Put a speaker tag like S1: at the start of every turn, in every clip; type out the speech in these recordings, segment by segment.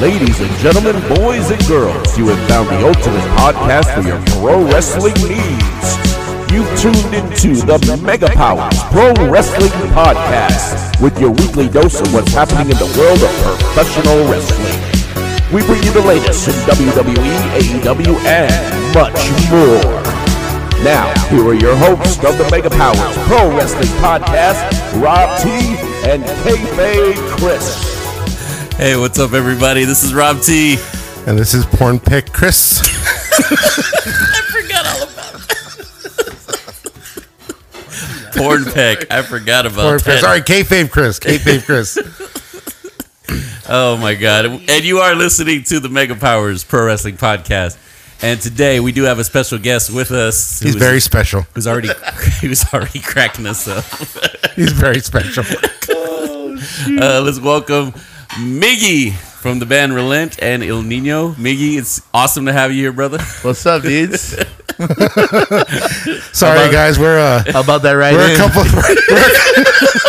S1: Ladies and gentlemen, boys and girls, you have found the ultimate podcast for your pro wrestling needs. You've tuned into the Mega Powers Pro Wrestling Podcast with your weekly dose of what's happening in the world of professional wrestling. We bring you the latest in E, WWE, AEW, and much more. Now, here are your hosts of the Mega Powers Pro Wrestling Podcast, Rob T and Kayfabe Chris.
S2: Hey, what's up, everybody? This is Rob T.
S3: And this is Porn Pick Chris.
S2: I forgot all about that. Porn pick. I forgot about
S3: Porn Pick.
S2: that.
S3: Sorry, Kayfabe Chris. Kayfabe Chris.
S2: Oh my god! And you are listening to the Mega Powers Pro Wrestling Podcast. And today we do have a special guest with us. who
S3: He's
S2: is-
S3: very special.
S2: Who's already he was already cracking us up.
S3: He's very special.
S2: Uh, let's welcome Miggy from the band Relent and El Nino. Miggy, it's awesome to have you here, brother.
S4: What's up, dudes?
S3: Sorry, guys. We're uh,
S4: How about that right
S3: we're a
S4: in?
S3: couple.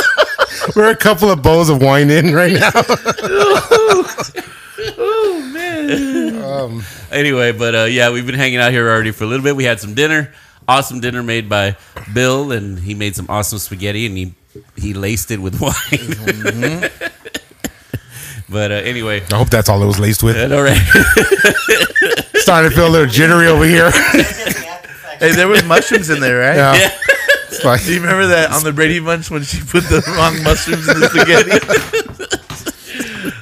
S3: Of, we're, we're a couple of bowls of wine in right now.
S2: anyway, but uh, yeah, we've been hanging out here already for a little bit. We had some dinner, awesome dinner made by Bill, and he made some awesome spaghetti, and he he laced it with wine. but uh, anyway,
S3: I hope that's all it was laced with.
S2: all right.
S3: Starting to feel a little jittery over here.
S4: hey, there was mushrooms in there, right?
S3: Yeah. It's like-
S4: Do you remember that on the Brady Bunch when she put the wrong mushrooms in the spaghetti?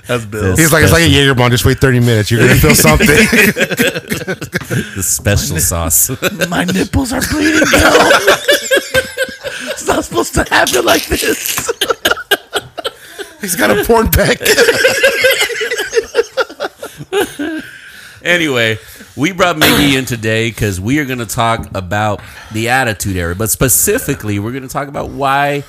S4: That's Bill.
S3: He's like, it's like a Jaeger bomb. Just wait 30 minutes. You're going to feel something.
S2: the special sauce.
S4: My nipples are bleeding, Bill. it's not supposed to happen like this.
S3: He's got a porn pack.
S2: anyway, we brought Miggy in today because we are going to talk about the Attitude Era, but specifically, we're going to talk about why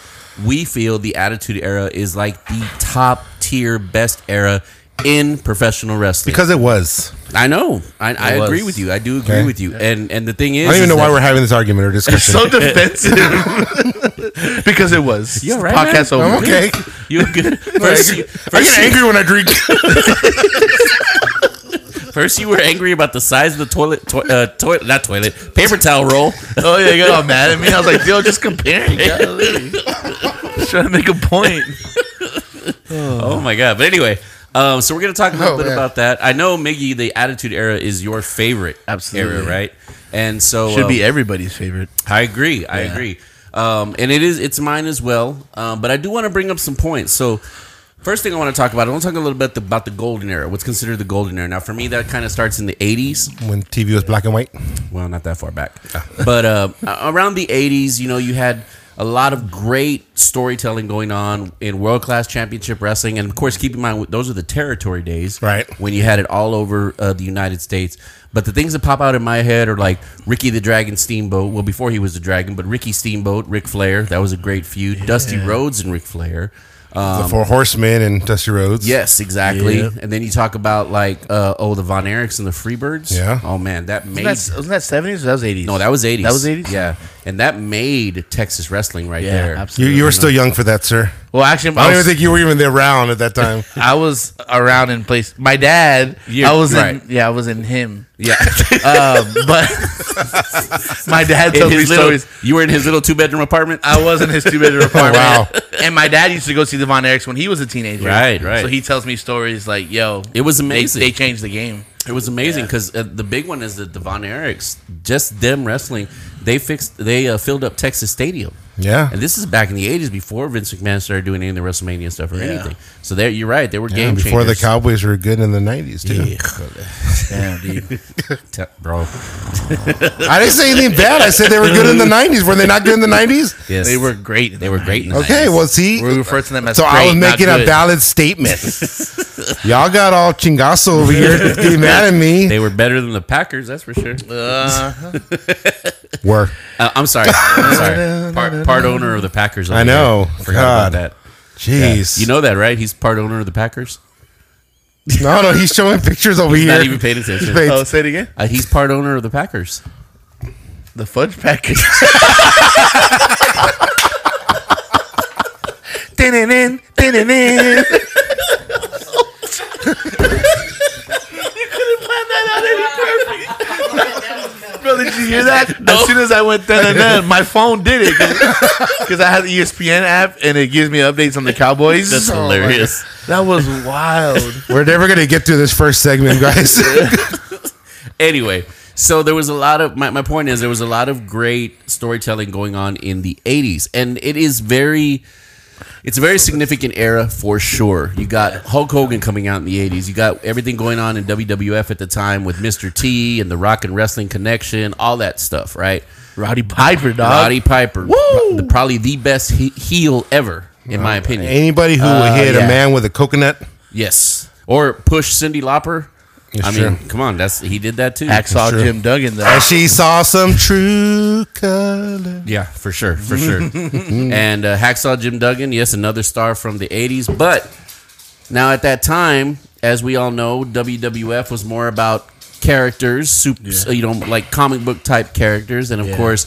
S2: we feel the Attitude Era is like the top tier, best era in professional wrestling.
S3: Because it was.
S2: I know. I, I
S4: was.
S2: agree with you. I do agree
S3: Okay.
S2: with you. And and the thing is,
S3: I don't even
S2: is
S3: know why
S2: that-
S3: we're having this argument or discussion.
S4: So defensive. because it was.
S2: You all right,
S4: Podcast
S2: man?
S4: over.
S3: I'm okay.
S2: you good. First, you,
S3: I
S2: first,
S3: get
S2: you,
S3: angry when I drink.
S2: first you were angry about the size of the toilet, to, uh, toilet, not toilet, paper towel roll.
S4: Oh, yeah, you got all mad at me. I was like, Bill, just comparing. Golly. Just trying to make a point.
S2: Oh my god! But anyway, um, so we're gonna talk a little
S3: Oh,
S2: bit
S3: man.
S2: about that. I know Miggy, the Attitude Era is your favorite
S4: Absolutely.
S2: era, right? And so
S4: Should
S2: um,
S4: be everybody's favorite.
S2: I agree. I agree. Um, and it is it's mine as well. Um, but I do want to bring up some points. So first thing I want to talk about, I want to talk a little bit about the golden era. What's considered the golden era? Now for me, that kind of starts in the '80s.
S3: When TV was black and white.
S2: Well, not that far back, but uh, around the '80s, you know, you had a lot of great storytelling going on in world class championship wrestling, and of course, keep in mind those are the territory days,
S3: Right.
S2: When you had it all over uh, the United States. But the things that pop out in my head are like Ricky the Dragon Steamboat. Well, before he was the Dragon, but Ricky Steamboat, Ric Flair. That was a great feud. Dusty Rhodes and Ric Flair.
S3: the Four Horsemen and Dusty Rhodes.
S2: Yes, exactly.
S4: Yep.
S2: And then you talk about like uh, oh the Von Erichs and the Freebirds.
S3: Yeah.
S2: Oh man, that made
S4: That's, wasn't that seventies or that was eighties?
S2: No, that was 80s.
S4: That was 80s?
S2: Yeah. And that made Texas wrestling right
S4: Yeah,
S2: there.
S3: You,
S4: absolutely.
S3: you were still young for that, sir. Oh.
S4: well, actually,
S3: I
S4: I
S3: don't even
S4: was,
S3: think you were even around at that time.
S4: I was around in place. My dad,
S2: You-
S4: I was
S2: right.
S4: in. Yeah, I was in him.
S2: Yeah.
S4: Um, but my dad
S2: in
S4: tells me
S2: his little,
S4: stories.
S2: you were in his little two bedroom apartment?
S4: I was in his two bedroom apartment.
S3: Wow.
S4: And my dad used to go see the Von Erichs when he was a teenager.
S2: Right, right.
S4: So he tells me stories like, "Yo,
S2: It was
S4: they-
S2: amazing.
S4: They, changed the game."
S2: it was amazing because uh, the big one is that the Von Erichs, just them wrestling, they fixed, they uh, filled up Texas Stadium.
S3: Yeah.
S2: And this is back in the 80s before Vince McMahon started doing any of the WrestleMania stuff or
S4: Yeah.
S2: anything. So there, you're right. They were
S3: Yeah,
S2: game
S3: before
S2: changers.
S3: the Cowboys were good in the nineties too.
S4: Damn, dude.
S2: Te- bro.
S3: I didn't say anything bad. I said they were good in the nineties. Were they not good in the nineties?
S2: Yes.
S4: They were great.
S2: They were great. in the
S3: Okay,
S2: 90s.
S3: well see.
S4: We refer to them as
S3: so I was
S4: great, not
S3: making a
S4: good.
S3: valid statement. Y'all got all chingasso over here getting mad at me.
S2: They were better than the Packers, that's for sure.
S4: Uh,
S3: Were
S2: Uh, I'm sorry. I'm sorry. Part, part owner of the Packers. over
S3: I know.
S2: here. Forgot about
S3: God.
S2: that.
S3: jeez.
S2: You know that, right? He's part owner of the Packers.
S3: no, no, he's showing pictures over here.
S2: Not even paying attention.
S3: Wait,
S4: oh, say it again.
S2: Uh, he's part owner of the Packers.
S4: The fudge package. hear that? As soon as I went then and then, my phone did it because I had the E ESPN app and it gives me updates on the Cowboys.
S2: That's
S4: Oh, my
S2: hilarious.
S4: God. That was wild.
S3: We're never gonna get through this first segment, guys.
S2: anyway, so there was a lot of my, my point is there was a lot of great storytelling going on in the 80s and it is very it's a very significant era for sure. You got Hulk Hogan coming out in the 80s. You got everything going on in WWF at the time with Mr. T and the Rock and Wrestling Connection, all that stuff, right?
S4: Roddy Piper, dog.
S2: Roddy Piper, pro- the, probably the best he- heel ever in my opinion.
S3: Anybody who would hit
S2: yeah.
S3: a man with a coconut,
S2: Yes. Or push Cindy Lauper.
S3: Yes,
S2: I mean,
S3: sure.
S2: come on, that's he did that too.
S4: Hacksaw Jim Duggan, though.
S3: and she saw some true color.
S2: Yeah, for sure, for sure.
S4: Mm-hmm.
S2: and uh, Hacksaw Jim Duggan, yes, another star from the '80s. But now at that time, as we all know, WWF was more about characters, super, you know, like comic book type characters, and of course.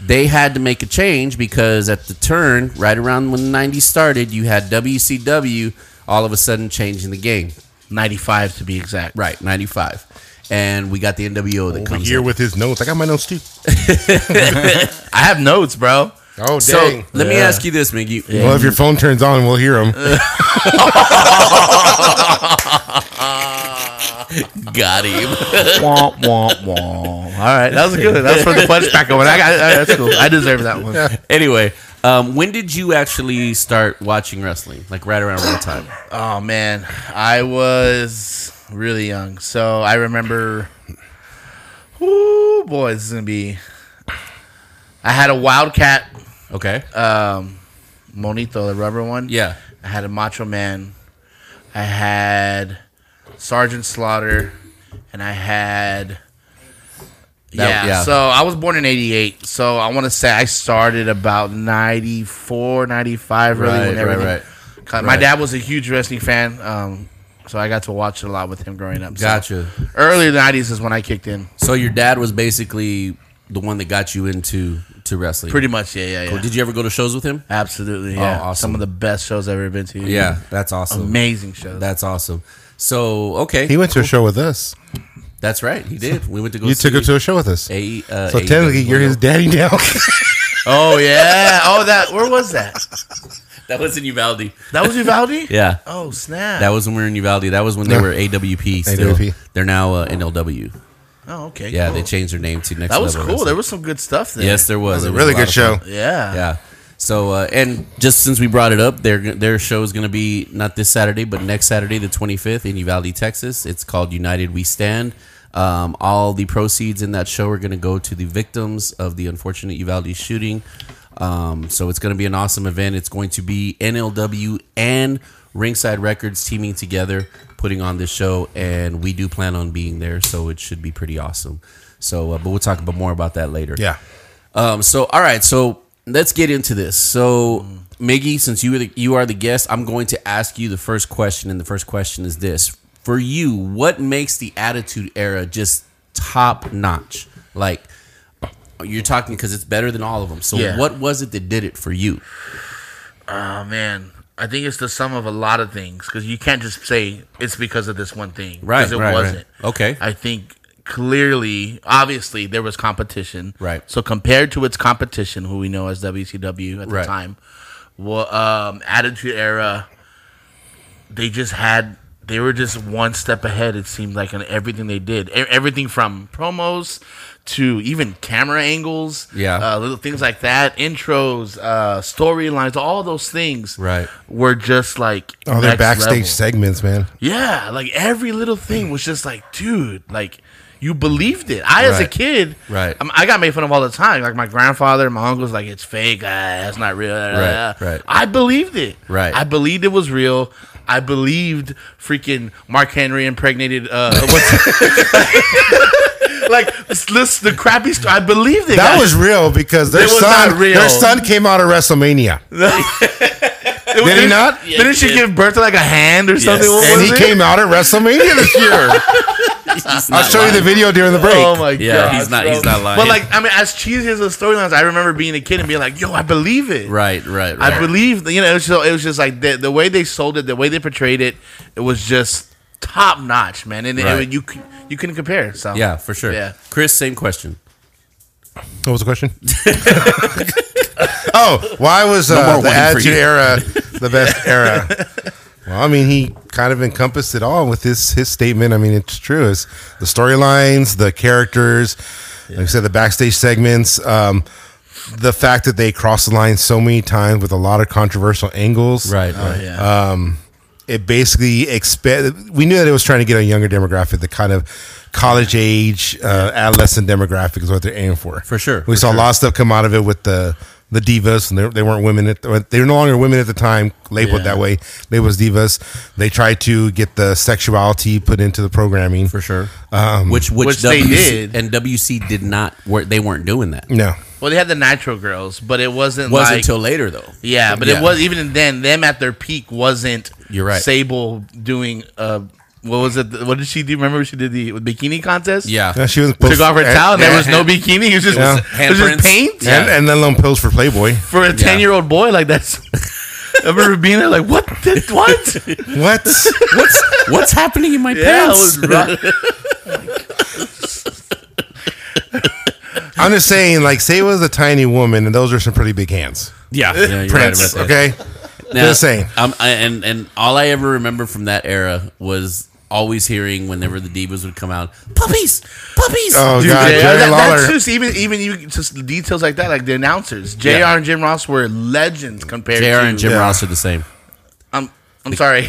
S2: They had to make a change because at the turn, right around when the 90s started, you had WCW all of a sudden changing the game.
S4: 95 to be exact.
S2: Right, 95. And we got the NWO that comes
S3: Here
S2: in.
S3: with his notes. I got my notes too.
S4: I have notes, bro.
S3: Oh dang!
S2: So let me
S4: Yeah.
S2: ask you this, Miggy.
S3: well, if your phone turns on, we'll hear him.
S2: Got him.
S4: womp, womp, womp. All right. That was good. That was for the punchback one. I got, all right, that's cool. I deserve that one.
S2: anyway, um, when did you actually start watching wrestling? Like right around what time?
S4: Oh man, I was really young, so I remember. Oh boy, this is gonna be. I had a Wildcat,
S2: Okay.
S4: um, Monito, the rubber one.
S2: yeah.
S4: I had a Macho Man. I had Sergeant Slaughter, and I had.
S2: That-
S4: yeah,
S2: yeah.
S4: so I was born in 88. So I want to say I started about 94, 95, really.
S2: Right,
S4: when
S2: right,
S4: everything-
S2: right.
S4: Cause My
S2: Right.
S4: dad was a huge wrestling fan, um, so I got to watch it a lot with him growing up. So
S2: Gotcha.
S4: Early 90s is when I kicked in.
S2: So your dad was basically the one that got you into to wrestling.
S4: Pretty much, yeah, yeah, yeah.
S2: Did you ever go to shows with him?
S4: Absolutely, yeah.
S2: awesome.
S4: Some of the best shows I've ever been to.
S2: Yeah, that's awesome.
S4: Amazing shows.
S2: That's awesome. So okay,
S3: He went to a show with us.
S2: that's right. He did. We went to go.
S3: You
S2: see
S3: took him to a show with us.
S2: a. Uh,
S3: So technically, you're his daddy now.
S4: oh, yeah. Oh, that, where was that?
S2: Oh, That was in Uvalde.
S4: That was Uvalde?
S2: Yeah.
S4: Oh, snap.
S2: That was when we were in Uvalde. That was when they
S3: Yeah.
S2: were AWP. Still,
S3: AWP.
S2: they're now uh, NLW.
S4: oh, okay.
S2: Yeah,
S4: cool.
S2: they changed their name to Next
S4: That was
S2: Level
S4: cool.
S2: Wrestling.
S4: There was some good stuff there.
S2: yes, there was.
S3: It was
S2: It
S3: a
S2: was
S3: really
S2: lot
S3: good
S2: of
S3: show.
S2: fun.
S4: Yeah.
S2: Yeah. So uh, and just since we brought it up, their their show is going to be not this Saturday, but next Saturday, the 25th, in Uvalde, Texas. It's called United We Stand. Um, all the proceeds in that show are going to go to the victims of the unfortunate Uvalde shooting. Um, so it's going to be an awesome event. It's going to be NLW and Ringside Records teaming together, putting on this show, and we do plan on being there. So it should be pretty awesome. So, uh, but we'll talk about more about that later.
S3: yeah.
S2: Um, so all right, so let's get into this. So Miggy, since you were the, you are the guest, I'm going to ask you the first question, and the first question is this: For you, what makes the Attitude Era just top notch? Like you're talking because it's better than all of them. So
S4: Yeah.
S2: what was it that did it for you?
S4: Oh, man. I think it's the sum of a lot of things because you can't just say it's because of this one thing. 'cause
S2: Right,
S4: It
S2: right, right.
S4: wasn't.
S2: Okay.
S4: I think clearly, obviously, there was competition.
S2: Right.
S4: So compared to its competition, who we know as WCW at the
S2: Right.
S4: time, well, um, Attitude Era, they just had. They were just one step ahead. It seemed like in everything they did, E- everything from promos to even camera angles,
S2: Yeah.
S4: uh, little things like that, intros, uh, storylines, all those things,
S2: Right.
S4: Were just like
S3: Oh, their
S4: next
S3: backstage
S4: level.
S3: segments, man.
S4: Yeah, like every little thing was just like, dude, like you believed it. I, as a
S2: Right.
S4: kid,
S2: Right.
S4: I'm- I got made fun of all the time. Like my grandfather, and my uncle's like, it's fake. Ah, that's not real.
S2: Right, right.
S4: I believed it.
S2: Right.
S4: I believed it was real. I believed freaking Mark Henry impregnated. Uh, what's- like this, this the crappy story. I believed it.
S3: That
S4: guys.
S3: was real because their
S4: It was
S3: son,
S4: not real.
S3: their son came out of WrestleMania,
S4: It was-
S3: did he not?
S4: Yeah, Didn't she
S2: did.
S4: give birth to like a hand or something? What
S3: and
S4: was
S3: he
S4: it?
S3: came out at WrestleMania this year. I'll show you the video during the break.
S4: Oh my
S2: Yeah,
S4: god.
S2: he's not- he's not lying.
S4: But like I mean as cheesy as the storylines, I remember being a kid and being like, yo, I believe it.
S2: Right, right,
S4: I believe you know, it was so it was just like the, the way they sold it, the way they portrayed it, it was just top notch, man. And it-
S2: Right.
S4: you c- you couldn't compare. So
S2: yeah, for sure.
S4: Yeah.
S2: Chris, same question.
S3: What was the question? oh, why was
S2: No
S3: uh,
S2: more
S3: the
S2: wine for you.
S3: Attitude Era the best era? Well, I mean, he kind of encompassed it all with his his statement. I mean, it's true. It's the storylines, the characters, like I said, the backstage segments. Um, the fact that they crossed the line so many times with a lot of controversial angles,
S2: Right, right.
S4: yeah.
S3: it basically expand. We knew that it was trying to get a younger demographic, the kind of college age, uh, adolescent demographic is what they're aiming for.
S2: For sure,
S3: we
S2: for
S3: saw a lot of stuff come out of it with the the divas, and they, they weren't women. At the, they were no longer women at the time, labeled
S4: Yeah.
S3: that way. Labeled as divas. They tried to get the sexuality put into the programming.
S2: for sure. Um, which which,
S4: Which they
S2: WC,
S4: did.
S2: and WC did not work. They weren't doing that.
S3: No,
S4: well, they had the Nitro Girls, but it wasn't
S2: Wasn't
S4: like
S2: until later though.
S4: yeah, but
S2: Yeah.
S4: it was even then them at their peak wasn't.
S2: You're right.
S4: Sable doing uh, what was it? What did she do? Remember she did the bikini contest?
S2: Yeah,
S3: No, she was
S4: took off her towel. and there was no bikini. It was just,
S3: Yeah.
S4: it was
S2: Handprints.
S4: just paint
S2: Yeah.
S3: and, and then long pills for Playboy.
S4: for a ten year old boy. Like that's. I remember being there, like what? The, what?
S3: What?
S2: what's what's happening in my
S4: yeah, it
S2: pants?
S4: was rough.
S3: I'm just saying, like, say it was a tiny woman, and those are some pretty big hands.
S2: yeah, yeah, you're right about
S3: Prince,
S2: that.
S3: okay.
S2: Now,
S3: Just saying.
S2: Um, I, and and all I ever remember from that era was always hearing whenever the divas would come out, puppies, puppies.
S3: Oh God,
S4: yeah,
S3: Jerry
S4: that-
S3: Lawler.
S4: that's just even even you just the details like that, like the announcers. Jr.
S2: Yeah.
S4: and Jim Ross were legends compared
S2: JR
S4: to
S2: and Jim
S3: Yeah.
S2: Ross are the same.
S4: I'm I'm sorry,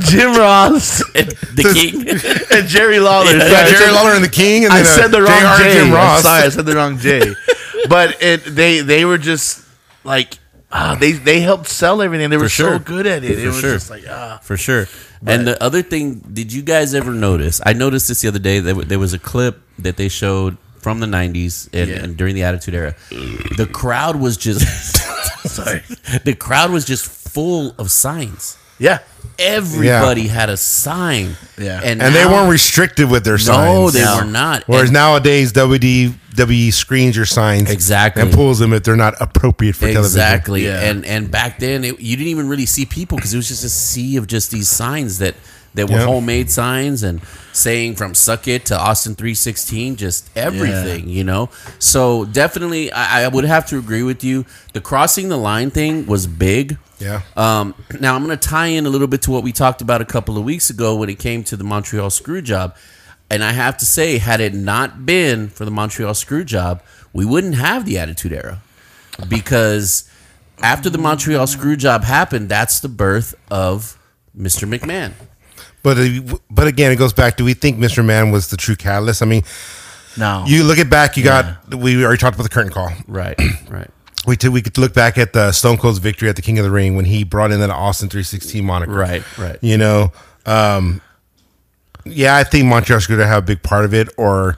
S4: Jim Ross
S2: The king.
S4: and Jerry Lawler.
S2: Yeah,
S4: Sorry,
S3: Yeah, Jerry
S4: Jim-
S3: Lawler and the King, and
S4: I
S3: then uh,
S4: said the wrong
S3: JR
S4: J.
S3: and Jim Ross.
S4: I'm sorry, I said the wrong J. but it they they were just like ah, they they helped sell everything. They were
S2: sure.
S4: so good at it. it
S2: For
S4: was
S2: sure.
S4: just like ah.
S2: for sure. and the other thing, did you guys ever notice? I noticed this the other day. There, wa- there was a clip that they showed from the '90s and,
S4: Yeah.
S2: and during the Attitude Era. The crowd was just
S4: Sorry.
S2: the crowd was just full of signs.
S4: Yeah.
S2: Everybody had a sign.
S4: Yeah.
S3: and they
S2: now-
S3: weren't restricted with their signs.
S2: No, they were not.
S3: Whereas
S2: And-
S3: nowadays, WWE E screens your signs
S2: Exactly.
S3: and pulls them if they're not appropriate for television.
S2: Exactly.
S4: Yeah.
S2: And and back then it, you didn't even really see people because it was just a sea of just these signs that that were
S3: Yeah.
S2: homemade signs and saying from suck it to Austin 316 just everything, you know. So definitely I, I would have to agree with you. The crossing the line thing was big.
S3: Yeah.
S2: Um, now I'm going to tie in a little bit to what we talked about a couple of weeks ago when it came to the Montreal screw job. And I have to say, had it not been for the Montreal screw job, we wouldn't have the Attitude Era because after the Montreal screw job happened, that's the birth of Mr. McMahon.
S3: But uh, but again, it goes back. Do we think Mr. Man was the true catalyst? I mean,
S4: No.
S3: you look it back. You got we already talked about the curtain call.
S2: Right, right.
S3: We t- we could look back at the Stone Cold's victory at the King of the Ring when he brought in that Austin 316 moniker.
S2: Right, right.
S3: You know, um, yeah, I think Montreal's going to have a big part of it or,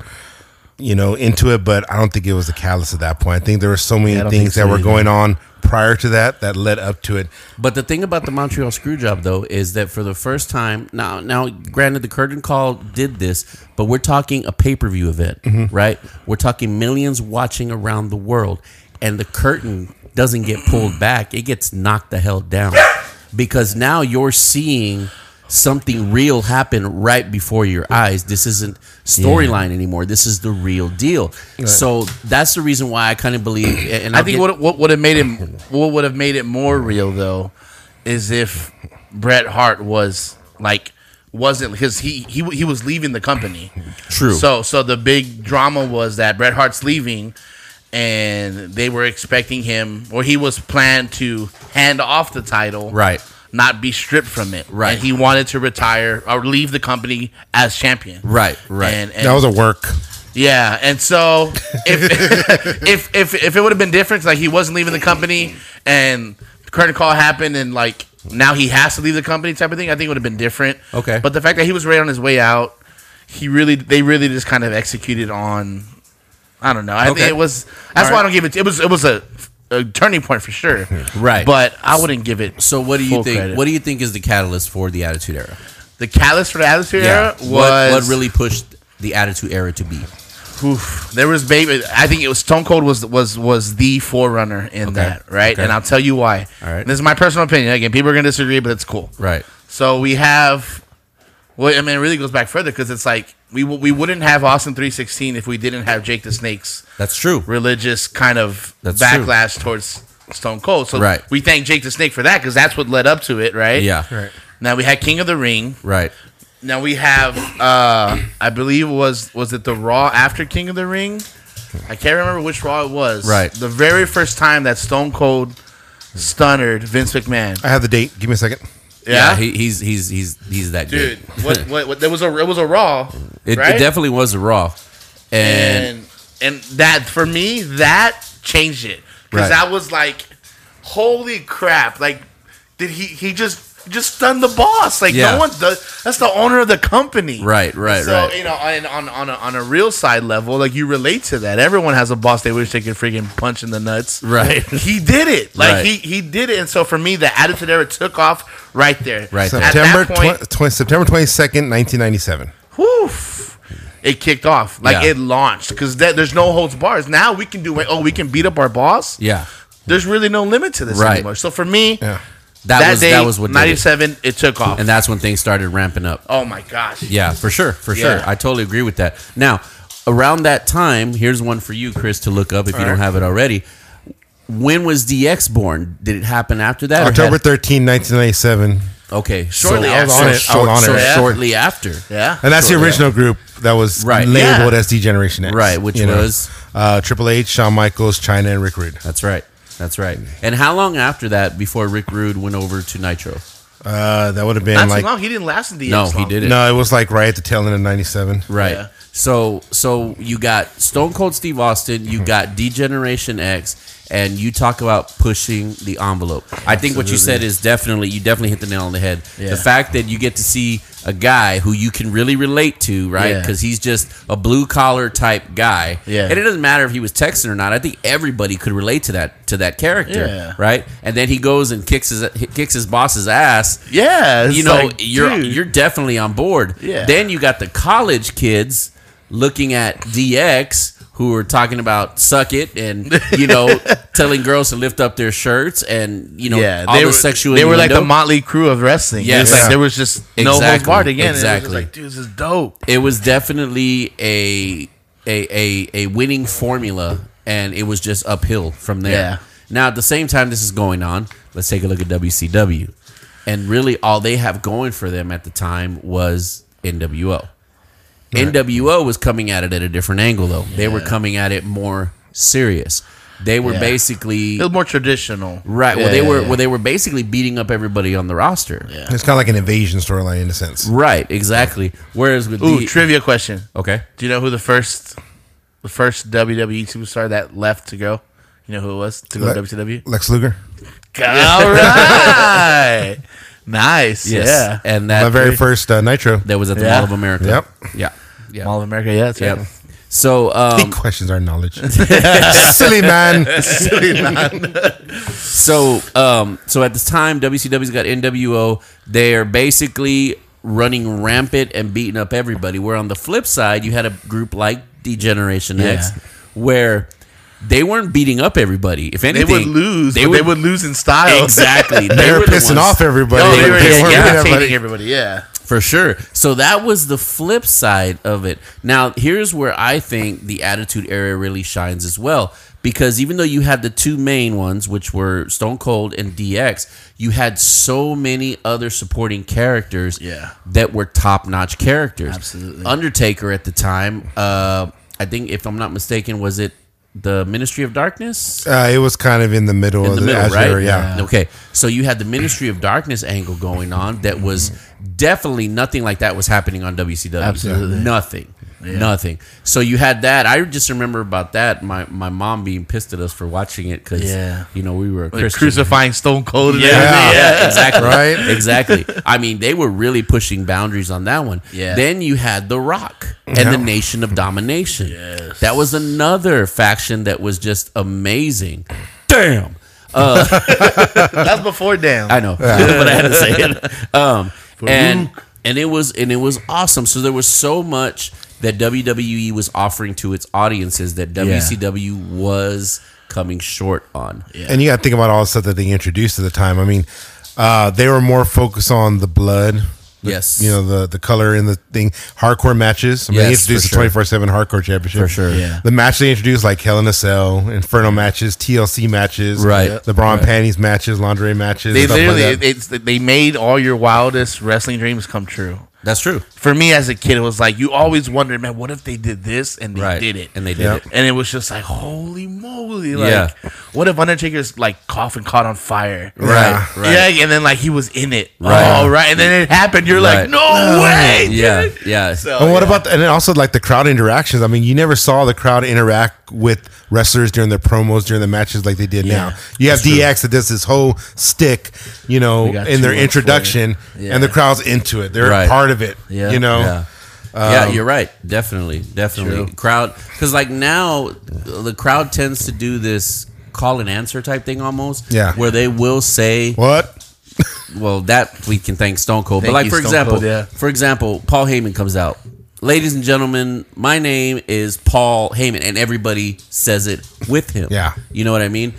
S3: you know, into it, but I don't think it was the catalyst at that point. I think there were so many
S4: don't think
S3: things
S4: so
S3: that were
S4: either.
S3: going on prior to that that led up to it.
S2: But the thing about the Montreal Screwjob though is that for the first time now, now granted the curtain call did this, but we're talking a pay per view event,
S4: Mm-hmm.
S2: right? We're talking millions watching around the world, and the curtain doesn't get pulled back; it gets knocked the hell down because now you're seeing something real happen right before your eyes. This isn't storyline anymore. This is the real deal. So that's the reason why I kind of believe. And
S4: I
S2: I'll
S4: think
S2: get-
S4: what what would have made it what would have made it more real though is if Bret Hart was like wasn't because he he he was leaving the company.
S2: True.
S4: So so the big drama was that Bret Hart's leaving, and they were expecting him, or he was planned to hand off the title,
S2: Right.
S4: Not be stripped from it,
S2: Right.
S4: And he wanted to retire or leave the company as champion,
S2: right, right.
S4: And, and
S3: That was a work.
S4: yeah, and so if if if if it would have been different, like he wasn't leaving the company, and the curtain call happened, and like now he has to leave the company, type of thing, I think it would have been different.
S2: Okay.
S4: but the fact that he was right on his way out, he really they really just kind of executed on. I don't know. I
S2: Okay.
S4: think it was that's
S2: All
S4: why
S2: right.
S4: I don't give it. It was it was a, a turning point for sure.
S2: Right.
S4: but I wouldn't give it.
S2: So what do you
S4: full
S2: think?
S4: credit.
S2: What do you think is the catalyst for the Attitude Era?
S4: the catalyst for the atmosphere era was
S2: what, what really pushed the Attitude Era to be?
S4: Oof. There was baby. I think it was Stone Cold was was was the forerunner in that, right?
S2: okay.
S4: And I'll tell you why.
S2: All right.
S4: This is my personal opinion. Again, people are gonna disagree, but it's cool.
S2: Right.
S4: So we have. Well, I mean, it really goes back further because it's like we w- we wouldn't have Austin three sixteen if we didn't have Jake the Snake's
S2: That's true.
S4: religious kind of
S2: That's
S4: backlash towards Stone Cold. So
S2: Right.
S4: we thank Jake the Snake for that because that's what led up to it, right?
S2: Yeah.
S3: Right.
S4: Now we had King of the Ring.
S2: Right.
S4: Now we have, uh I believe it was was it the Raw after King of the Ring? I can't remember which Raw it was.
S2: Right.
S4: The very first time that Stone Cold stunnered Vince McMahon.
S3: I have the date. Give me a second.
S4: Yeah.
S2: he, he's he's he's he's that
S4: Dude,
S2: good.
S4: what, what, what? There was a it was a Raw.
S2: It,
S4: right?
S2: it definitely was raw, and,
S4: and and that for me that changed it
S2: Right.
S4: because that was like holy crap like did he he just just stunned the boss like
S2: Yeah.
S4: no one does that's the owner of the company
S2: right, right,
S4: so
S2: right.
S4: you know on on on a, on a real side level like you relate to that everyone has a boss they wish they could freaking punch in the nuts
S2: Right.
S4: he did it like
S2: Right.
S4: he he did it and so for me the attitude era took off right there
S2: Right there.
S4: at that
S3: September
S4: point
S3: twen- twen- September twenty second, nineteen ninety seven.
S4: Woof. It kicked off. Like
S2: Yeah.
S4: it launched because there's no holds bars. Now we can do it. Oh, we can beat up our boss.
S2: Yeah,
S4: There's really no limit to this
S2: Right.
S4: anymore. So for me,
S3: Yeah.
S2: that,
S4: that,
S2: was
S4: day,
S2: that was what did it.
S4: 97, it. took off.
S2: and that's when things started ramping up.
S4: oh my gosh.
S2: Yeah, for sure, for
S4: Yeah.
S2: sure. I totally agree with that. Now, around that time, here's one for you, Chris, to look up if you don't have it already. When was DX born? Did it happen after that? or
S3: October
S2: had-
S3: 13, 1997.
S2: Okay,
S4: Shortly
S2: so-
S3: I was on
S2: so
S3: it. I was on
S2: short-
S3: it.
S2: so
S4: Yeah.
S2: Shortly after,
S4: Yeah.
S3: And that's the original group that was
S2: Right.
S3: labeled
S4: Yeah.
S3: as D Generation X.
S2: Right, which
S3: you know.
S2: was-
S3: uh, Triple H, Shawn Michaels, China, and Rick Rude.
S2: That's right. That's right. And how long after that before Rick Rude went over to Nitro?
S3: Uh, that would have been
S4: Not
S3: like
S4: too long. He didn't last in the
S2: No,
S4: X
S2: he
S4: long.
S2: didn't.
S3: no, it was like right at the tail end of '97.
S2: Right.
S4: Yeah.
S2: So so you got Stone Cold Steve Austin,
S4: Mm-hmm.
S2: you got Degeneration X, and you talk about pushing the envelope. I think what you said is definitely you definitely hit the nail on the head.
S4: Yeah.
S2: The fact that you get to see a guy who you can really relate to, right?
S4: Yeah.
S2: Because he's just a blue collar type guy.
S4: Yeah.
S2: And it doesn't matter if he was Texan or not. I think everybody could relate to that to that character.
S4: Yeah.
S2: Right. And then he goes and kicks his kicks his boss's ass
S4: Yeah. it's
S2: you know,
S4: like,
S2: you're
S4: dude.
S2: you're definitely on board.
S4: Yeah.
S2: Then you got the college kids looking at DX who are talking about suck it and you know telling girls to lift up their shirts and you know
S4: yeah,
S2: all
S4: they
S2: the
S4: were,
S2: sexual
S4: They were like the
S2: innuendo.
S4: motley crew of wrestling.
S2: Yes.
S4: It's like
S3: Yeah.
S4: there was just no holds
S2: Exactly.
S4: barred again. Exactly.
S2: Exactly.
S4: like, dude, this is dope.
S2: it was definitely a a a a winning formula and it was just uphill from there.
S4: Yeah.
S2: Now at the same time this is going on, let's take a look at WCW. And really all they have going for them at the time was NWO. NWO was coming at it at a different angle though. They were coming at it more serious. They were
S4: Yeah.
S2: basically
S4: It was more traditional.
S2: right.
S4: Yeah,
S2: well, they
S4: yeah,
S2: were
S4: yeah.
S2: well, they were basically beating up everybody on the roster. Yeah.
S3: It's kind of like an invasion storyline in a sense.
S2: Right. Exactly. Whereas with
S4: Ooh,
S2: the
S4: trivia question.
S2: okay,
S4: Do you know who the first the first WWE superstar that left to go? You know who it was to go
S3: Le-
S4: to WCW?
S3: Lex Luger,
S4: All right. Nice.
S2: yes,
S4: Yeah.
S2: and that
S3: my very first uh, Nitro.
S2: that was at the
S4: Yeah.
S2: Mall of America.
S3: Yep.
S2: Yeah. Yeah.
S4: Mall of America, yeah, that's
S2: yep.
S4: right.
S2: So
S3: He
S2: um,
S3: questions our knowledge. Silly man.
S2: so um, so at this time WCW's got NWO. They're basically running rampant and beating up everybody. Where on the flip side, you had a group like Degeneration X,
S4: Yeah.
S2: where they weren't beating up everybody. If
S4: They
S2: anything,
S4: would lose, but they would lose in style.
S2: exactly.
S3: They, were,
S2: the
S3: pissing
S2: ones-
S3: off everybody.
S4: No,
S2: They
S4: they
S2: were
S4: were
S2: pissed,
S4: just
S3: weren't beating
S4: yeah,
S3: everybody.
S4: everybody. everybody, yeah.
S2: For sure. So that was the flip side of it. Now, here's where I think the attitude era really shines as well. Because even though you had the two main ones, which were Stone Cold and DX, you had so many other supporting characters
S4: Yeah.
S2: that were top notch characters.
S4: Absolutely.
S2: Undertaker at the time, uh, I think, if I'm not mistaken, was it the Ministry of Darkness?
S3: Uh, it was kind of in the middle
S2: in
S3: of
S2: the
S3: the,
S2: middle,
S3: Azure,
S2: right?
S3: yeah.
S2: Okay, so you had the Ministry of Darkness angle going on that was definitely nothing like that was happening on WCW.
S4: Absolutely.
S2: nothing, nothing. So you had that. I just remember about that. My my mom being pissed at us for watching it because
S4: Yeah.
S2: you know we were a
S4: Like
S2: Christian.
S4: crucifying Stone Cold and everything.
S3: Yeah.
S2: Yeah, exactly.
S3: Right?
S2: Exactly. I mean, they were really pushing boundaries on that one.
S4: Yeah.
S2: Then you had The Rock and
S3: Yeah.
S2: the Nation of Domination. Yes. That was another faction that was just amazing. Damn.
S4: That's before damn.
S2: I know, but I had to say it. Um, and and it was and it was awesome. So there was so much that WWE was offering to its audiences that WCW was coming short on.
S3: And you got to think about all the stuff that they introduced at the time. I mean, uh, they were more focused on the blood
S2: yes.
S3: you know the the color in the thing. Hardcore matches. I mean, they
S2: Yes, for
S3: introduced the
S2: sure.
S3: twenty four seven hardcore championship
S2: For sure.
S4: Yeah.
S3: The match they introduced like Hell in a Cell, Inferno matches, TLC matches,
S2: Right. Yeah.
S3: The Braun panties matches, laundry matches.
S4: They
S3: stuff like
S4: literally,
S3: that.
S4: it's, they made all your wildest wrestling dreams come true.
S2: That's true.
S4: For me as a kid, it was like you always wondered, man, what if they did this and they
S2: Right.
S4: did it,
S2: And they did
S3: Yeah.
S2: it.
S4: and it was just like, holy moly, like,
S2: Yeah.
S4: what if Undertaker's like coffin caught on fire,
S3: Yeah.
S2: Right. Right.
S4: Yeah, and then like he was in it,
S2: Right.
S4: right? right, and then it happened. You're
S2: Right.
S4: like, no way,
S2: Yeah. Oh,
S4: dude."
S2: Yeah.
S4: So,
S3: And what
S4: oh, yeah.
S3: about the, and then also like the crowd interactions? I mean, you never saw the crowd interact with wrestlers during their promos during the matches like they did now. You have DX that does this whole stick, you know,
S4: got
S3: in
S4: too
S3: their
S4: much for it.
S3: introduction,
S4: Yeah.
S3: and the crowd's into it. They're
S2: Right.
S3: part of it.
S4: Yeah.
S3: You know, um,
S2: Yeah. yeah, you're right. Definitely, definitely. Crowd, because like now the crowd tends to do this call and answer type thing almost.
S3: Yeah.
S2: where they will say, well,
S3: what?
S2: that we can thank Stone Cold. but
S4: Thank
S2: like
S4: you,
S2: for
S4: Stone
S2: example,
S4: Cold, yeah.
S2: for example, Paul Heyman comes out. Ladies and gentlemen, my name is Paul Heyman, and everybody says it with him.
S3: Yeah.
S2: you know what I mean.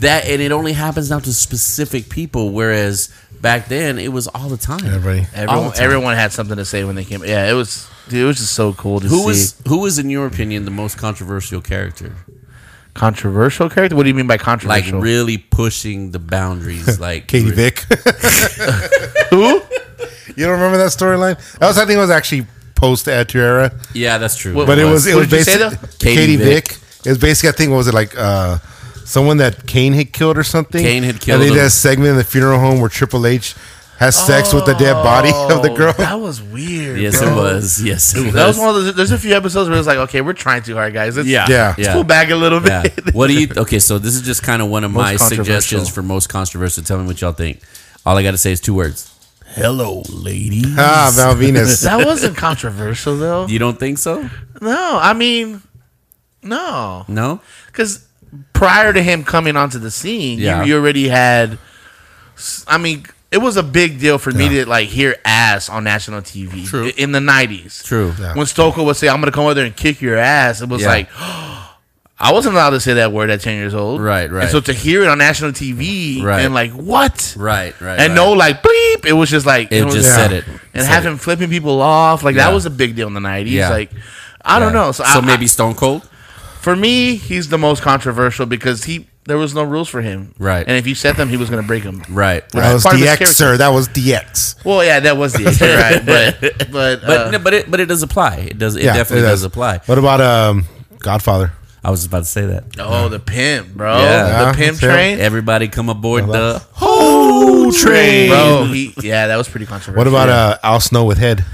S2: That and it only happens now to specific people, whereas back then it was all the time.
S3: Everybody.
S2: All
S4: Everyone,
S2: the time.
S4: everyone had something to say when they came. Yeah, it was dude, it was just so cool to
S2: Who
S4: see.
S2: was who was in your opinion the most controversial character?
S4: controversial character? What do you mean by
S2: Like
S4: controversial?
S2: really pushing the boundaries, like
S3: Katie Vick.
S4: Who?
S3: you don't remember that storyline? That was I think it was actually post Attitude Era.
S2: Yeah, that's true.
S4: What-
S3: But it was it was
S4: What did you say,
S3: basically
S4: though?
S3: Katie,
S2: Katie
S3: Vick. It was basically I think what was it like uh someone that Kane had killed or something.
S2: Kane had killed
S3: And they did
S2: him.
S3: a segment in the funeral home where Triple H has sex with the dead body of the girl.
S4: Oh, That was weird.
S2: yes,
S4: bro.
S2: it was. Yes, it was.
S4: That was one of those. There's a few episodes where it's like, okay, we're trying too hard, guys. Let's,
S2: yeah,
S3: Yeah.
S4: let's pull back a little
S2: Yeah.
S4: bit.
S2: What do you? Okay, so this is just kind of one of my
S4: controversial.
S2: suggestions for most controversial. Tell me what y'all think. All I got to say is two words. Hello, lady.
S3: ah, Val Venus.
S4: that wasn't controversial though.
S2: You don't think so?
S4: No, I mean, no,
S2: No.
S4: because prior to him coming onto the scene, you-
S2: Yeah.
S4: you, already had. s- I mean, it was a big deal for me to like hear ass on national TV
S2: True.
S4: in the '90s.
S2: True.
S3: Yeah.
S4: When Stoker would say, "I'm gonna come over there and kick your ass," it was
S2: Yeah.
S4: like. I wasn't allowed to say that word at ten years old.
S2: Right,
S4: And
S2: right.
S4: so to hear it on national TV
S2: Right.
S4: and like what,
S2: Right. Right.
S4: and
S2: right.
S4: no like bleep, it was just like
S2: it
S4: was
S2: just
S3: Yeah.
S2: said it.
S4: and
S2: Said
S4: have
S2: it.
S4: him flipping people off. Like
S2: Yeah.
S4: that was a big deal in the nineties.
S2: Yeah.
S4: Like I don't
S2: Yeah.
S4: know. So,
S2: so
S4: I,
S2: maybe Stone Cold.
S4: for me, he's the most controversial because he there was no rules for him.
S2: Right.
S4: And if you set them, he was going to break them.
S2: Right.
S3: That was
S4: Part of his
S3: DX,
S4: character.
S3: sir. That was DX.
S4: Well, yeah, that was the issue, right? But but
S2: But
S4: uh,
S2: no, but it but it does apply. It does. It definitely does apply.
S3: What about um Godfather?
S2: I was about to say that.
S4: oh, the pimp, bro,
S2: Yeah.
S4: the pimp
S3: Yeah.
S4: train,
S2: Everybody come aboard the whole train.
S4: bro. He, yeah, that was pretty controversial.
S3: What about uh Al Snow with head?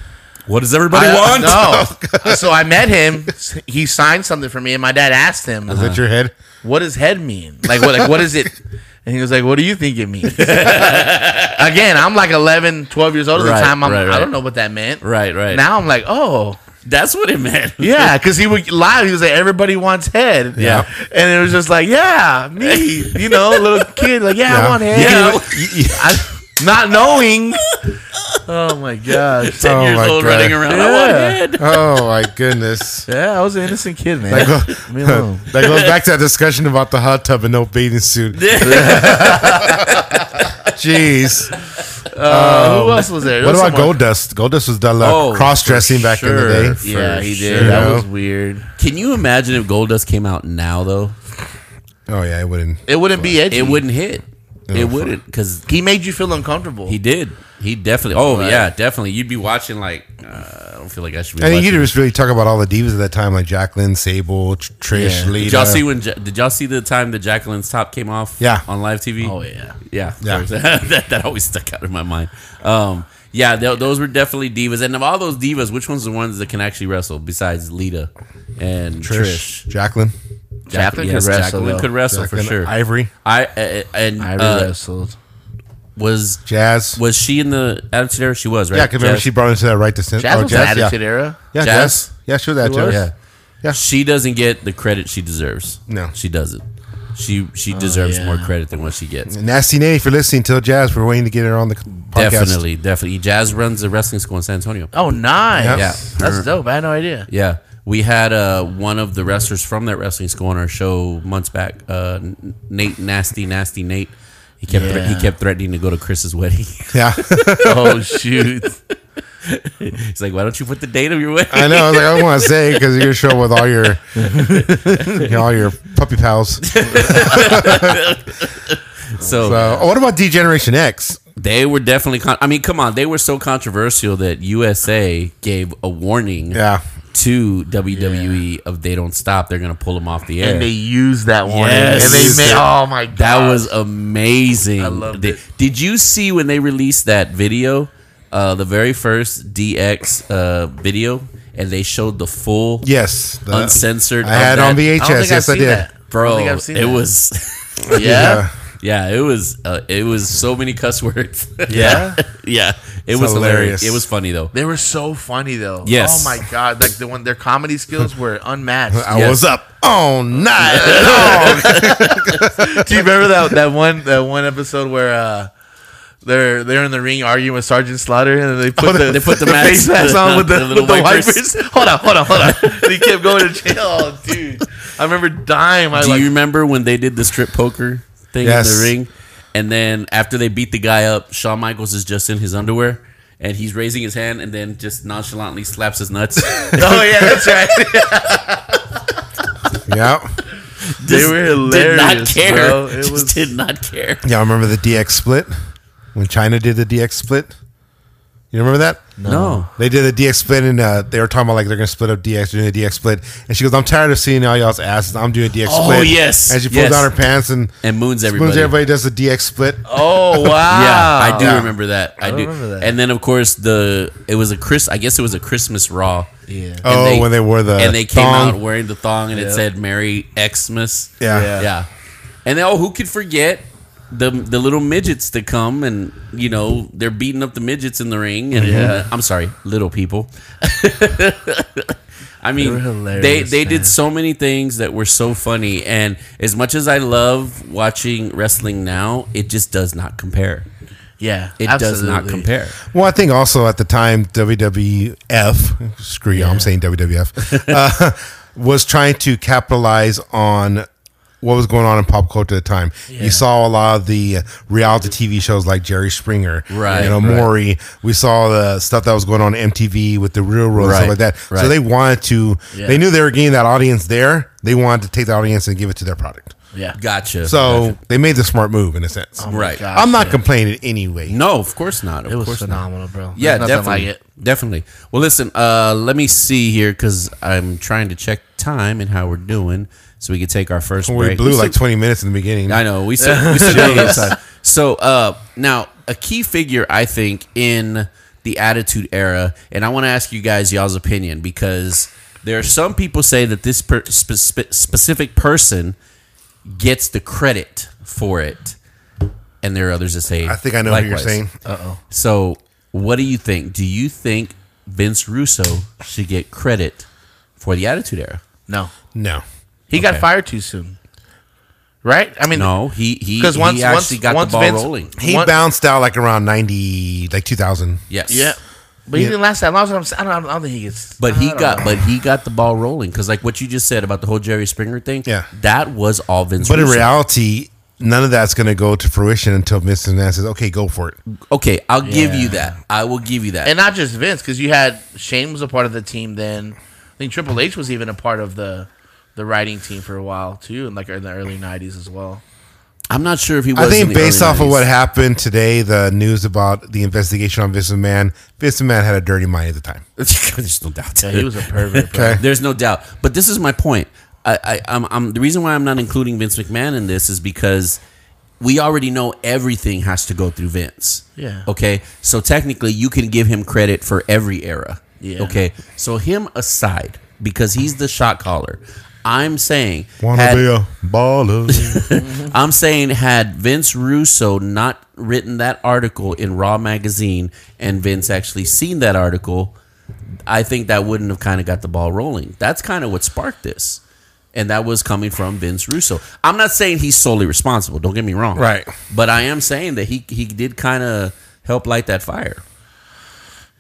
S2: What does everybody
S4: I,
S2: want?
S4: no. so I met him. He signed something for me, and my dad asked him,
S3: Is that your head?
S4: what does head mean? Like what like what is it? And he was like, what do you think it means? Again, I'm like 11, 12 years old at
S2: Right,
S4: the time. I'm,
S2: right, right.
S4: I don't know what that meant.
S2: Right, right.
S4: Now I'm like, oh,
S2: That's what it meant.
S4: yeah, because he would lie. He was like, everybody wants head.
S3: Yeah.
S4: And it was just like, yeah, me, you know, little kid, like, yeah,
S3: Yeah.
S4: I want head.
S2: Yeah.
S4: I- not knowing. Oh my gosh.
S2: Ten
S3: Oh
S2: years
S3: my
S2: old
S3: God.
S2: running around. I want head.
S3: Oh my goodness.
S4: Yeah, I was an innocent kid, man.
S3: That, go-
S4: me alone.
S3: that goes back to that discussion about the hot tub and no bathing suit. Jeez.
S4: Uh, who else was there? There
S3: Um, What
S4: was
S3: about
S4: someone-
S3: Gold Dust? Gold Dust was done like
S2: Oh,
S3: cross dressing
S2: for
S3: back in
S2: sure.
S3: the day.
S4: Yeah, he did.
S2: For
S3: sure.
S4: That was weird.
S2: Can you imagine if Goldust came out now though?
S3: Oh yeah, it wouldn't.
S4: It wouldn't be edgy.
S2: It wouldn't hit.
S3: Yeah.
S2: It wouldn't because
S4: He made you feel uncomfortable.
S2: he did. He definitely. Oh yeah, definitely. You'd be watching like uh, I don't feel like I should be.
S3: I mean, you
S2: watching.
S3: could just really talk about all the divas at that time, like Jacqueline, Sable, Tr- Trish,
S4: Yeah.
S3: Lita.
S2: Did y'all see when? Ja- Did y'all see the time that Jacqueline's top came off?
S3: uh, Yeah.
S2: on live TV.
S4: oh yeah.
S2: Yeah,
S3: Yeah.
S2: that, that always stuck out in my mind. Um, yeah, tho- those were definitely divas. And of all those divas, which one's the ones that can actually wrestle besides Lita and Trish?
S3: Trish, Jacqueline,
S4: Jacqueline
S2: Jack-
S4: could wrestle,
S2: Jacqueline
S4: though.
S2: could wrestle
S3: Jacqueline
S2: for sure. I,
S3: Ivory,
S2: uh, and
S4: I
S2: uh,
S4: wrestled.
S2: was
S3: Jazz.
S2: was she in the Attitude Era? She was right.
S3: yeah, 'cause remember
S2: Jazz-
S3: she brought into that right to sin.
S4: Jazz
S3: oh,
S4: was
S3: Jazz,
S4: an attitude
S3: yeah.
S4: era.
S3: Yeah,
S2: Jazz?
S3: Jazz. Yeah, she was that
S4: was?
S3: Yeah. Yeah.
S2: She doesn't get the credit she deserves.
S3: No.
S2: she doesn't. She she deserves
S4: Oh, yeah.
S2: more credit than what she gets.
S3: Nasty Nate, if you're listening, tell Jazz we're waiting to get her on the podcast.
S2: Definitely, definitely. Jazz runs a wrestling school in San Antonio.
S4: Oh, nice.
S3: Yeah.
S2: Yeah.
S4: That's dope. I had no idea.
S2: Yeah. We had uh, one of the wrestlers from that wrestling school on our show months back, uh, N- Nate Nasty Nasty Nate. He kept thre-
S4: Yeah.
S2: he kept threatening to go to Chris's wedding.
S3: Yeah.
S4: oh, shoot.
S2: He's like, why don't you put the date of your wedding?
S3: I know. I was like, I don't want to say because you're gonna show up with all your all your puppy pals. So,
S2: so
S3: oh, what about D Generation X?
S2: they were definitely. Con- I mean, come on, they were so controversial that USA gave a warning
S3: Yeah,
S2: to WWE of they don't stop, they're gonna pull them off the air.
S4: And they used that one.
S2: Yes.
S4: And they
S3: Used
S4: made.
S3: it.
S4: Oh my god.
S2: That was amazing.
S4: I loved
S2: Did-
S4: it.
S2: Did you see when they released that video, uh, the very first DX uh, video, and they showed the full
S3: yes. The-
S2: uncensored?
S3: I
S2: of
S3: had
S2: that?
S3: on VHS. yes, I
S4: seen
S3: did.
S4: that. I
S2: Bro,
S4: don't think I've seen
S2: it
S4: that.
S2: was. yeah. yeah.
S3: Yeah.
S2: it was. Uh, it was so many cuss words.
S4: Yeah?
S2: yeah. It
S3: It's
S2: was hilarious.
S3: hilarious.
S2: It was funny though.
S4: They were so funny though.
S2: Yes.
S4: Oh my god! Like the one, their comedy skills were unmatched.
S3: I
S2: Yes.
S3: was up all night long.
S4: Do you remember that that one that one episode where uh, they're they're in the ring arguing with Sergeant Slaughter and they put the,
S2: Oh, they put the mask-
S4: face mask on with the,
S2: the little
S4: with the
S2: wipers.
S4: wipers. Hold on, hold on, hold on. they kept going to jail, oh, dude. I remember dying. I
S2: Do
S4: like
S2: you remember when they did the strip poker thing in
S3: Yes.
S2: the ring? And then after they beat the guy up, Shawn Michaels is just in his underwear and he's raising his hand and then just nonchalantly slaps his nuts.
S4: oh yeah, that's right.
S3: yeah,
S4: they were
S2: did not
S4: hilarious.
S2: care.
S4: Bro. It
S2: just
S4: was
S2: did not care.
S3: y'all remember the DX split when China did the DX split? You remember that?
S2: No.
S3: They did a DX split and uh, they were talking about like they're gonna split up DX doing a DX split. And she goes, "I'm tired of seeing all y'all's asses. I'm doing DX
S2: Oh,
S3: split."
S2: yes.
S3: And she pulls
S2: Yes.
S3: down her pants and
S2: And moons everybody.
S3: spoons everybody does the DX split.
S4: oh wow.
S2: Yeah, I do
S3: Yeah.
S2: remember that. I, do.
S4: remember that.
S2: And then of course the it was a Chris. I guess it was a Christmas Raw.
S4: Yeah.
S2: And
S3: Oh, when they wore the
S2: and they came
S3: thong.
S2: out wearing the thong and it
S4: Yeah.
S2: said Merry Xmas.
S3: Yeah.
S4: Yeah.
S2: yeah. And then, oh, who could forget the the little midgets that come and you know they're beating up the midgets in the ring and
S4: Yeah.
S2: I'm sorry, little people. I
S4: were
S2: mean, they
S4: hilarious,
S2: they,
S4: man.
S2: did so many things that were so funny, and as much as I love watching wrestling now, it just does not compare.
S4: Yeah,
S2: It does not
S4: absolutely.
S2: compare.
S3: Well, I think also at the time WWF, screw you, I'm saying WWF, uh, was trying to capitalize on what was going on in pop culture at the time. You saw a lot of the reality TV shows like Jerry Springer,
S2: Right,
S3: You know,
S2: right.
S3: Maury. We saw the stuff that was going on MTV with the Real World and
S2: Right,
S3: stuff like that.
S2: right.
S3: So they wanted to.
S4: Yeah.
S3: They knew they were getting that audience there. They wanted to take the audience and give it to their product.
S4: Yeah.
S2: Gotcha.
S3: So they made the smart move in a sense.
S2: right?
S4: God.
S3: I'm not complaining anyway.
S2: No, of course not. Of
S4: It was
S2: course not.
S4: phenomenal, bro. There's
S2: Yeah,
S4: nothing
S2: definitely.
S4: like it.
S2: Definitely. Well, listen, uh, let me see here because I'm trying to check time and how we're doing so we can take our first
S3: We
S2: break.
S3: blew
S2: We
S3: like
S2: still-
S3: 20 minutes in the beginning.
S2: I know. We said. We said so uh, now, a key figure, I think, in the Attitude Era, and I want to ask you guys y'all's opinion because there are some people say that this per- spe- spe- specific person gets the credit for it, and there are others that say
S3: I think I know what you're
S2: likewise.
S3: saying.
S4: Uh,
S2: So, what do you think? Do you think Vince Russo should get credit for the Attitude Era?
S4: No,
S3: No.
S4: he got
S2: Okay.
S4: fired too soon. Right? I mean,
S2: No, he he,
S4: 'Cause
S2: he
S4: once-
S2: actually
S4: once-
S2: got
S4: once
S2: the ball
S4: Vince-
S2: rolling.
S3: He
S4: One-
S3: bounced out like around 90, like 2000.
S2: Yes.
S4: Yeah, but he
S3: Yeah.
S4: didn't last that long. So I'm, saying. I, don't, I don't think he gets.
S2: But
S4: I
S2: he
S4: don't
S2: got
S4: know.
S2: but he got the ball rolling because like what you just said about the whole Jerry Springer thing.
S3: Yeah.
S2: That was all Vince.
S3: But in
S2: Russo.
S3: reality, none of that's going to go to fruition until Mr. Nance says, okay, go for it.
S2: okay, I'll give
S4: Yeah.
S2: you that. I will give you that.
S4: and not just Vince because you had Shane was a part of the team. Then I think Triple H was even a part of the the writing team for a while too, and like in the early '90s as well.
S2: I'm not sure if he. was
S3: I
S2: in
S3: think
S2: the
S3: based
S2: early
S3: off of
S2: 90s.
S3: what happened today, the news about the investigation on Vince McMahon, Vince McMahon had a dirty mind at the time.
S2: There's no doubt.
S4: Yeah, he was a pervert. bro.
S3: Okay.
S2: There's no doubt. But this is my point. I, I, I'm, I'm, the reason why I'm not including Vince McMahon in this is because we already know everything has to go through Vince.
S4: Yeah.
S2: Okay. So technically, you can give him credit for every era.
S4: Yeah.
S2: Okay. So him aside, because he's the shot caller. I'm saying,
S3: Want to
S2: had-
S3: be a baller.
S2: I'm saying, had Vince Russo not written that article in Raw magazine, and Vince actually seen that article, I think that wouldn't have kind of got the ball rolling. That's kind of what sparked this. And that was coming from Vince Russo. I'm not saying he's solely responsible, don't get me wrong.
S3: Right.
S2: But I am saying that he he did kind of help light that fire.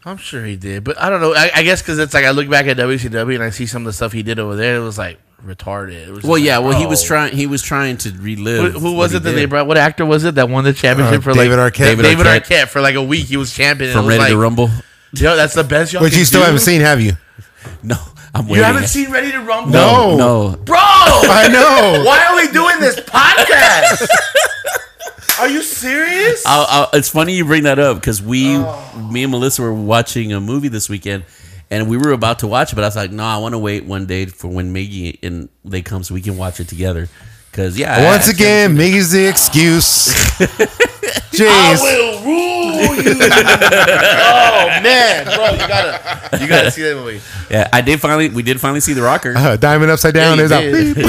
S4: I'm sure he did, but I don't know. I, I guess because it's like I look back at WCW and I see some of the stuff he did over there. It was like retarded. It was just
S2: Well,
S4: like,
S2: yeah, well he
S4: bro.
S2: was trying he was trying to
S4: Who,
S2: relive.
S4: Oh. who
S2: what
S4: was
S2: he
S4: it that they
S2: did
S4: brought? What actor was it that won the championship
S3: Uh,
S4: for
S3: David
S4: like
S3: Arquette.
S4: David,
S2: David
S4: Arquette. for like a week? He was champion and it
S2: from
S4: was
S2: Ready to
S4: like-
S2: Rumble?
S4: Yo, that's the best y'all
S3: Which
S4: can
S3: you still
S4: do?
S3: haven't seen, have you?
S2: No, I'm waiting.
S4: You haven't seen Ready to Rumble?
S3: No.
S2: No.
S4: Bro!
S3: I know.
S4: Why are we doing this podcast? are you serious?
S2: I'll, I'll, it's funny you bring that up because we,
S4: Oh.
S2: me and Melissa were watching a movie this weekend, and we were about to watch it, but I was like, no, I want to wait one day for when Miggy and they come so we can watch it together. Because yeah,
S3: Once
S2: I-
S3: again, Miggy's the excuse.
S4: I
S3: Jeez.
S4: will rule you. oh man, bro, you gotta, you gotta see that movie.
S2: yeah, I did finally, we did finally see the rocker.
S3: Uh, diamond upside down.
S4: Yeah,
S3: There's
S4: you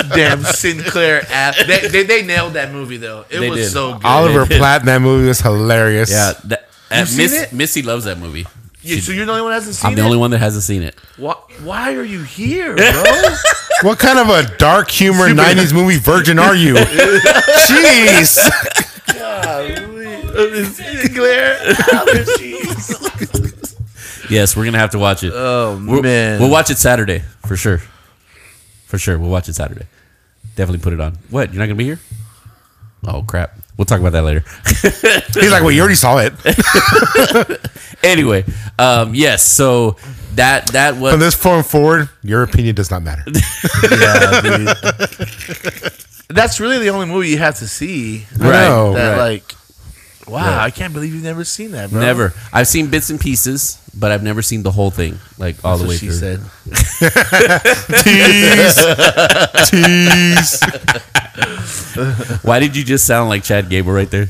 S3: a
S4: did. Damn Sinclair app. They, they, they nailed that movie though. It
S2: They
S4: was
S2: did.
S4: so good.
S3: Oliver Platt in that movie was hilarious.
S2: Yeah, that, uh,
S4: seen
S2: Miss,
S4: it?
S2: Missy loves that movie.
S4: You- so you're the only one that hasn't seen
S2: I'm the
S4: it.
S2: only one that hasn't seen it.
S4: why, why are you here, bro?
S3: What kind of a dark humor '90s movie virgin are you? Jeez.
S4: Sinclair.
S2: Yes, we're gonna have to watch it.
S4: Oh
S2: We'll-
S4: man.
S2: We'll watch it Saturday for sure. For sure, we'll watch it Saturday. Definitely put it on. What? You're not gonna be here? Oh crap. We'll talk about that later.
S3: He's like, well, you already saw it.
S2: anyway, um, yes. So that that
S3: From
S2: was
S3: this point forward, your opinion does not matter.
S4: Yeah, That's really the only movie you have to see.
S3: Right. know,
S4: That
S3: right.
S4: like, wow, I can't believe you've never seen that, bro.
S2: never. I've seen bits and pieces, but I've never seen the whole thing, like all the way
S4: That's what she
S2: through.
S3: Tease.
S4: said.
S3: Tease.
S2: Why did you just sound like Chad Gable right there?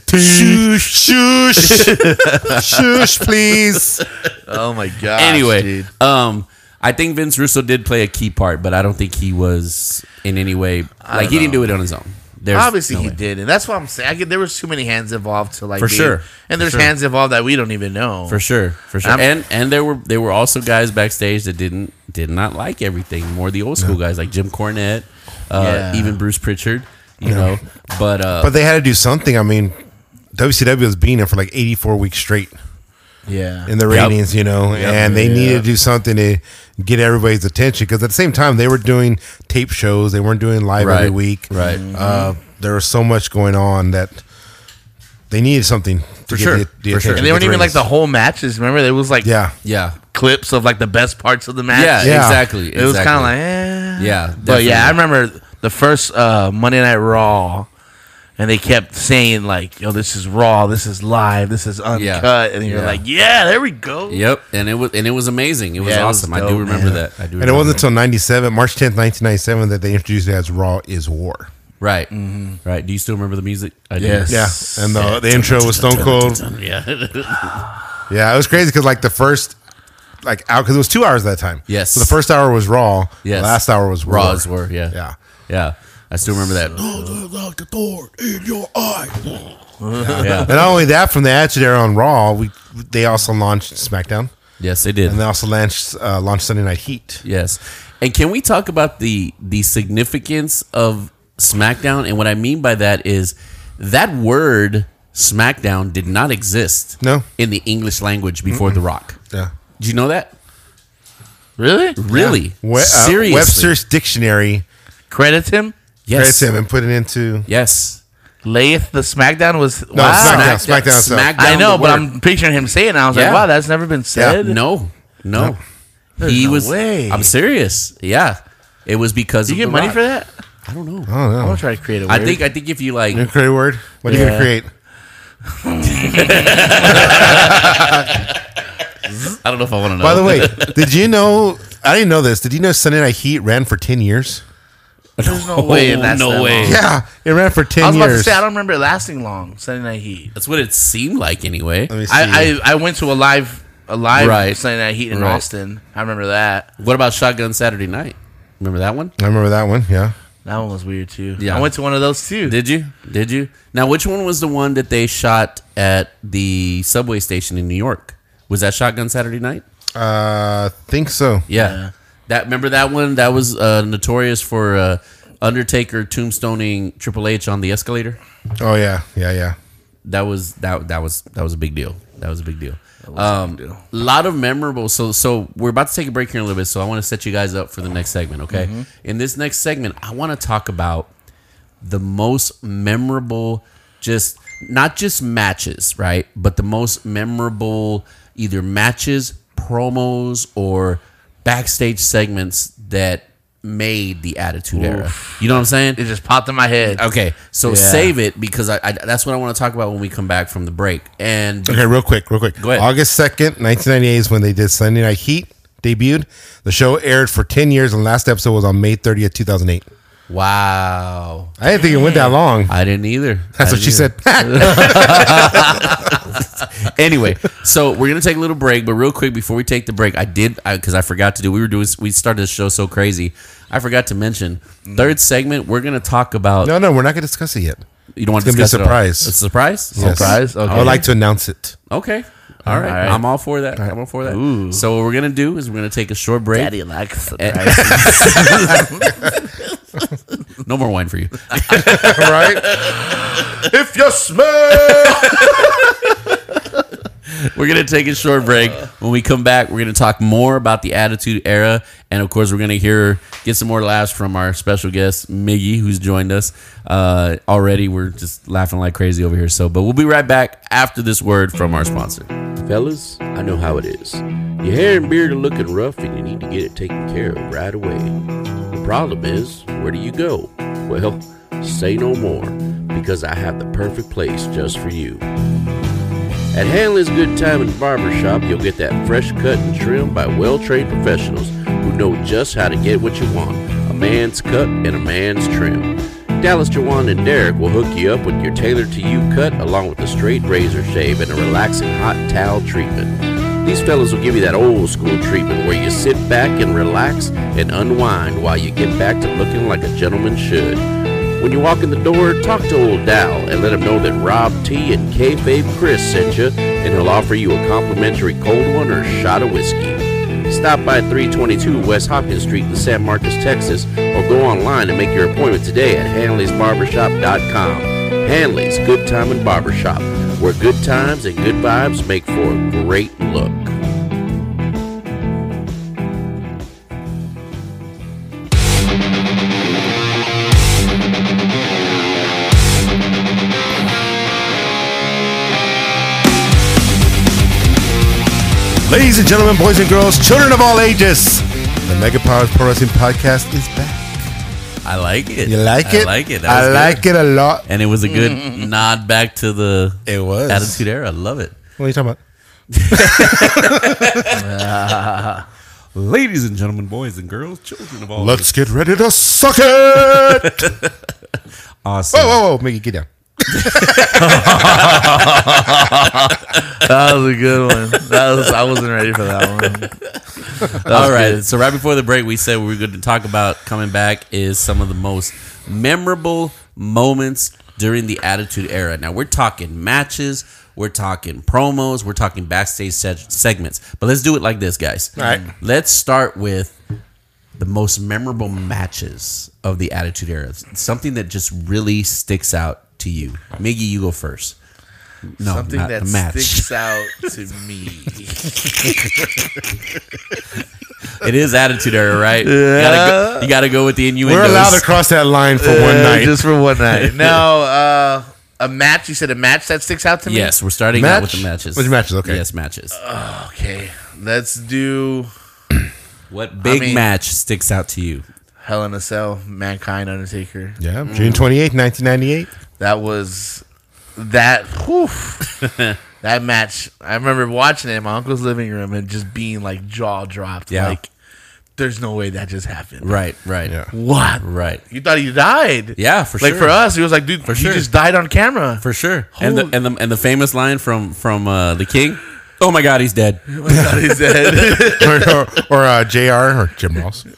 S3: Shush. Shush. Shush, please.
S4: Oh my god.
S2: anyway, um, I think Vince Russo did play a key part, but I don't think he was in any way like he didn't do it on his own. There's
S4: Obviously
S2: no
S4: he
S2: way.
S4: did, and that's what I'm saying. I get, there was too many hands involved to like
S2: For
S4: be-
S2: sure.
S4: and there's
S2: For sure.
S4: hands involved that we don't even know.
S2: for sure, for sure.
S4: I'm-
S2: and and there were there were also guys backstage that didn't did not like everything. More the old school guys like Jim Cornette, uh,
S4: Yeah.
S2: even Bruce Pritchard, you know. But uh,
S3: But they had to do something. I mean, WCW was being there for like 84 weeks straight
S4: yeah,
S3: in the
S2: Yep.
S3: ratings, you know, and they needed to do something to get everybody's attention because at the same time, they were doing tape shows. They weren't doing live every
S2: Right.
S3: week.
S2: Right.
S4: Mm.
S3: Uh, there was so much going on that they needed something to get
S2: sure.
S3: the, the
S2: For sure.
S3: attention.
S4: and they weren't
S3: get
S4: even like the
S3: ratings.
S4: whole matches. Remember, there was like
S3: Yeah.
S2: yeah,
S4: clips of like the best parts of the match.
S2: yeah,
S3: Yeah.
S2: exactly.
S4: it was
S2: exactly.
S4: kind of like eh.
S2: Yeah,
S4: but yeah, I
S2: definitely.
S4: remember the first uh, Monday Night Raw, and they kept saying like, "Yo, this is Raw, this is live, this is uncut," and you're
S2: Yeah.
S4: like, "Yeah, there we go."
S2: Yep, and it was and it was amazing. It was
S4: Yeah, it was
S2: awesome. I do
S4: dope,
S2: remember
S4: man.
S2: that. I do.
S3: And it
S2: remember
S3: wasn't until 97, March 10th, 1997, that they introduced it as Raw is War.
S2: that. right, right. Do you still remember the music? I do.
S4: Mm-hmm. Yes.
S3: Yeah. And the, the intro was Stone Cold.
S2: Yeah.
S3: Yeah, it was crazy because like the first like out because it was two hours that time.
S2: Yes.
S3: So the first hour was Raw.
S2: Yes.
S3: The last hour was Raw.
S2: Raws were, yeah.
S3: Yeah.
S2: Yeah. I still remember that.
S3: And not only that, from the Attitude Era on Raw, we they also launched SmackDown
S2: Yes, they did.
S3: and they also launched uh, launched Sunday Night Heat.
S2: Yes. And can we talk about the the significance of SmackDown? And what I mean by that is that word SmackDown did not exist
S3: No.
S2: in the English language before The Rock.
S3: Yeah.
S2: Did you know that?
S4: Really?
S2: Really?
S3: We- uh,
S2: Seriously?
S3: Webster's Dictionary
S4: Credit him.
S3: credits
S2: Yes.
S3: him and put it into
S2: Yes.
S4: Layeth the SmackDown was
S3: no
S4: wow.
S3: SmackDown. SmackDown. itself.
S2: Smackdown.
S4: I know,
S2: the
S4: but
S2: word.
S4: I'm picturing him saying. it, and I was
S2: Yeah.
S4: like, "Wow, that's never been said."
S2: No, no. He
S4: no
S2: was.
S4: way.
S2: I'm serious. Yeah, it was because
S4: Do you
S2: of
S4: get
S2: The
S4: money
S2: Rock.
S4: for that?
S2: I don't know.
S3: I don't
S4: I'm
S3: know.
S4: gonna try to create a
S2: Oh. I
S4: word.
S2: think. I think if you like,
S3: You gonna create a word. What are you
S4: Oh. Yeah.
S3: gonna create?
S2: I don't know if I want to know.
S3: By
S4: Oh.
S3: the way, did you know? I didn't know this. Did you know Sunday Night Heat ran for ten years?
S4: there's no way. That's
S2: no
S4: that
S2: way.
S4: long.
S3: Yeah, it ran for ten
S4: I was about to
S3: years.
S4: say I don't remember it lasting long. Sunday Night Heat.
S2: that's what it seemed like anyway.
S3: Let me see.
S4: I, I I went to a live a live
S2: Right.
S4: Sunday Night Heat in
S2: Right.
S4: Austin. I remember that.
S2: What about Shotgun Saturday Night? Remember that one?
S3: I remember that one. Yeah.
S4: That one was weird too.
S2: Yeah.
S4: I went to one of those too.
S2: Did you? Did you? Now, which one was the one that they shot at the subway station in New York? Was that Shotgun Saturday Night?
S3: Uh, think so.
S2: Yeah.
S4: Yeah.
S2: That remember that one? That was uh, notorious for uh, Undertaker tombstoning Triple H on the escalator.
S3: Oh yeah, yeah, yeah.
S2: that was that that was that was a big deal. That was a big deal. um, a lot of memorable. So so we're about to take a break here in a little bit. So I want to set you guys up for the next segment. Okay. In this next segment, I want to talk about the most memorable, just not just matches, right? But the most memorable either matches, promos, or backstage segments that made the Attitude Era. You know what I'm saying?
S4: It just popped in my head.
S2: Okay, so
S4: Yeah.
S2: save it because I, I that's what I want to talk about when we come back from the break. And
S3: Okay, real quick, real quick.
S2: Go ahead.
S3: August second, nineteen ninety eight is when they did Sunday Night Heat debuted. The show aired for ten years, and the last episode was on May thirtieth, two thousand eight.
S2: wow,
S3: I didn't think it went that long.
S2: I didn't either.
S3: That's what she said.
S2: anyway, so we're gonna take a little break, but real quick before we take the break, I did because I, forgot to do. We were doing we started the show so crazy. I forgot to mention third segment. We're gonna talk about.
S3: no, no, we're not going to discuss it yet.
S2: you don't want to
S3: it's gonna be a
S2: discuss it all.
S3: surprise.
S2: It's a surprise.
S3: Yes.
S4: Surprise? Okay.
S3: I would like to announce it.
S2: Okay. All right. I'm all for that. I'm all for that.
S4: Ooh.
S2: So what we're gonna do is we're gonna take a short break. Eh.
S4: Daddy likes
S2: And-
S4: surprises.
S2: no more wine for you.
S3: All right. if you smell.
S2: We're going to take a short break. When we come back, we're going to talk more about the Attitude Era. And of course, we're going to hear, get some more laughs from our special guest, Miggy, who's joined us uh, already. We're just laughing like crazy over here. So, but we'll be right back after this word from our sponsor.
S5: Fellas, I know how it is. Your hair and beard are looking rough and you need to get it taken care of right away. The problem is, where do you go? Well, say no more because I have the perfect place just for you. At Hanley's Good Time and Barbershop, you'll get that fresh cut and trim by well trained professionals who know just how to get what you want a man's cut and a man's trim. Dallas Jawan and Derek will hook you up with your tailored to you cut along with a straight razor shave and a relaxing hot towel treatment. These fellas will give you that old school treatment where you sit back and relax and unwind while you get back to looking like a gentleman should. When you walk in the door, talk to old Dal and let him know that Rob T and Kayfabe Chris sent you, and he'll offer you a complimentary cold one or shot of whiskey. Stop by 322 West Hopkins Street in San Marcos, Texas, or go online and make your appointment today at Hanley'sBarbershop.com. Hanley's Good Time and Barbershop, where good times and good vibes make for a great look.
S3: Ladies and gentlemen, boys and girls, children of all ages, the Mega Powers Pro Wrestling Podcast is back.
S2: I like it.
S3: You like it?
S2: I like it. That
S3: I
S2: was
S3: like
S2: good.
S3: it a lot.
S2: And it was a good nod back to the
S3: It was.
S2: Attitude Era. I love it.
S3: What are you talking about?
S2: Ladies and gentlemen, boys and girls, children of all.
S3: Let's get ready to suck it.
S2: awesome.
S3: whoa, whoa, whoa, Mickey, get down.
S4: that was a good one. That was I wasn't ready for that one.
S2: All right. So right before the break, we said we were going to talk about coming back is some of the most memorable moments during the Attitude Era. Now we're talking matches, we're talking promos, we're talking backstage seg- segments. But let's do it like this, guys. All
S3: right.
S2: Let's start with the most memorable matches of the Attitude Era. Something that just really sticks out to you. Miggy, you go first. No,
S4: Something
S2: not
S4: that
S2: the match.
S4: sticks out to me.
S2: It is Attitude Era, right? You, gotta go, you gotta go with the innuendos.
S3: We're allowed to cross that line for one
S4: Uh,
S3: night.
S4: just for one night. No, uh, a match. You said a match that sticks out to me.
S2: Yes, we're starting out with the
S3: Match?
S2: matches.
S3: With the matches, okay.
S2: Yes, matches.
S4: Uh, Okay, let's do
S2: what big
S4: I mean-
S2: match sticks out to you?
S4: Hell in a Cell, Mankind, Undertaker.
S3: yeah, June twenty eighth, 1998.
S4: That was that. whew. that match. I remember watching it in my uncle's living room and just being like jaw dropped.
S2: Yeah.
S4: Like, there's no way that just happened.
S2: Right, right,
S3: Yeah.
S4: What?
S2: right.
S4: You thought he died?
S2: Yeah, for
S4: like
S2: sure.
S4: for us, it was like, dude,
S2: For
S4: he
S2: sure.
S4: just died on camera.
S2: for sure. And the,
S4: Holy-
S2: and the and the famous line from from uh, the King. Oh my God, he's dead.
S4: he said,
S3: or or, or uh, JR or Jim Ross.
S4: "He's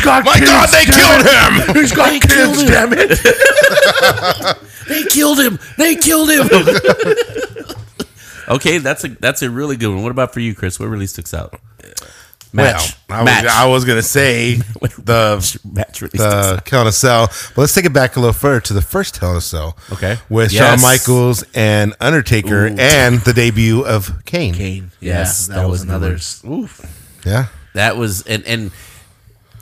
S4: got
S3: My
S4: kids,
S3: God, they killed him!
S4: He's got kids, damn it!"
S2: They killed him. They killed him. okay, that's a that's a really good one. What about for you, Chris? What really sticks out? Match.
S3: Well, I was,
S2: match.
S3: I was gonna say the
S2: match really sticks out.
S3: the Hell in a Cell, uh, but let's take it back a little further to the first Hell in a Cell.
S2: Okay.
S3: with
S2: Yes.
S3: Shawn Michaels and Undertaker, and the debut of Kane.
S4: Kane.
S2: Yes,
S4: yeah,
S2: that
S4: that, was
S2: was the
S4: another.
S2: worst.
S4: Oof.
S3: Yeah,
S2: That was and and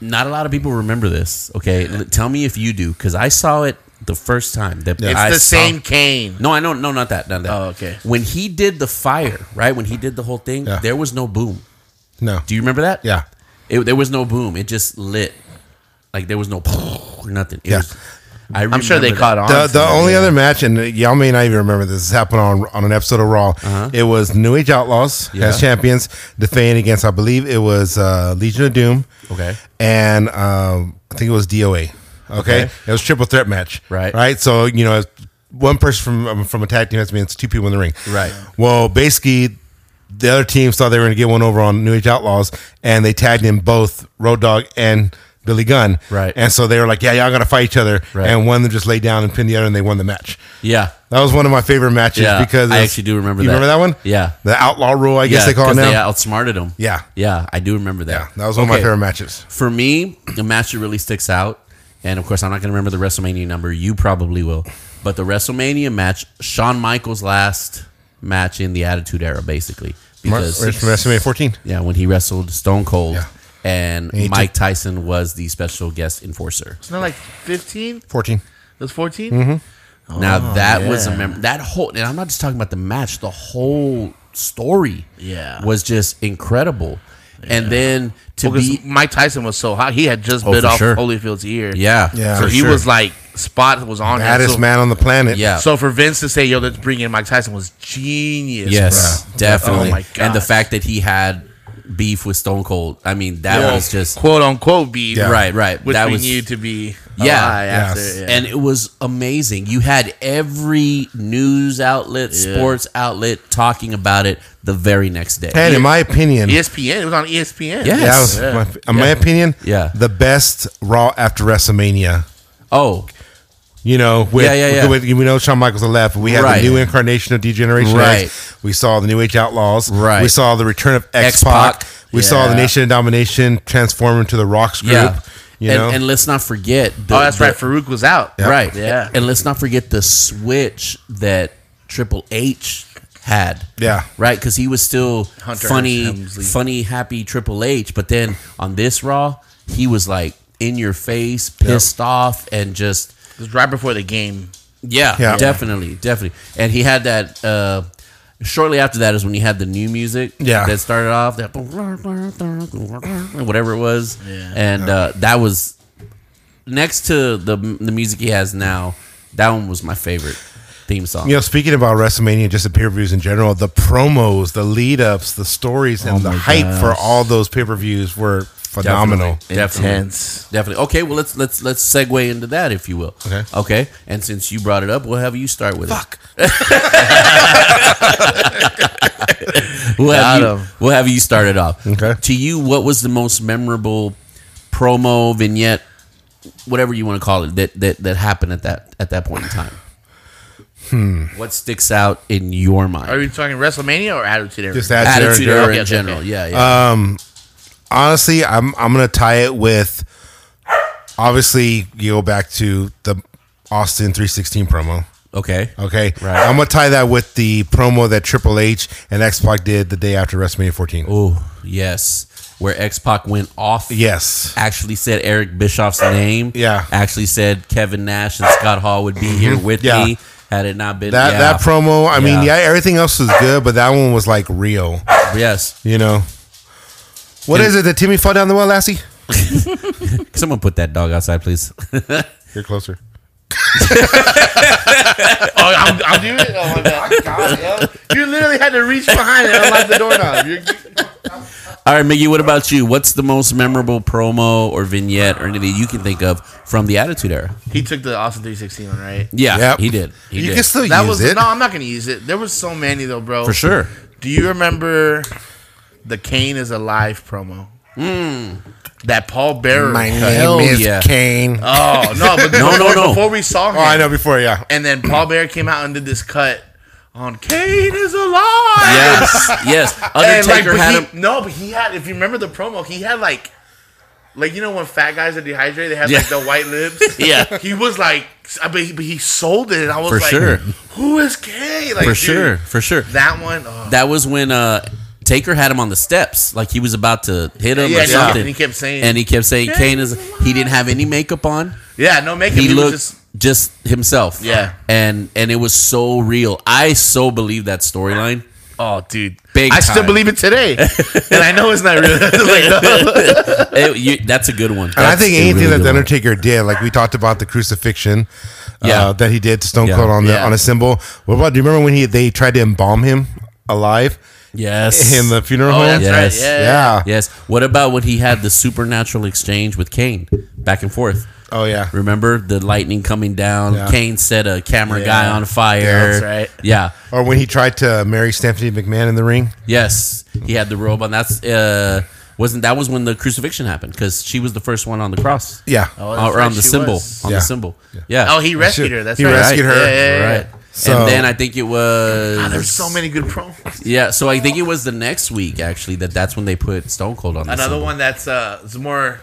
S2: not a lot of people remember this. Okay, L- tell me if you do because I saw it the first time that
S4: It's
S2: I
S4: the
S2: saw-
S4: same cane.
S2: No, I know, no, not that, not that.
S4: Oh, okay.
S2: When he did the fire, right? When he did the whole thing,
S3: Yeah.
S2: there was no boom.
S3: No.
S2: Do you remember that?
S3: yeah.
S2: It, there was no boom. It just lit. Like there was no nothing. It
S3: Yeah.
S2: was, I
S4: I'm sure
S2: remember
S4: they
S2: that.
S4: caught on.
S3: The,
S4: to
S3: the
S4: that,
S3: only
S4: yeah.
S3: other match, and y'all may not even remember this, this happened on on an episode of Raw. It was New Age Outlaws
S2: Uh-huh. Yeah.
S3: as champions defending against, I believe it was uh, Legion of Doom.
S2: Okay.
S3: and um, I think it was DOA. Okay?
S2: Okay.
S3: it was triple threat match.
S2: Right.
S3: right. So you know, one person from um, from a tag team has to be it's two people in the ring.
S2: Right.
S3: Well, basically. The other teams thought they were going to get one over on New Age Outlaws, and they tagged in both Road Dog and Billy Gunn.
S2: Right.
S3: And so they were like, "Yeah, y'all got to fight each other."
S2: Right.
S3: And one of them just laid down and pinned the other, and they won the match.
S2: Yeah.
S3: That was one of my favorite matches
S2: Yeah,
S3: because
S2: I
S3: it's-
S2: actually do remember
S3: You
S2: that.
S3: remember that one?
S2: Yeah.
S3: the Outlaw Rule, I guess
S2: yeah,
S3: they call it
S2: 'cause
S3: now.
S2: They
S3: yeah.
S2: outsmarted him.
S3: Yeah.
S2: Yeah, I do remember that.
S3: that was one of my
S2: Okay.
S3: favorite matches.
S2: For me, the match that really sticks out, and of course, I'm not going to remember the WrestleMania number. You probably will. But the WrestleMania match, Shawn Michaels' last match in the Attitude Era, basically.
S3: Mark,
S2: Because
S3: from WrestleMania 14.
S2: Yeah, when he wrestled Stone Cold.
S3: Yeah.
S2: And
S3: he
S2: Mike Tyson was the special guest enforcer.
S4: Isn't that like 15?
S3: 14.
S4: That's 14?
S2: Mm-hmm.
S3: Oh,
S2: now that was a
S4: yeah.
S2: mem- that whole, and I'm not just talking about the match. The whole story,
S4: Yeah.
S2: was just incredible. And then to
S4: Because
S2: be,
S4: Mike Tyson was so hot. He had just
S2: Oh,
S4: bit
S2: for
S4: off
S2: sure.
S4: Holyfield's ear.
S2: yeah,
S3: Yeah.
S4: So
S3: for
S4: he
S3: sure.
S4: was like, spot was on him.
S3: Baddest
S4: So-
S3: man on the planet.
S2: yeah.
S4: So for Vince to say, yo, let's bring in Mike Tyson was genius.
S2: Yes,
S3: Bruh.
S2: definitely.
S4: Oh my
S2: and the
S4: gosh.
S2: fact that he had beef with Stone Cold, I mean, that
S4: Well,
S2: was just
S4: quote unquote beef.
S3: Yeah.
S2: right, right.
S4: Which
S2: that
S4: we
S2: was
S4: knew to be
S2: Yeah.
S4: alive
S3: Yes.
S4: after, yeah.
S2: and it was amazing. You had every news outlet,
S4: Yeah.
S2: sports outlet talking about it the very next day.
S3: And in my opinion,
S4: E ESPN. It was on ESPN.
S2: Yeah.
S3: that was
S4: Yeah.
S3: my, in my
S2: Yeah.
S3: opinion,
S2: Yeah.
S3: the best Raw after WrestleMania.
S2: Oh,
S3: You know, with,
S2: Yeah, yeah, yeah.
S3: with- we know Shawn Michaels had left. We had
S2: Right.
S3: the new incarnation of Degeneration
S2: Right.
S3: X. We saw the New Age Outlaws.
S2: Right.
S3: We saw the return of X
S2: X-Pac.
S3: Pac. We saw the
S4: Yeah.
S3: Nation of Domination transform into the Rocks group.
S2: yeah.
S3: You
S2: and,
S3: know,
S2: and let's not forget. The,
S4: Oh, that's
S2: the-
S4: right. Farouk was out.
S2: Right.
S4: Yeah.
S2: And let's not forget the switch that Triple H had.
S3: Yeah.
S2: Right? Because he was still
S4: Hunter
S2: funny,
S4: Hemsley.
S2: funny, happy Triple H. But then on this Raw, he was like in your face, pissed off, and just.
S4: It was right before the game.
S2: Yeah,
S3: Yeah.
S2: definitely, definitely. And he had that. Uh, shortly after that is when he had the new music.
S3: Yeah.
S2: that started off that whatever it was,
S4: Yeah.
S2: and Uh, that was next to the the music he has now. That one was my favorite theme song.
S3: You know, speaking about WrestleMania, just the pay per views in general, the promos, the lead ups, the stories,
S2: Oh
S3: and the hype for all those pay per views were phenomenal.
S2: Definitely. Definitely.
S4: Intense.
S2: Definitely. Okay, well let's let's let's segue into that if you will.
S3: Okay.
S2: Okay. And since you brought it up, we'll have you start with Fuck. it. we'll, have
S4: Got
S2: you,
S4: him.
S2: we'll have you start it off.
S3: Okay.
S2: To you, what was the most memorable promo vignette, whatever you want to call it, that that, that happened at that at that point in time? Hmm. What sticks out in your mind?
S4: Are we talking WrestleMania or Attitude Era?
S3: Just that
S2: Attitude
S3: there,
S2: era
S3: there.
S2: in general. Yeah, yeah.
S3: Honestly, I'm I'm gonna tie it with obviously you go back to the Austin three sixteen promo.
S2: okay.
S3: Okay.
S2: Right.
S3: I'm gonna tie that with the promo that Triple H and X Pac did the day after WrestleMania fourteen.
S2: Oh, yes. Where X Pac went off.
S3: Yes.
S2: actually said Eric Bischoff's name.
S3: Yeah.
S2: Actually said Kevin Nash and Scott Hall would be here
S4: Mm-hmm.
S2: with
S3: Yeah.
S2: me had it not been
S3: That
S2: yeah.
S3: that promo, I mean,
S2: Yeah.
S3: yeah, everything else was good, but that one was like real.
S2: Yes.
S3: You know. What
S2: And-
S3: is it? Did Timmy fall down the well, Lassie?
S2: Someone put that dog outside, please.
S3: You're closer.
S4: Oh, I'm, I'm doing it. Oh my god! You literally had to reach behind and unlock the doorknob. You're,
S2: All right, Miggy, what about you? What's the most memorable promo or vignette or anything you can think of from the Attitude Era?
S4: he took the Austin 316 one, right?
S2: Yeah,
S3: Yep.
S2: he did. He
S3: you
S2: did.
S3: can still
S4: That
S3: use
S4: was
S3: it.
S4: no. I'm not gonna use it. There was so many though, bro.
S2: For sure.
S4: Do you remember the Kane is alive promo?
S2: Hmm.
S4: That Paul Bearer. cut.
S2: Hell yeah.
S3: Kane. Oh,
S4: Oh no! But
S2: No, no,
S4: before,
S2: no.
S4: Before we saw him,
S3: I know before, yeah.
S4: And then Paul Bearer came out and did this cut on Kane is alive.
S2: Yes, yes.
S4: And, like,
S2: Undertaker
S4: but
S2: had
S4: he,
S2: him.
S4: No, but he had. If you remember the promo, he had like, like you know when fat guys are dehydrated, they have like
S2: Yeah.
S4: the white lips.
S2: Yeah.
S4: he was like, I but he, but he sold it, and I was
S2: For
S4: like,
S2: sure.
S4: who is Kane? Like,
S2: For
S4: dude,
S2: sure, for sure.
S4: that one. oh.
S2: That was when uh, Taker had him on the steps, like he was about to hit him
S4: Yeah,
S2: or
S4: and he-
S2: something.
S4: and he kept saying-
S2: and he kept saying, "Kane is." He didn't have any makeup on.
S4: yeah, no makeup.
S2: he
S4: was
S2: looked
S4: just-
S2: just himself.
S4: Yeah.
S2: and and it was so real. I so believe that storyline.
S4: Oh, dude,
S2: Big
S4: I
S2: time.
S4: still believe it today, and I know it's not real. Like,
S2: It- you- that's a good one.
S3: And I
S2: That's
S3: think
S2: a
S3: anything
S2: really
S3: that
S2: good
S3: the
S2: one.
S3: Undertaker did, like we talked about the crucifixion,
S2: Yeah.
S3: uh, that he did to Stone
S2: Yeah.
S3: Cold on the
S4: Yeah.
S3: on a symbol. What about? Do you remember when he they tried to embalm him alive
S2: yes
S3: in the funeral
S4: oh,
S3: home?
S4: that's
S2: Yes.
S4: right. Yeah.
S3: Yeah.
S2: Yes. What about when he had the supernatural exchange with Kane back and forth?
S3: Oh yeah.
S2: Remember the lightning coming down?
S3: Yeah.
S2: Kane set a camera
S4: Yeah.
S2: guy on fire.
S3: Yeah,
S4: that's right.
S2: Yeah.
S3: Or when he tried to marry Stephanie McMahon in the ring.
S2: Yes. He had the robe on. That's uh wasn't that was when the crucifixion happened because she was the first one on the cross.
S3: Yeah.
S4: Oh, that's
S2: Or
S4: right,
S2: on the
S4: she
S2: symbol.
S4: was.
S2: On
S3: Yeah.
S2: the symbol. Yeah.
S4: Oh, he rescued her. That's
S3: he
S4: right.
S3: rescued her.
S4: Yeah, yeah, yeah.
S2: right.
S3: So-
S2: and then I think it was
S4: Ah, there's so many good promos.
S2: yeah. So I think it was the next week actually that that's when they put Stone Cold on the
S4: Another
S2: symbol.
S4: one that's uh, it's more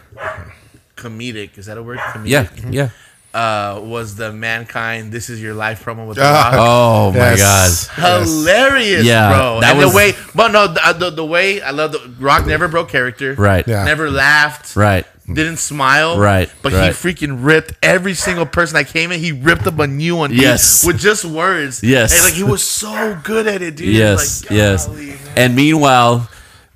S4: comedic. Is that a word? Comedic?
S2: Yeah, yeah.
S4: Uh, was the mankind? This is your life promo with the
S3: Ah.
S4: Rock.
S2: Oh my
S3: Yes.
S2: god.
S4: hilarious,
S2: Oh, Yeah,
S4: bro.
S2: that
S4: and
S2: was-
S4: the way, but no, the, the, the way I love the Rock never broke character.
S2: Right.
S3: Yeah.
S4: Never laughed.
S2: Right.
S4: Didn't smile.
S2: Right,
S4: But
S2: right.
S4: he freaking ripped every single person that came in. He ripped up a new one. dude,
S2: Yes.
S4: with just words.
S2: Yes.
S4: And, like he was so good at it, dude.
S2: Yes,
S4: Like,
S2: yes.
S4: golly, man.
S2: And meanwhile,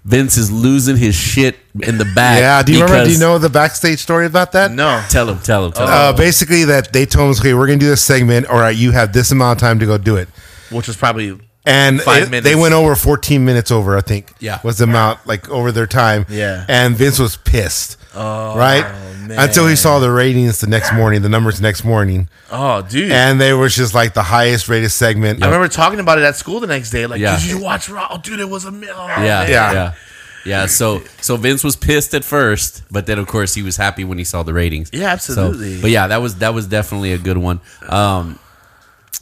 S2: Vince is losing his shit in the back.
S3: Yeah. Do you remember? Do you
S2: because-
S3: know the backstage story about that?
S4: No.
S2: Tell him, tell him, tell him.
S3: Uh, basically, that they told him, "Okay, we're gonna do this segment. All right, you have this amount of time to go do it."
S4: Which was probably
S3: and
S4: Five
S3: it-
S4: minutes.
S3: they went over 14 minutes over i think
S2: Yeah.
S3: was the amount like over their time
S4: Yeah.
S3: and vince was pissed oh right until he saw the ratings the next morning the numbers next morning
S4: oh, dude.
S3: and they were just like the highest rated segment
S4: I remember talking about it at school the next day. Like,
S2: Yeah.
S4: did you watch Raw? Oh, dude, it was a mil. Oh,
S2: yeah,
S4: man.
S2: yeah,
S3: Yeah.
S2: yeah, So, so Vince was pissed at first, but then of course he was happy when he saw the ratings.
S4: Yeah, absolutely.
S2: So, but yeah, that was that was definitely a good one. Um,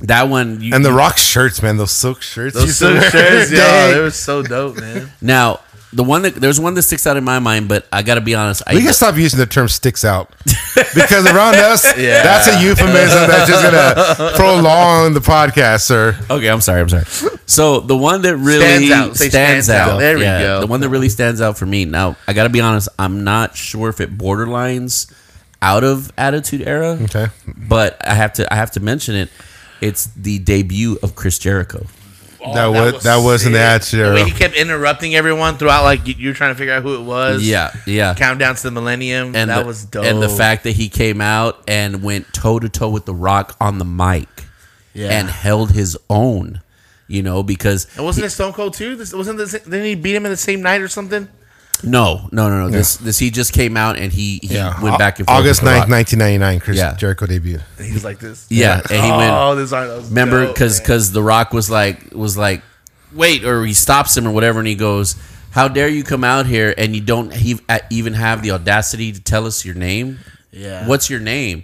S2: that one. You,
S3: and the rock shirts man those silk shirts
S4: Those
S3: you saw
S4: silk shirts,
S3: every
S4: yo,
S3: day.
S4: they were so dope, man.
S2: now the one that there's one that sticks out in my mind, but I gotta be honest. I,
S3: we can stop using the term "sticks out" because around us,
S4: Yeah.
S3: that's a euphemism that's just gonna prolong the podcast, sir.
S2: Okay, I'm sorry. I'm sorry. So the one that really
S4: Stands out. Say stands out. There we go.
S2: The one that really stands out for me. Now I got to be honest. I'm not sure if it borderlines out of Attitude Era.
S3: Okay.
S2: but I have to. I have to mention it. It's the debut of Chris Jericho.
S3: that was that was in the
S4: Oh, sick.
S3: ad era.
S4: way he kept interrupting everyone throughout, like you, you were trying to figure out who it was.
S2: Yeah, yeah.
S4: Countdown to the millennium.
S2: And
S4: that
S2: the,
S4: was dope.
S2: And the fact that he came out and went toe to toe with The Rock on the mic,
S4: Yeah.
S2: and held his own. You know, because
S4: And wasn't it Stone Cold too? This, wasn't this, didn't he beat him in the same night or something?
S2: no, no, no, no. This, this he just came out and he, he went
S3: Au-
S2: back and forth
S3: August
S2: with The Rock.
S3: 9th, 1999, Chris
S2: Yeah.
S3: Jericho debuted.
S4: And he was like this.
S2: Yeah, and he went.
S4: Oh, this art that was
S2: Remember,
S4: dope,
S2: because
S4: man.
S2: The Rock was like was like, wait, or he stops him or whatever, and he goes, "How dare you come out here and you don't he- even have the audacity to tell us your name?
S4: Yeah.
S2: what's your name?"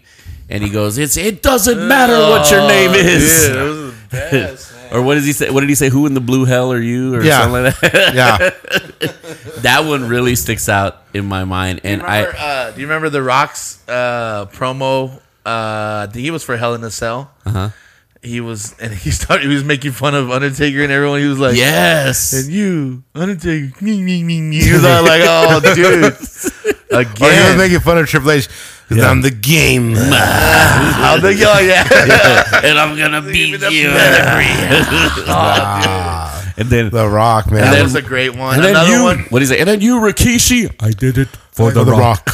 S2: And he goes, "It's it doesn't matter what
S4: Oh,
S2: your name is."
S4: Dude, it was the best. man.
S2: Or what does he say? What did he say? Who in the blue hell are you? Or
S3: Yeah.
S2: something like that.
S3: Yeah. Oh,
S2: that one really sticks out in my mind. And
S4: Remember,
S2: I,
S4: uh, do you remember the Rock's uh, promo? Uh, I think it was for Hell in a Cell.
S2: Uh-huh.
S4: He was, and he started. He was making fun of Undertaker and everyone. He was like,
S2: yes,
S4: And you, Undertaker, me, me, me, me. He was all like, oh, dude.
S3: Or he was
S4: Again.
S3: making fun of Triple H. 'cause I'm the game.
S4: I'll think, oh, yeah.
S2: and I'm gonna beat you. and then
S3: The Rock, man.
S4: That
S2: then-
S4: was a great one.
S2: And then
S4: Another
S2: you,
S4: one.
S2: what is it? And then you, Rikishi. I did it for
S3: the, Rock.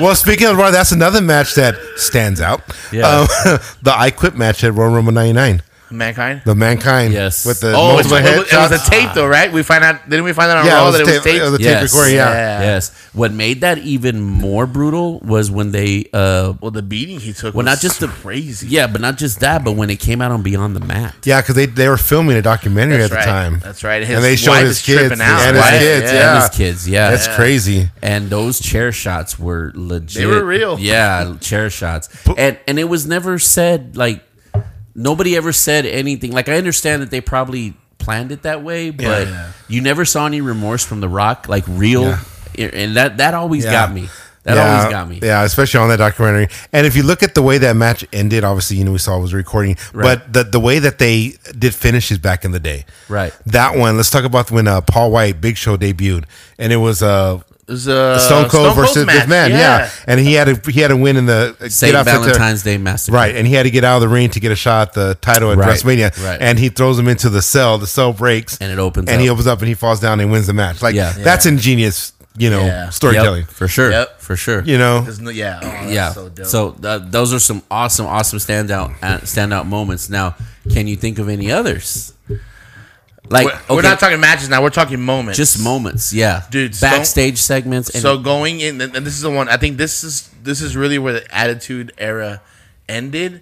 S3: well, speaking of Raw, that's another match that stands out.
S2: Yeah.
S3: Um, the I Quit match at Royal Rumble 99.
S4: Mankind.
S3: The Mankind.
S2: Yes.
S3: With the
S4: Oh, it's,
S3: multiple
S4: it,
S3: head
S4: was, it was
S3: shots.
S4: a tape, though, right? We find out, didn't we find out on
S3: Yeah,
S4: Raw
S3: it was,
S4: that it was
S3: tape,
S4: taped?
S3: it was a tape
S2: Yes.
S3: recording. Yeah.
S4: Yeah.
S2: Yes. What made that even more brutal was when they, uh,
S4: well, the beating he took
S2: Well,
S4: was
S2: not just the-
S4: crazy.
S2: yeah, but not just that, but when it came out on Beyond the Mat.
S3: Yeah, because they, they were filming a documentary
S4: That's
S3: at the
S4: right.
S3: time.
S4: That's right. His
S3: and they showed
S4: wife
S3: his
S4: is
S3: kids.
S4: tripping out,
S3: and his
S4: right?
S3: kids.
S4: Yeah.
S3: Yeah.
S2: And his kids, yeah.
S3: That's crazy.
S2: And those chair shots were legit.
S4: They were real.
S2: Yeah, chair shots. And and it was never said like nobody ever said anything. Like I understand that they probably planned it that way, but you never saw any remorse from The Rock, like real. And that that always
S3: Yeah.
S2: got me. That
S3: yeah,
S2: always got me.
S3: Yeah, especially on that documentary. And if you look at the way that match ended, obviously you know we saw it was a recording, but the the way that they did finishes back in the day,
S2: Right.
S3: That one. Let's talk about when uh, Paul White Big Show debuted, and it was uh
S4: It was, uh,
S3: Stone Cold
S4: Cold's
S3: versus this man, yeah. and he had a he had a win in the uh,
S2: St.
S3: get out at the-
S2: Valentine's Day massacre.
S3: Right, and he had to get out of the ring to get a shot at the title at
S2: Right,
S3: WrestleMania,
S2: right.
S3: and he throws him into the cell. The cell breaks,
S2: And it opens
S3: and
S2: up.
S3: he opens up, and he falls down and wins the match. Like
S2: Yeah.
S3: that's ingenious, you know,
S4: Yeah.
S3: storytelling.
S2: Yep, for sure.
S4: Yep.
S2: For sure.
S3: You know,
S4: There's no- yeah. Oh, that's
S2: yeah.
S4: So,
S2: So,
S4: dope.
S2: th- those are some awesome, awesome standout uh, standout moments. Now, can you think of any others? Like
S4: we're, we're
S2: okay,
S4: not talking matches now. We're talking moments.
S2: just moments, yeah,
S4: Dude, Stone-
S2: Backstage segments. And,
S4: So going in, and and this is the one. I think this is this is really where the Attitude Era ended.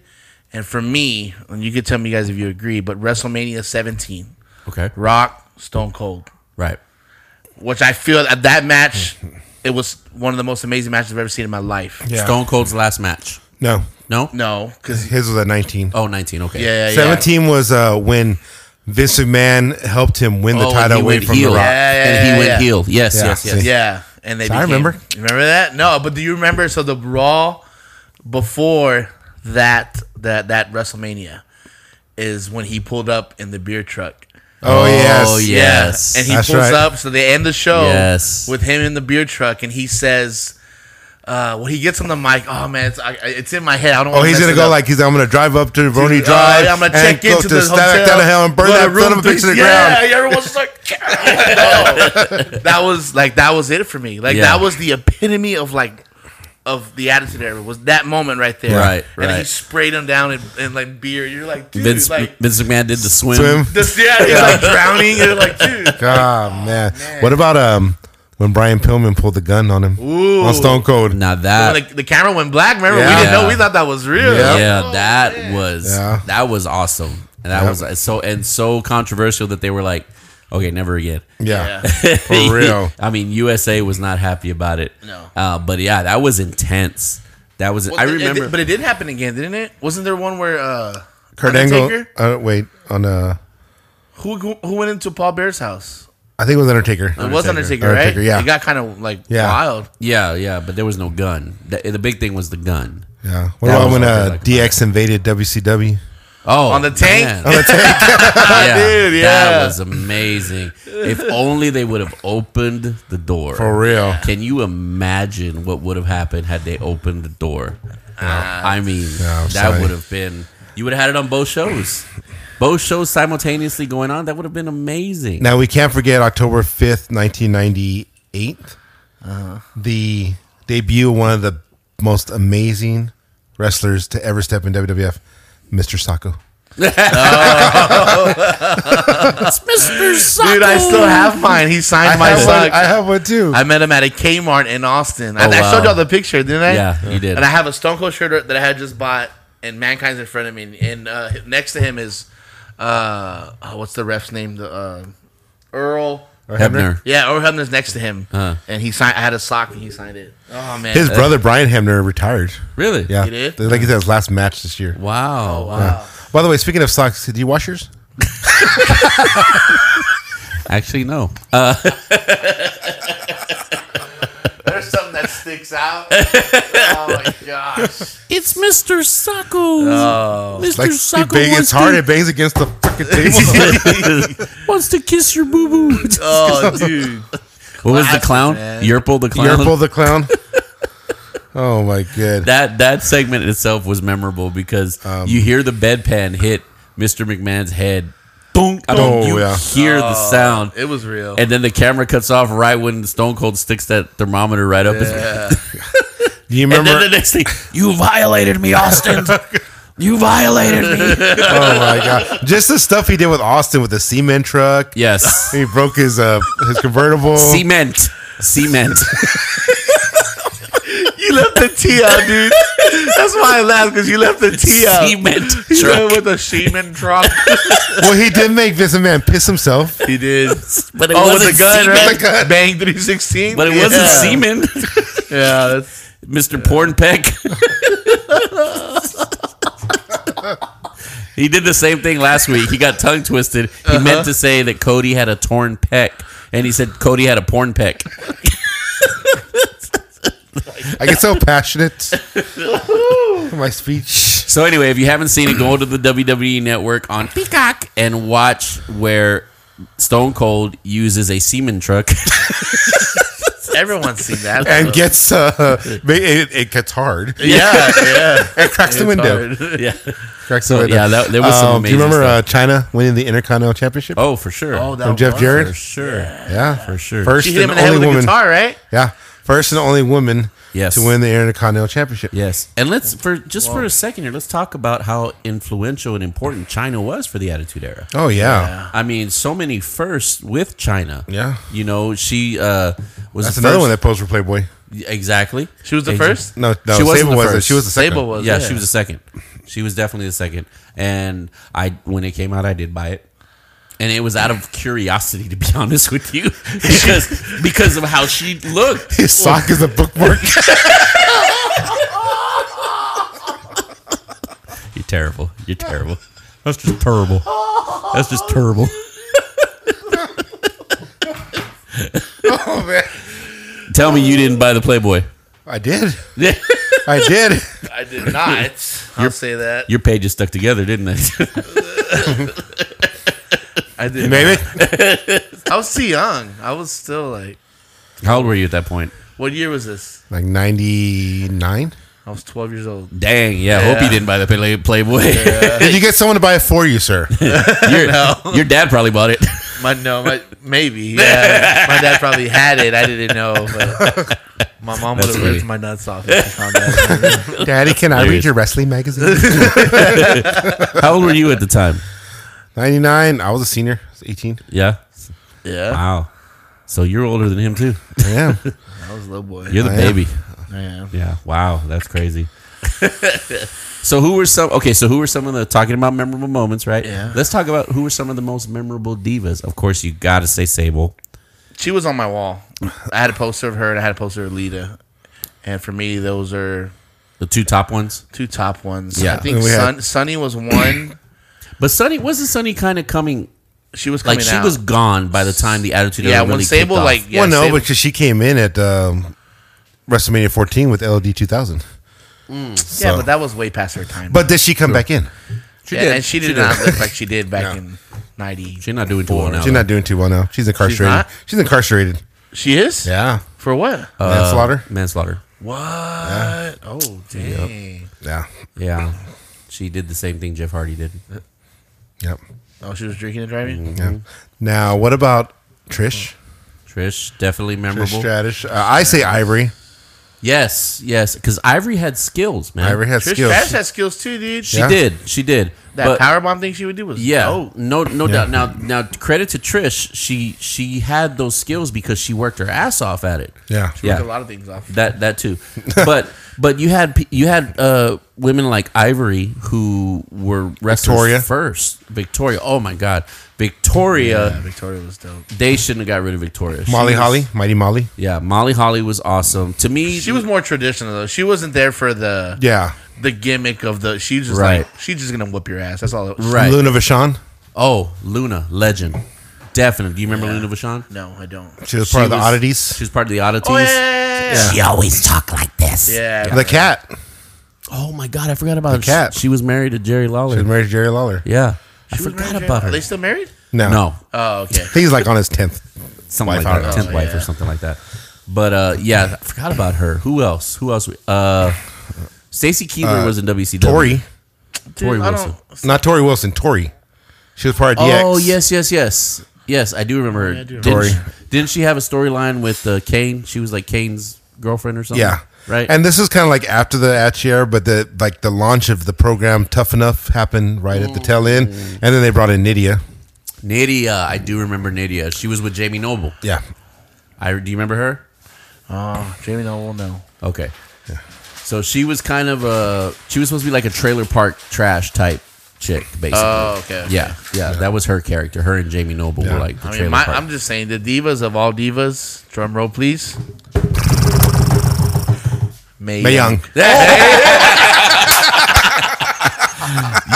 S4: And for me, and you can tell me, guys, if you agree, but WrestleMania 17,
S2: okay,
S4: Rock, Stone Cold,
S2: right,
S4: which I feel at that match, it was one of the most amazing matches I've ever seen in my life.
S3: Yeah.
S2: Stone Cold's last match.
S3: no,
S2: No,
S4: No, because
S3: his was at nineteen.
S2: oh, 19, Okay,
S4: yeah, yeah, yeah.
S3: Seventeen was uh, when Vince McMahon helped him win the
S2: Oh, and
S3: title
S2: he
S3: away
S2: went
S3: from
S2: heel.
S3: The Rock.
S4: Yeah, yeah,
S2: and he
S4: yeah,
S2: went
S4: yeah.
S2: heel. Yes,
S3: Yeah,
S2: yes, yes.
S3: see.
S4: Yeah, and they.
S3: So I
S4: became-
S3: remember.
S4: you Remember that? No, but do you remember? So the Raw before that that that WrestleMania is when he pulled up in the beer truck.
S3: Oh, yes,
S2: Oh, yeah. Yes.
S4: and he
S3: That's
S4: pulls
S3: right.
S4: up. So they end the show
S2: Yes.
S4: with him in the beer truck, and he says. Uh, well, he gets on the mic. Oh man, it's, I, I- it's in my head. I don't.
S3: Oh,
S4: wanna
S3: he's
S4: mess
S3: gonna
S4: it
S3: go
S4: up.
S3: like he's. I'm gonna drive up to Brony
S4: Oh,
S3: Drive.
S4: yeah, I'm gonna
S3: and
S4: check
S3: go
S4: into the
S3: stab back
S4: hotel.
S3: down to hell and burn
S4: go
S3: that
S4: room
S3: son of a bitch to the
S4: three-
S3: ground.
S4: Yeah, everyone's just like, No. that was like that was it for me. Like
S2: Yeah.
S4: that was the epitome of like of the attitude era was that moment right there.
S2: Right,
S4: and he
S2: right.
S4: sprayed him down in, in like beer. You're like, dude,
S2: Vince,
S4: like
S2: Vince McMahon did the swim.
S3: Swim.
S4: this, yeah, he's like drowning. You're like, dude,
S3: God, man. What about um when Brian Pillman pulled the gun on him
S4: Ooh.
S3: on Stone Cold?
S2: Now that,
S4: like the camera went black. Remember,
S3: Yeah.
S4: we didn't know. We thought that was real.
S3: Yeah.
S2: yeah,
S4: Oh,
S2: that
S4: man.
S2: was
S3: Yeah.
S2: that was awesome, and that
S3: Yep.
S2: was uh, so and so controversial that they were like, okay, never again.
S3: Yeah,
S4: Yeah.
S3: for real.
S2: I mean, USA was not happy about it.
S4: No.
S2: uh, but yeah, that was intense. That was. I
S4: Well, it- it-
S2: remember.
S4: but it did happen again, didn't it? Wasn't there one where uh,
S3: Kurt Angle.
S4: Undertaker?
S3: Uh, wait, on uh,
S4: Who, who who went into Paul Bear's house?
S3: I think it was Undertaker.
S4: It was
S2: Undertaker.
S4: Undertaker, right?
S3: Undertaker, yeah.
S4: It got kind of like
S3: Yeah.
S4: wild.
S2: yeah, yeah, but there was no gun. The, the big thing was the gun.
S3: Yeah. What
S2: That
S3: about
S2: was
S3: when
S2: what I
S3: uh,
S2: like about
S3: DX invaded WCW?
S2: Oh,
S4: On the tank?
S2: man. yeah,
S4: Dude,
S2: that
S4: yeah.
S2: was amazing. If only they would have opened the door.
S3: For real.
S2: Can you imagine what would have happened had they opened the door? I mean,
S3: Yeah, I'm sorry.
S2: that would have been. You would have had it on both shows. Both shows simultaneously going on. That would have been amazing.
S3: Now we can't forget October fifth, nineteen ninety eight, the debut of one of the most amazing wrestlers to ever step in WWF, Mr. Sacco.
S2: Mr. Socko.
S4: Dude, I still have mine. He signed my
S3: have one,
S4: sock.
S3: I
S4: I,
S3: have one too.
S4: met him at a Kmart in Austin. I,
S2: Oh,
S4: I
S2: wow.
S4: showed y'all the picture, didn't I?
S2: Yeah, you did.
S4: And I have a Stone Cold shirt that I had just bought, and Mankind's in front of me, and uh, next to him is uh, oh, what's the ref's name? The uh, Earl.
S2: Hebner.
S4: Yeah, Earl Hebner's next to him,
S2: Uh-huh.
S4: and he signed. I had a sock, and he signed it. Oh man,
S3: His brother Brian Hebner retired.
S2: Really? Oh,
S3: Yeah,
S4: He did?
S3: like he said, his last match this year.
S2: Wow.
S4: Wow.
S3: By the way, speaking of socks, do you wash yours?
S2: Actually, no. Uh,
S4: There's something that sticks out. oh my gosh.
S2: it's Mr. Socko. Mr.
S3: Like it bang, it's hard. It bangs against the fucking table.
S2: wants to kiss your boo boo.
S4: Oh, dude.
S2: What was the
S4: Classic,
S2: clown?
S4: man.
S2: Yerpel the clown.
S3: Yerpel the clown. Oh my god!
S2: that that segment itself was memorable because you hear the bedpan hit Mr. McMahon's head. Boom! I mean,
S3: Oh,
S2: you
S3: yeah.
S2: hear the sound,
S4: It was real.
S2: and then the camera cuts off right when Stone Cold sticks that thermometer right up. his-
S3: Do you
S2: And
S3: remember?
S2: then the next thing, you violated me, Austin. you violated me.
S3: oh my god! Just the stuff he did with Austin with the cement truck.
S2: Yes,
S3: He broke his uh his convertible.
S2: cement, cement.
S4: You left the T out, dude. That's why I laughed because you left the T out.
S2: Cement
S4: He
S2: truck.
S4: went with a semen truck.
S3: well, he did make Vincent Man piss himself.
S4: he did.
S2: But it
S4: Oh,
S2: wasn't
S4: with a gun,
S2: cement,
S4: right? Bang three sixteen.
S2: But it wasn't semen.
S4: Yeah, that's,
S2: Mr. Pornpeck. he did the same thing last week. He got tongue twisted. He
S4: Uh-huh.
S2: meant to say that Cody had a torn pec, and he said Cody had a porn peck.
S3: I get so passionate. my speech.
S2: So anyway, if you haven't seen it, go to the WWE Network on Peacock and watch where Stone Cold uses a semen truck
S4: Everyone's seen that.
S3: and gets uh, ma- it, it gets hard.
S4: yeah, yeah.
S3: It cracks the window.
S4: Hard.
S2: yeah.
S3: Cracks
S2: So,
S3: the window.
S2: Oh, yeah, that- there was some
S4: um,
S3: Do you
S2: amazing
S3: remember uh, China winning the Intercontinental Championship?
S2: Oh, for sure.
S4: Oh, that
S3: From Jeff
S4: was-
S3: Jarrett?
S2: for sure.
S3: yeah,
S2: For sure.
S3: First
S4: She hit him
S3: and
S4: in the head
S3: only
S4: with a
S3: woman.
S4: guitar, right?
S3: Yeah, first and only woman.
S2: Yes.
S3: to win the Intercontinental Championship.
S2: Yes, and let's for just for a second here, let's talk about how influential and important China was for the Attitude Era.
S3: Oh yeah.
S2: I mean, so many firsts with China.
S3: Yeah.
S2: you know, she uh, was
S3: That's
S2: the
S3: another
S2: first-
S3: one that posed for Playboy.
S2: exactly.
S4: She was the
S2: Exa-
S4: first.
S3: No, no,
S2: She wasn't
S3: Sable
S2: the
S3: was.
S2: first.
S3: She was the second.
S4: Sable was.
S2: yeah, she was the second. She was definitely the second. And I, when it came out, I did buy it. And it was out of curiosity, to be honest with you, because because of how she looked.
S3: His sock is a bookmark.
S2: You're terrible. You're terrible. That's just terrible. That's just terrible.
S3: oh man,
S2: Tell me you didn't buy the Playboy.
S3: I did.
S2: Yeah.
S3: I did.
S4: I did not. I'll say that.
S2: Your pages stuck together, didn't they?
S4: I did.
S3: Maybe.
S4: I was too young. I was still like,
S2: How old were you at that point?
S4: what year was this?
S3: Like 99?
S4: I was 12 years old.
S2: Dang, yeah. Hope you
S4: Yeah.
S2: didn't buy the Play- Playboy.
S3: Did you get someone to buy it for you, sir?
S2: your, your dad probably bought it.
S4: My no, my maybe. Yeah, my dad probably had it. I didn't know. But my mom would
S2: That's
S4: have
S2: funny.
S4: ripped my nuts off if she found out.
S3: Daddy, can I
S2: Dude.
S3: read your wrestling magazine?
S2: How old were you at the time?
S3: 99. I was a senior. I was 18.
S2: Yeah.
S4: yeah,
S2: Wow. So you're older than him too.
S3: Yeah.
S4: I was a little boy.
S2: You're the
S3: I am.
S2: baby.
S4: Yeah.
S2: Yeah. Wow. That's crazy. so who were some? Okay. So who were some of the talking about memorable moments? Right.
S4: Yeah.
S2: Let's talk about who were some of the most memorable divas. Of course, you got to say Sable.
S4: She was on my wall. I had a poster of her and I had a poster of Lita. And for me, those are
S2: The two top ones,
S4: two top ones.
S2: Yeah.
S4: I think
S3: We had-
S4: Sun, Sunny was one.
S2: but Sunny wasn't Sunny kind of coming
S4: She was coming
S2: like she
S4: out.
S2: was gone by the time the attitude.
S4: yeah.
S2: Era
S4: when
S2: really kicked
S4: Sable
S2: off.
S4: like yeah,
S3: well, no,
S4: Sable-
S3: because she came in at um, WrestleMania 14 with LD 2000.
S4: yeah,
S3: so-
S4: but that was way past her time.
S3: But did she come back in?
S2: she
S4: Yeah,
S2: did.
S4: and she did not look like she did back in ninety.
S2: She's not doing too well now.
S3: She's not doing too well now. She's incarcerated.
S4: not?
S3: She's, incarcerated. Uh,
S4: She is.
S3: Yeah.
S4: For what?
S2: Uh,
S3: Manslaughter?
S2: manslaughter.
S4: What? Oh dang.
S3: Yeah.
S2: Yeah. She did the same thing Jeff Hardy did.
S3: Yep.
S4: Oh, she was drinking and
S2: Mm-hmm.
S4: driving.
S3: Yeah. Now, what about Trish?
S2: Trish definitely
S3: Trish
S2: memorable.
S3: Stratus. Uh, I say Ivory.
S2: Yes, yes, because Ivory had skills, man.
S3: Ivory has
S4: Trish
S3: skills.
S4: Stratus had skills too, dude.
S2: she
S3: Yeah.
S2: did, she did.
S4: that
S2: but
S4: power bomb thing she would do was
S2: yeah,
S4: Oh,
S2: no, no doubt. Now, now, credit to Trish. She she had those skills because she worked her ass off at it.
S3: Yeah.
S2: yeah,
S4: a lot of things off.
S2: that that too. But but you had pe- you had uh, women like Ivory who were wrestlers
S3: Victoria.
S2: first. Victoria. Oh my God, Victoria.
S4: Yeah, Victoria was dope.
S2: They shouldn't have got rid of Victoria. She
S3: Molly
S2: was-
S3: Holly. Mighty Molly.
S2: Yeah, Molly Holly was awesome to me.
S4: She was more traditional though. She wasn't there for the
S3: Yeah.
S4: the gimmick of the. She just
S2: Right.
S4: like she's just gonna whoop your ass. That's all. It was.
S2: Right.
S3: Luna Vachon.
S2: Oh, Luna, legend. Definitely. Do you remember Luna Vachon?
S4: No, I don't.
S3: She was part
S2: She
S3: of the
S2: was-
S3: oddities.
S2: She was part of the oddities.
S4: Oh, yeah, yeah, yeah,
S2: She always talked like this.
S4: yeah. yeah.
S3: the cat.
S2: Oh my God, I forgot about her.
S3: cat.
S2: She, she was married to Jerry
S3: She
S2: Lawler.
S3: was married to Jerry Lawler.
S2: yeah, I
S4: She was
S2: forgot
S4: married,
S2: about
S4: Are
S2: her.
S4: they still married?
S3: No.
S2: no,
S4: Oh, okay.
S3: I think he's like on his 10th.
S2: something
S3: Wife, I
S2: like
S3: don't
S2: that,
S3: know.
S2: tenth wife
S4: Yeah.
S2: or something like that. But uh, yeah, I forgot about her. Who else? Who else? Uh, Stacy Keebler was in WCW.
S3: Tori.
S2: Tori
S4: I
S2: Wilson.
S4: don't-
S3: Not Tori Wilson. Tori. She was part of DX.
S2: Oh yes, yes, yes, yes. I do remember.
S4: I do
S2: Didn't
S3: Tori.
S2: she- Didn't she have a storyline with uh, Kane? She was like Kane's girlfriend or something.
S3: Yeah.
S2: right.
S3: And this is kind of like after the Atchier, but the like the launch of the program Tough Enough happened right at the tail end, and then they brought in Nydia.
S2: Nydia, I do remember Nydia. She was with Jamie Noble.
S3: Yeah.
S2: I do you remember her?
S4: Oh, Jamie Noble, no.
S2: Okay. So she was kind of a she was supposed to be like a trailer park trash type chick, basically.
S4: Oh, okay.
S2: yeah, yeah, that was her character. Her and Jamie Noble were like the
S4: I
S2: trailer
S4: mean, my,
S2: park.
S4: I'm just saying the divas of all divas. Drum roll, please. May,
S3: Mae Young.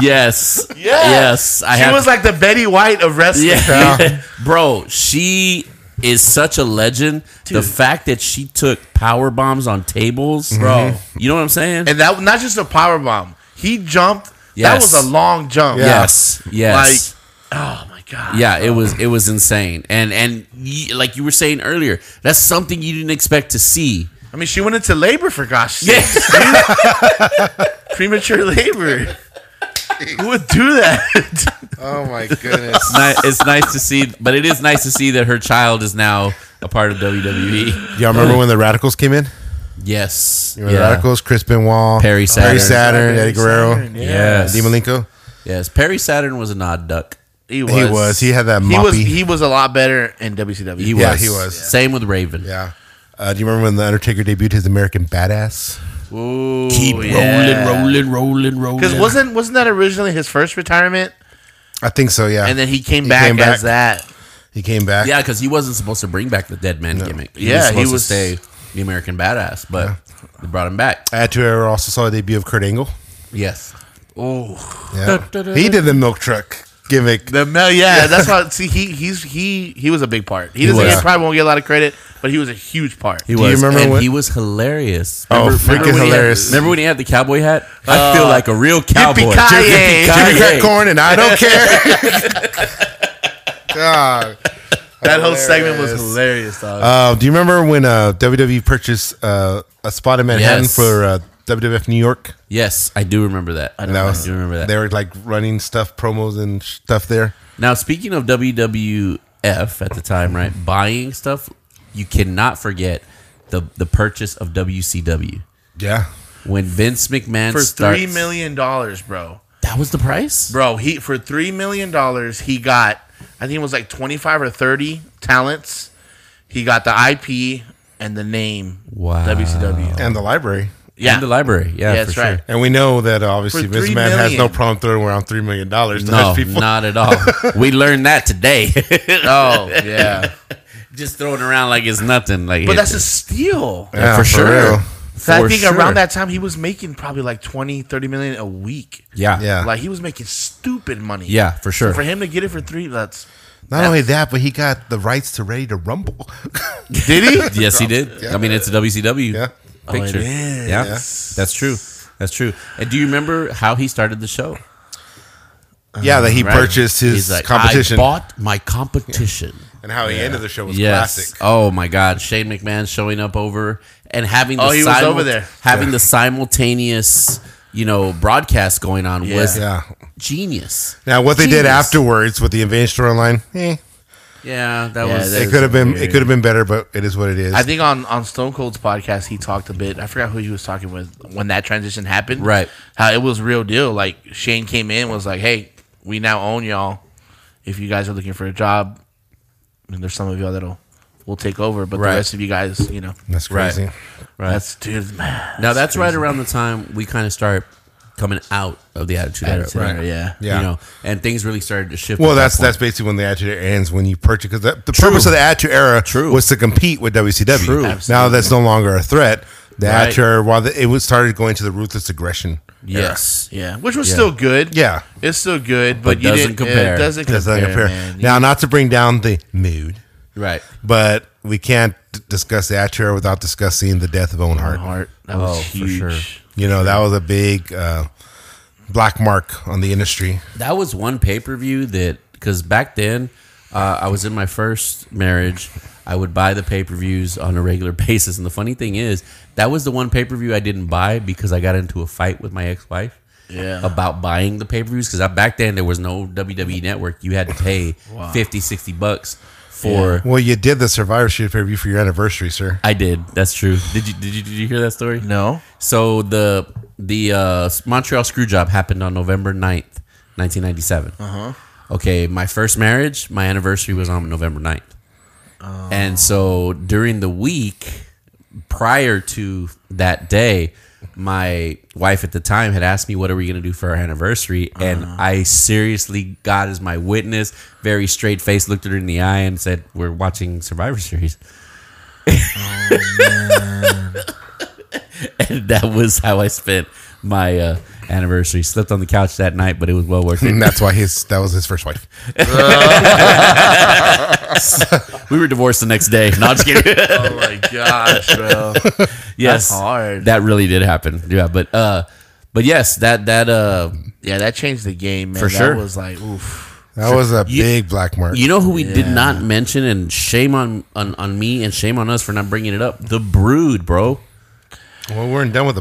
S2: yes, yes, yes. I
S4: She
S2: have,
S4: was like the Betty White of wrestling.
S2: yeah. bro. She is such a legend. The
S4: Dude.
S2: fact that she took power bombs on tables, bro. You know what I'm saying?
S4: and that not just a power bomb. He jumped.
S2: Yes.
S4: That was a long jump.
S3: Yeah.
S2: Yes, yes.
S4: Like, oh my god.
S2: Yeah, it was it was insane, and and y- like you were saying earlier, that's something you didn't expect to see.
S4: I mean, she went into labor for gosh sake. Premature labor. Who would do that?
S3: Oh my goodness.
S2: Ni- it's nice to see, but it is nice to see that her child is now a part of E. WWE.
S3: Y'all remember when the Radicals came in?
S2: Yes,
S3: You remember the Radicals, Chris Benoit,
S2: Perry Saturn.
S3: Saturn, Eddie Guerrero,
S2: Yes,
S3: Dean Malenko.
S2: yes. Perry Saturn was an odd duck.
S4: He was.
S3: He was. He had that
S4: He was.
S3: moppy.
S4: He was a lot better in WCW.
S2: He was.
S3: Yeah, he was.
S2: Same with Raven.
S3: Yeah. Uh, do you remember when the Undertaker debuted his American Badass?
S4: Ooh,
S2: Keep
S3: Oh,
S2: rolling, rolling, rolling, rolling.
S4: Because wasn't wasn't that originally his first retirement?
S3: I think so. Yeah.
S4: And then he came
S3: He
S4: back
S3: came back.
S4: as that.
S3: he came back.
S2: yeah, because he wasn't supposed to bring back the dead man gimmick.
S4: Yeah,
S2: was supposed
S4: he
S2: to
S4: was-
S2: stay the American badass, but they brought him back.
S3: Add to it, I also saw the debut of Kurt Angle.
S2: Yes.
S4: Oh,
S3: Yeah. he did the milk truck gimmick.
S4: the Mel. Yeah, that's why. See, he he's he he was a big part. He, doesn't
S2: was.
S4: get, probably won't get a lot of credit, but he was a huge part.
S2: He
S3: Do
S2: was.
S3: you remember
S2: and
S3: when-
S2: he was hilarious.
S3: Oh, freaking
S2: when he had-
S3: hilarious. Uh,
S2: remember when he had the cowboy hat? I feel like a real cowboy.
S4: Yippee-ki-yay.
S3: Jimmy
S2: Yippee-ki-yay.
S3: crack corn, and I don't care. God.
S4: that whole segment was hilarious, dog.
S3: Uh, do you remember when uh, WWE purchased uh, a spot in Manhattan
S2: Yes.
S3: for uh, WWF New York?
S2: Yes, I do remember that. I,
S3: And that was
S2: do remember that.
S3: they were like running stuff, promos and stuff there.
S2: Now, speaking of WWF at the time, right, buying stuff, you cannot forget the the purchase of WCW
S3: Yeah,
S2: when Vince McMahon
S4: for
S2: starts.
S4: three million dollars, bro.
S2: That was the price.
S4: Bro, he for three million dollars, he got I think it was like twenty five or thirty talents. He got the IP and the name
S2: Wow.
S4: WCW.
S3: and the library.
S4: Yeah,
S2: In the library. Yeah,
S4: Yeah, that's
S2: for
S4: right.
S2: Sure.
S3: And we know that uh, obviously
S4: For
S3: Vince
S4: three
S3: McMahon has no
S4: million.
S3: problem throwing around three million dollars to
S2: No,
S3: those people.
S2: not at all. we learned that today.
S4: Oh yeah,
S2: Just throwing around like it's nothing. Like,
S4: but
S2: it-
S4: that's a steal.
S3: Yeah,
S2: for
S3: for
S2: sure.
S3: real.
S4: So I
S2: For
S4: think
S2: sure.
S4: around that time he was making probably like 20, 30 million a week.
S2: Yeah,
S3: Yeah.
S4: Like he was making stupid money.
S2: yeah, for sure.
S4: For him to get it for three, that's
S3: Not only that, but he got the rights to Ready to Rumble.
S4: did he?
S2: Yes, he did. I mean, it's a WCW
S3: Yeah.
S2: picture.
S4: Oh, it
S2: yeah.
S4: is.
S2: that's true. That's true. And do you remember how he started the show?
S3: yeah, that he purchased his
S2: He's like,
S3: competition,
S2: I bought my competition.
S3: and how he ended the show was
S2: yes.
S3: classic.
S2: Oh my God, Shane McMahon showing up over and having the
S4: Oh, he was over there.
S2: having the simultaneous you know broadcast going on
S4: Yeah.
S2: was
S3: Yeah.
S2: genius.
S3: Now what they did
S2: Genius.
S3: afterwards with the invasion storyline, eh,
S2: Yeah, that
S4: Yeah,
S2: was
S4: that
S3: it
S4: is
S3: could have been
S4: weird.
S3: it could have been better, but it is what it is.
S4: I think on, on Stone Cold's podcast he talked a bit. I forgot who he was talking with when that transition happened.
S2: Right.
S4: How it was real deal. Like Shane came in was like, "Hey, we now own y'all. If you guys are looking for a job, and there's some of y'all that'll will take over, but
S2: Right.
S4: the rest of you guys, you know,
S3: That's
S2: Right.
S3: crazy.
S2: right.
S4: that's dude, man.
S2: now that's right around the time we kind of start coming out of the attitude,
S4: Attitude
S2: era,
S4: Era, yeah.
S3: Yeah.
S2: you know, and things really started to shift.
S3: Well,
S2: at that
S3: that's
S2: point.
S3: that's basically when the Attitude Era ends when you purchase because the purpose of the Attitude Era
S2: True.
S3: was to compete with WCW.
S2: True.
S3: Now that's no longer a threat. The
S2: Right.
S3: Attitude Era, while the, it was started going to the ruthless aggression.
S2: yes,
S4: Yeah, which was still good.
S3: Yeah.
S4: it's still good, but,
S2: But
S4: you
S2: doesn't
S4: didn't,
S2: compare.
S4: It doesn't compare.
S3: That's not gonna fair.
S4: man.
S3: Now, not to bring down the mood,
S2: right.
S3: but we can't d- discuss the Attitude Era without discussing the death of Owen Hart.
S4: Heart that was
S2: Oh, for
S4: huge.
S2: sure.
S3: You know that was a big uh, black mark on the industry.
S2: That was one pay per view that because back then uh, I was in my first marriage. I would buy the pay per views on a regular basis, and the funny thing is that was the one pay per view I didn't buy because I got into a fight with my ex wife.
S4: Yeah.
S2: About buying the pay per views because back then there was no WWE network. You had to pay fifty, sixty 50, 60 bucks for.
S3: Well, you did the Survivor Series pay per view for your anniversary, sir.
S2: I did. That's true. Did you did you did you hear that story?
S4: No,
S2: So the the uh, Montreal Screwjob happened on November 9th, 1997. Uh-huh. Okay, my first marriage, my anniversary was on November 9th. And so during the week prior to that day, my wife at the time had asked me, What are we going to do for our anniversary? And I seriously, God is my witness, very straight face, looked at her in the eye and said, We're watching Survivor Series. and that was how I spent my uh, anniversary. Slept on the couch that night, but it was well worth it.
S3: And that's why his that was his first wife.
S2: we were divorced the next day. No, I'm just kidding.
S4: oh my gosh, bro.
S2: yes,
S4: hard.
S2: That really did happen. Yeah, but uh, but yes, that that uh,
S4: yeah, that changed the game, man.
S2: For
S4: that
S2: sure.
S4: was like, oof.
S3: That was a
S2: You-
S3: big black mark.
S2: You know who we did not mention, and shame on, on on me, and shame on us for not bringing it up. The Brood, bro.
S3: well, we weren't done with the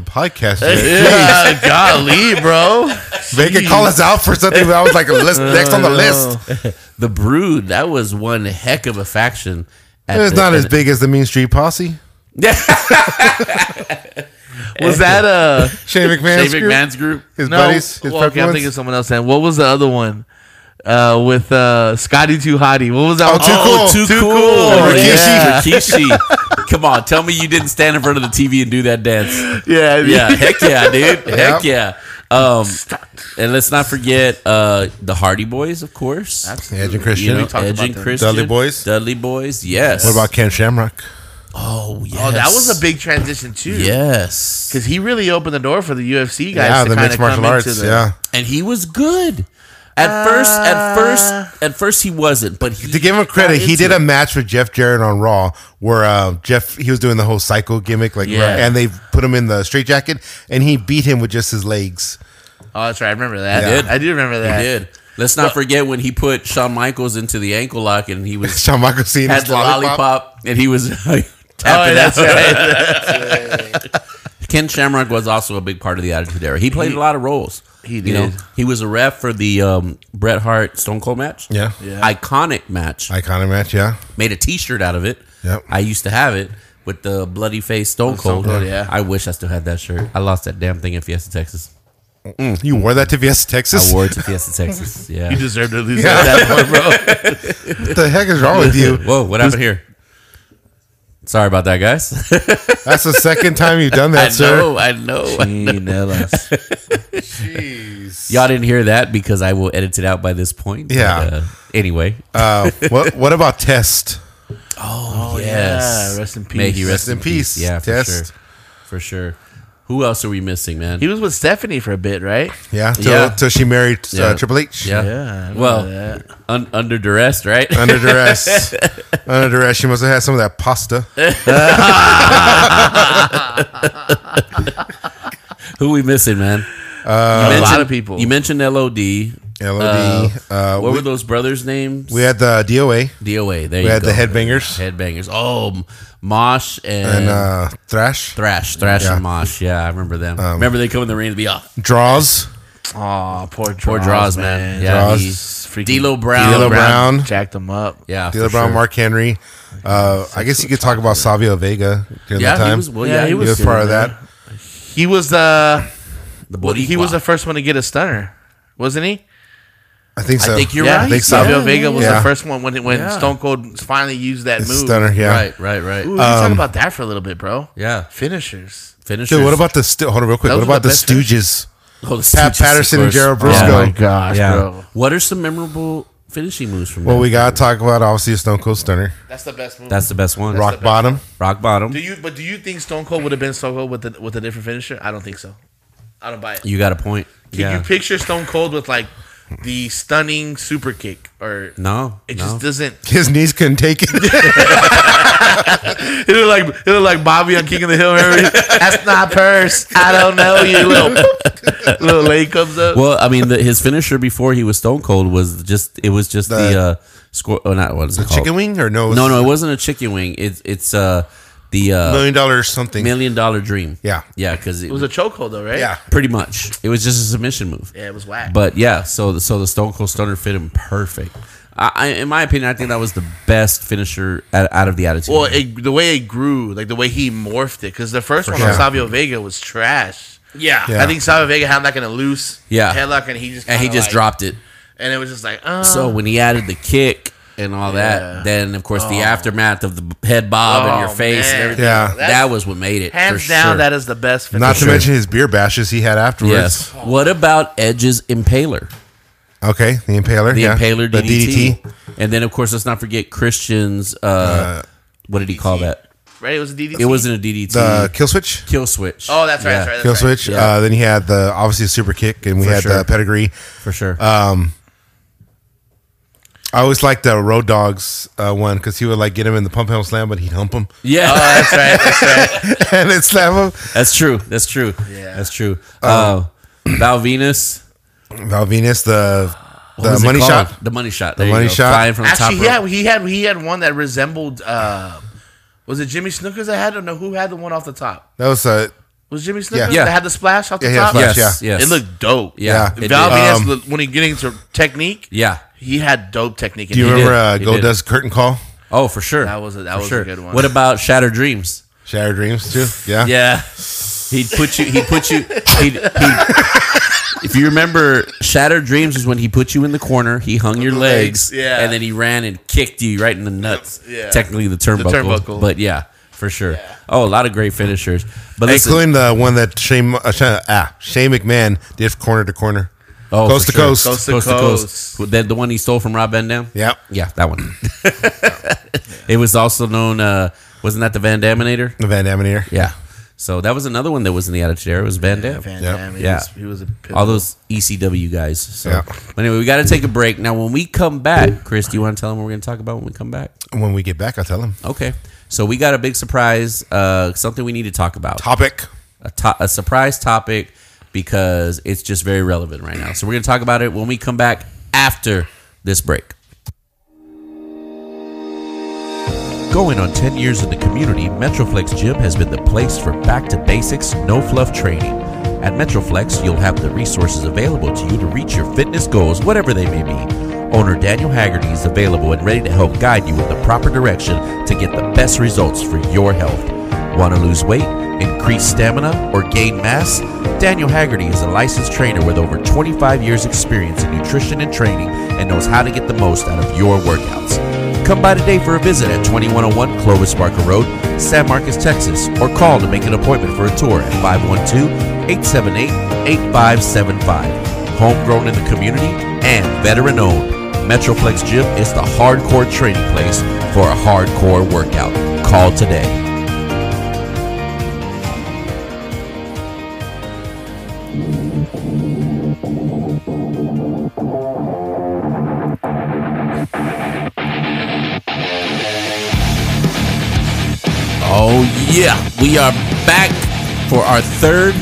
S3: podcast yet.
S4: Yeah, golly, bro.
S3: They could call us out for something, but I was like, list, next on the list.
S2: The Brood. That was one heck of a faction. at
S3: It's
S2: the-
S3: not
S2: at
S3: as
S2: the-
S3: big as the Mean Street Posse.
S4: Was that uh
S3: Shane McMahon's
S4: Dave
S3: group.
S4: McMahon's group?
S3: His buddies, his
S4: well, okay, I'm
S3: preference?
S4: thinking of someone else. Then what was the other one? Uh, with uh, Scotty Too Hottie. What was
S3: Oh,
S4: that? one?
S3: Too
S2: Too,
S3: Cool.
S4: Too
S2: cool. Oh,
S4: cool.
S2: Yeah. Rikishi. Come on, tell me you didn't stand in front of the TV and do that dance.
S4: Oh, yeah,
S2: Yeah, heck yeah, dude. Heck yeah. Um, and let's not forget uh, the Hardy Boys, of course.
S3: Yeah, Edge and
S2: You
S3: Christian.
S2: know,
S4: talked
S2: Edge
S4: about
S2: and
S4: them.
S2: Christian.
S3: Dudley Boys?
S2: Dudley Boys, yes.
S3: What about Ken Shamrock?
S2: Oh, yes.
S4: Oh, that was a big transition too.
S2: Yes.
S4: because he really opened the door for the UFC guys
S3: yeah,
S4: to
S3: the
S4: kind
S3: mixed
S4: of
S3: martial
S4: come
S3: arts.
S4: into the.
S3: yeah.
S2: and he was good. At first, at first, at first he wasn't, but he,
S3: To give him credit,
S2: got
S3: he
S2: into
S3: did
S2: it.
S3: a match with Jeff Jarrett on Raw where uh, Jeff he was doing the whole psycho gimmick, like,
S2: Yeah.
S3: and they put him in the straitjacket, and he beat him with just his legs.
S4: Oh, that's right. I remember that.
S3: Yeah. He did.
S4: I do remember
S2: He
S4: that.
S2: did. Let's not forget when he put Shawn Michaels into the ankle lock, and he was
S3: Shawn Michaels seen
S2: had
S3: his
S2: the lollipop,
S3: lollipop.
S2: and he was tapping
S4: Oh,
S2: that.
S4: that's right.
S2: Ken Shamrock was also a big part of the Attitude Era. He played a lot of roles.
S4: he
S2: You know,
S4: did.
S2: he was a ref for the um, Bret Hart Stone Cold match.
S3: Yeah.
S2: iconic match.
S3: Iconic match, yeah.
S2: Made a T-shirt out of it.
S3: Yep.
S2: I used to have it with the bloody face Stone Cold.
S4: Cold, yeah.
S2: I wish I still had that shirt. I lost that damn thing in Fiesta, Texas.
S3: You wore that to Fiesta, Texas?
S2: I wore it to Fiesta, Texas. Yeah.
S4: You deserve to lose at that point, bro.
S3: what the heck is wrong with you?
S2: Whoa, what happened here? Sorry about that, guys.
S3: That's the second time you've done that,
S2: I
S3: sir.
S2: know, I know.
S4: Chinelas.
S2: Y'all didn't hear that because I will edit it out by this point.
S3: Yeah.
S2: uh, anyway.
S3: Uh, what what about Test?
S2: oh,
S4: yeah, Ah, rest in
S2: May
S4: peace.
S2: he rest,
S3: Rest in peace,
S2: Yeah, for
S3: Test.
S2: sure. For sure. Who else are we missing, man?
S4: He was with Stephanie for a bit, right?
S3: Yeah, till,
S2: Yeah.
S3: till she married uh,
S2: Yeah.
S3: Triple H.
S2: yeah.
S4: I remember
S2: well,
S4: that.
S2: un- under duress, right?
S3: Under duress. Under duress. She must have had some of that pasta.
S2: Who we missing, man?
S3: Uh,
S4: a lot of people.
S2: You mentioned LOD.
S3: LOD. Uh,
S2: What
S3: we,
S2: were those brothers' names?
S3: we had the DOA.
S2: DOA. There
S3: We
S2: you
S3: had
S2: go.
S3: the Headbangers
S2: Headbangers. Oh, M- Mosh and,
S3: and uh, Thrash.
S2: Thrash. Thrash
S3: yeah. Um,
S2: and Mosh. Yeah, I remember them. remember they come in the ring to be off.
S3: Draws.
S4: Aw, poor draws,
S2: Poor draws, man. Yeah,
S3: Draws.
S2: he-
S4: freaking
S2: D'Lo Brown.
S3: D'Lo Brown.
S4: jacked him up.
S2: Yeah,
S3: Dealer
S2: for
S3: Brown,
S2: sure.
S3: Mark Henry. Uh, I guess you could talk about Savio Vega during
S2: Yeah,
S3: that time.
S2: he was. Well,
S4: Yeah,
S2: yeah,
S4: he
S2: he
S3: He
S2: was.
S3: was part of that.
S4: He was the
S2: The
S4: he
S2: Boricua.
S4: was the first one to get a stunner, wasn't he?
S3: I think so.
S2: I think you're
S4: yeah,
S2: right.
S3: I think so.
S4: Savio Vega was
S3: Yeah.
S4: the first one when when
S2: Yeah.
S4: Stone Cold finally used that move.
S3: Stunner, yeah.
S2: Right, right, right.
S4: Ooh, let's talk about that for a little bit, bro.
S2: Yeah,
S4: Finishers.
S2: finishers.
S3: Dude, what about the stu- hold on real quick?
S4: Those
S3: What
S4: were
S3: about the,
S4: the best
S3: Stooges?
S2: Oh, the
S3: Pat
S2: Stooges,
S3: Patterson
S2: of course.
S3: and Gerald
S2: Yeah. Oh
S3: Briscoe.
S4: gosh, bro.
S2: What are some memorable finishing moves from?
S3: Well,
S2: that?
S3: we gotta talk about obviously Stone Cold Stunner,
S4: That's the best move.
S2: That's the best one.
S3: Rock Bottom.
S2: rock bottom.
S4: do you but do you think Stone Cold would have been Stone Cold with the, with a different finisher? I don't think so. I don't buy it.
S2: You got a point.
S4: Can you picture Stone Cold with like the stunning super kick or
S2: no,
S4: It
S2: no.
S4: just doesn't.
S3: His knees couldn't take it.
S4: It looked like it looked like Bobby on King of the Hill. Remember? That's not purse. I don't know you. Little, little leg comes up.
S2: Well, I mean, the, his finisher before he was Stone Cold was just it was just the,
S3: The-
S2: uh, score. Oh, not what is it called?
S3: Chicken wing or no? it was
S2: No, uh, no, it wasn't a chicken wing. It's it's uh the uh,
S3: Million dollars something.
S2: million dollar dream.
S3: Yeah.
S2: yeah, because it,
S4: it was
S2: was
S4: a chokehold though, right?
S3: Yeah.
S2: pretty much it was just a submission move.
S4: Yeah, it was whack.
S2: But yeah, so the, so the Stone Cold Stunner fit him perfect. I, I, in my opinion, I think that was the best finisher out, out of the Attitude.
S4: well,
S2: Era.
S4: it, the way it grew, like the way he morphed it, because the first one
S3: sure.
S4: on Savio Vega was trash. Yeah.
S3: Yeah.
S4: I think Savio Vega had like in a loose
S2: Yeah.
S4: headlock, and he just
S2: and he
S4: kinda,
S2: just
S4: like-
S2: dropped it.
S4: and it was just like uh,
S2: So when he added the kick and all
S4: Yeah.
S2: that, then of course the aftermath of the head bob and
S4: Oh,
S2: your face
S4: man.
S2: and everything.
S3: Yeah.
S2: that was what made it.
S4: hands
S2: for
S4: down
S2: sure.
S4: that is the best. Finish.
S3: Not to
S2: sure.
S3: mention his beer bashes he had afterwards.
S2: Yes. What about Edge's Impaler?
S3: Okay, the Impaler.
S2: The
S3: yeah.
S2: Impaler
S3: The
S2: DDT. And then, of course, let's not forget Christian's. Uh, what did he call that?
S4: right. It was a DDT.
S2: It wasn't a DDT.
S3: The kill switch.
S2: kill switch.
S4: Oh, that's right.
S2: Yeah,
S4: That's right. That's
S3: Kill
S4: right.
S3: switch.
S2: Mm-hmm. Yeah.
S3: Uh, then he had the obviously the super kick, and we
S2: For
S3: had
S2: sure.
S3: the pedigree.
S2: for sure.
S3: Uh, I always liked the Road Dogs uh, one because he would like get him in the pump handle slam, but he'd hump him
S2: yeah,
S4: Oh, that's right. That's right.
S3: and then slam him.
S2: that's true. That's true.
S4: Yeah.
S2: that's true. Uh, Val Venus.
S3: Val Venus, the
S2: What was it
S3: money
S2: called?
S3: shot?
S2: The money shot. There you
S3: money
S2: go.
S3: shot?
S2: Flying from the top
S4: Actually, yeah,
S2: rope.
S4: he had he had one that resembled. uh Was it Jimmy Snookers? that had? I don't know who had the one off the top.
S3: That was uh,
S4: Was Jimmy Snookers
S2: Yeah.
S4: that had the splash off the
S3: Yeah, he had
S4: top?
S3: splash,
S2: Yes.
S3: yeah.
S2: Yes.
S4: It looked dope.
S2: Yeah.
S3: Yeah.
S2: it
S4: Val
S2: did.
S4: Venus,
S3: Um,
S4: look- when he getting into technique,
S2: yeah.
S4: he had dope technique.
S3: Do you
S4: in it.
S3: remember
S2: did.
S3: uh,
S2: He
S3: Gold
S2: did.
S3: Dust curtain call?
S2: Oh, for sure.
S4: That was a- that
S2: For
S4: was a good one.
S2: What about Shattered Dreams?
S3: Shattered Dreams too. Yeah.
S2: Yeah. He'd put you. He'd put you. He'd, he'd, if you remember, Shattered Dreams is when he put you in the corner. He hung your legs,
S4: legs, yeah.
S2: and then he ran and kicked you right in the nuts.
S4: Yeah.
S2: Technically, the turnbuckle,
S4: turnbuckle.
S2: but yeah, for sure. Oh, a lot of great finishers. But listen,
S3: Including the one that Shane uh, Shane- ah, Shane McMahon did from corner to corner.
S2: oh,
S3: coast
S2: for
S3: to coast.
S4: Coast to coast.
S2: Who- The, the one he stole from Rob Van Dam.
S3: Yep.
S2: yeah, that one. it was also known. Uh, wasn't that the Van Daminator?
S3: The Van Damme ear.
S2: Yeah. So that was another one that was in the Attitude Era. It was Van Dam.
S4: Van
S3: Yep.
S4: Damme,
S2: Yeah.
S4: he was, he was a
S2: all those ECW guys. So,
S3: Yeah.
S2: but anyway, we got to take a break now. When we come back, Chris, do you want to tell them what we're going to talk about when we come back?
S3: When we get back, I'll tell him.
S2: Okay. So we got a big surprise, uh, something we need to talk about,
S3: Topic.
S2: a, to- a surprise topic because it's just very relevant right now. So we're going to talk about it when we come back after this break. Going on 10 years in the community, Metroflex Gym has been the place for back to basics, no fluff training. At Metroflex, you'll have the resources available to you to reach your fitness goals, whatever they may be. Owner Daniel Haggerty is available and ready to help guide you in the proper direction to get the best results for your health. Want to lose weight, increase stamina, or gain mass? Daniel Haggerty is a licensed trainer with over 25 years' experience in nutrition and training and knows how to get the most out of your workouts. Come by today for a visit at 2101 Clovis Barker Road, San Marcos, Texas, or call to make an appointment for a tour at 512 878 8575. Homegrown in the community and veteran owned, Metroflex Gym is the hardcore training place for a hardcore workout. Call today. Oh, yeah. We are back for our third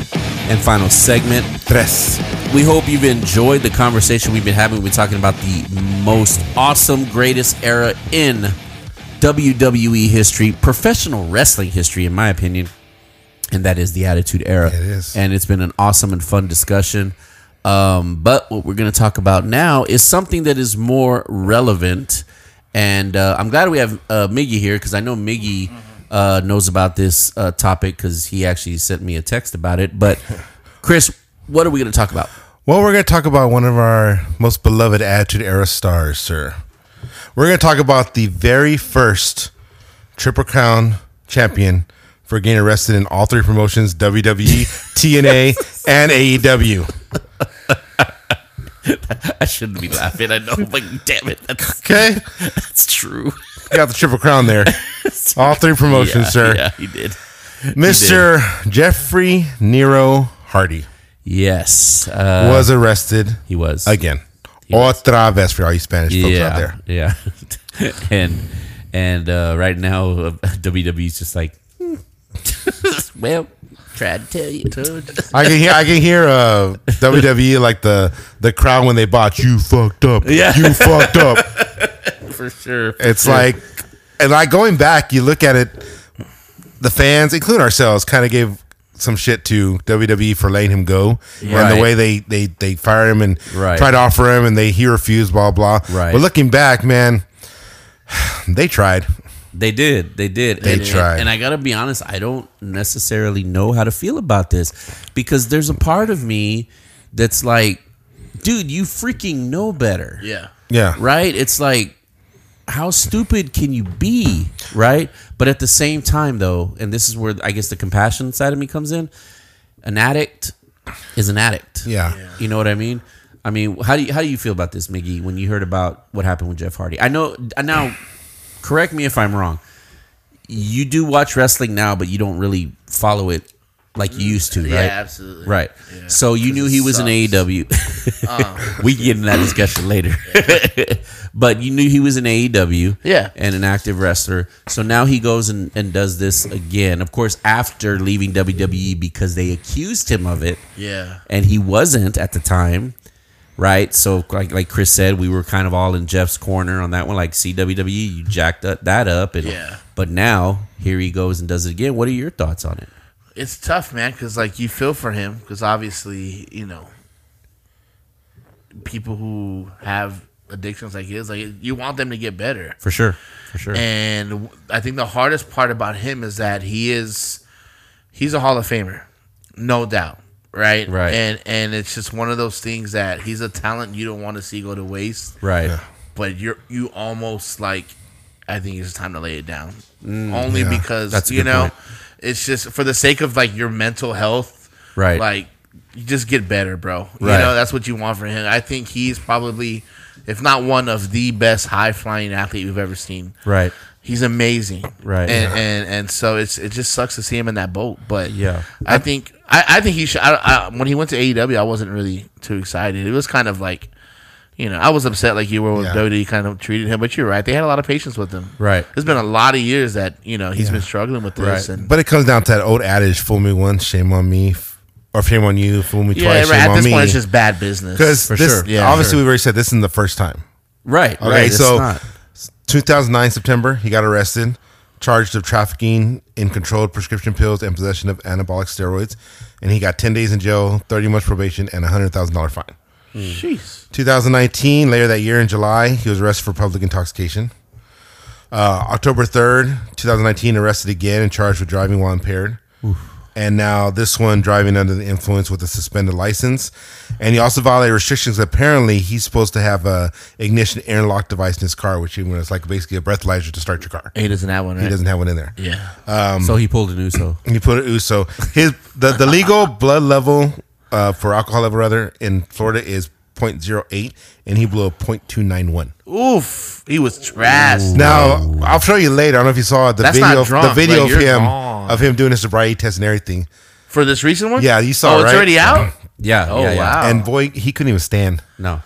S2: and final segment
S3: Tres.
S2: We hope you've enjoyed the conversation we've been having. We've been talking about the most awesome, greatest era in WWE E history, professional wrestling history, in my opinion, and that is the Attitude Era. It
S3: is.
S2: and it's been an awesome and fun discussion. Um, but what we're going to talk about now is something that is more relevant, and uh, I'm glad we have uh, Miggy here because I know Miggy uh, knows about this uh, topic because he actually sent me a text about it. But Chris, what are we going to talk about?
S3: Well, we're going to talk about one of our most beloved Attitude Era stars, sir. We're going to talk about the very first Triple Crown champion for getting arrested in all three promotions E, WWE, TNA, and E AEW.
S2: I shouldn't be laughing. I know, but damn it, that's,
S3: Okay.
S2: that's true.
S3: Got the Triple Crown there. All three promotions, sir.
S2: Yeah, he did.
S3: Mr. Jeffrey Nero Hardy
S2: Yes, uh,
S3: was arrested
S2: he was
S3: again. Otra vez for all you Spanish folks out there.
S2: Yeah, and and uh, right now uh, WWE's just like, hmm. well, tried to tell you.
S3: I can hear I can hear uh, WWE like the the crowd when they bought you fucked up.
S2: Yeah.
S3: You fucked up.
S2: for sure.
S3: It's like and like going back, you look at it the fans, including ourselves, kind of gave some shit to WWE for letting him go. And
S2: Right.
S3: the way they they they fired him and
S2: Right.
S3: tried to offer him and they he refused, blah blah.
S2: Right.
S3: But looking back, man, they tried.
S2: They did. They did.
S3: They
S2: and,
S3: tried.
S2: And I gotta be honest, I don't necessarily know how to feel about this because there's a part of me that's like, dude, you freaking know better.
S4: yeah.
S3: Yeah.
S2: Right? It's like, how stupid can you be? Right? But at the same time, though, and this is where I guess the compassion side of me comes in. An addict is an addict.
S3: Yeah.
S2: You know what I mean? I mean, how do you, how do you feel about this, Miggy? When you heard about what happened with Jeff Hardy, I know now. Correct me if I'm wrong. You do watch wrestling now, but you don't really follow it like you used to, right?
S4: Yeah, absolutely.
S2: Right.
S4: Yeah.
S2: So you knew
S4: it
S2: he was in
S4: sucks.
S2: AEW.
S4: Uh-huh.
S2: we can get into that discussion later. but you knew he was in AEW.
S4: Yeah.
S2: And an active wrestler. So now he goes and, and does this again. Of course, after leaving WWE because they accused him of it
S4: Yeah.
S2: and he wasn't at the time. right? So like like Chris said, we were kind of all in Jeff's corner on that one. Like CWWE, E, you jacked up, that up, and
S4: Yeah.
S2: But now here he goes and does it again. What are your thoughts on it?
S4: It's tough, man, because like you feel for him, because obviously you know people who have addictions like his, like you want them to get better.
S2: For sure, for sure.
S4: And w- I think the hardest part about him is that he is he's a Hall of Famer, no doubt, right?
S2: Right.
S4: And and it's just one of those things that he's a talent you don't want to see go to waste,
S2: right.
S4: but you're you almost like I think it's time to lay it down. Only
S2: Mm,
S4: because
S2: That's a
S4: you
S2: good
S4: know,
S2: point.
S4: it's just for the sake of like your mental health,
S2: Right.
S4: Like you just get better, bro. You
S2: Right.
S4: know that's what you want for him. I think he's probably, if not one of the best high flying athlete we've ever seen.
S2: Right.
S4: He's amazing,
S2: Right.
S4: And, and and so it's it just sucks to see him in that boat. But
S2: Yeah.
S4: I think I, I think he should. I, I, when he went to AEW, I wasn't really too excited. It was kind of like, you know, I was upset like you were with
S3: Yeah.
S4: WWE E kind of treated him. But you're right; they had a lot of patience with him.
S2: Right.
S4: It's been a lot of years that you know he's been struggling with this, and
S3: But it comes down to that old adage: "Fool me once, shame on me," f- or "Shame on you, fool me
S4: yeah,
S3: twice,
S4: right,
S3: shame
S4: at
S3: on
S4: this
S3: me."
S4: point it's just bad business.
S3: because
S2: For
S3: this,
S2: sure.
S4: Yeah,
S3: obviously,
S4: sure.
S3: we already said this isn't the first time.
S2: Right.
S3: Okay,
S2: right. It's
S3: so
S2: not-
S3: 2009 September, he got arrested, charged of trafficking in controlled prescription pills and possession of anabolic steroids, and he got 10 days in jail, 30 months probation, and a hundred thousand dollar fine.
S4: jeez,
S3: 2019, later that year in July, he was arrested for public intoxication. Uh, October 3rd, 2019, arrested again and charged with driving while impaired. And now this one, driving under the influence with a suspended license. And he also violated restrictions. Apparently, he's supposed to have a ignition interlock device in his car, which is like basically a breathalyzer to start your car.
S4: he doesn't have one. Right?
S3: He doesn't have one in there.
S4: Yeah,
S2: so he pulled an Uso.
S3: He put it so his the, the legal blood level uh, for alcohol level rather in Florida is 0.08 and he blew a 0.291.
S4: oof, he was trash.
S3: Now I'll show you later. I don't know if you saw the
S4: That's
S3: video
S4: not drunk,
S3: the video
S4: like,
S3: of
S4: you're
S3: him
S4: wrong.
S3: of him doing his sobriety test and everything.
S4: For this recent one,
S3: Yeah, you saw
S4: Oh,
S3: it,
S4: it's
S3: right?
S4: already out.
S2: Yeah.
S4: Oh,
S2: yeah, yeah.
S4: wow.
S3: And boy, he couldn't even stand.
S2: No.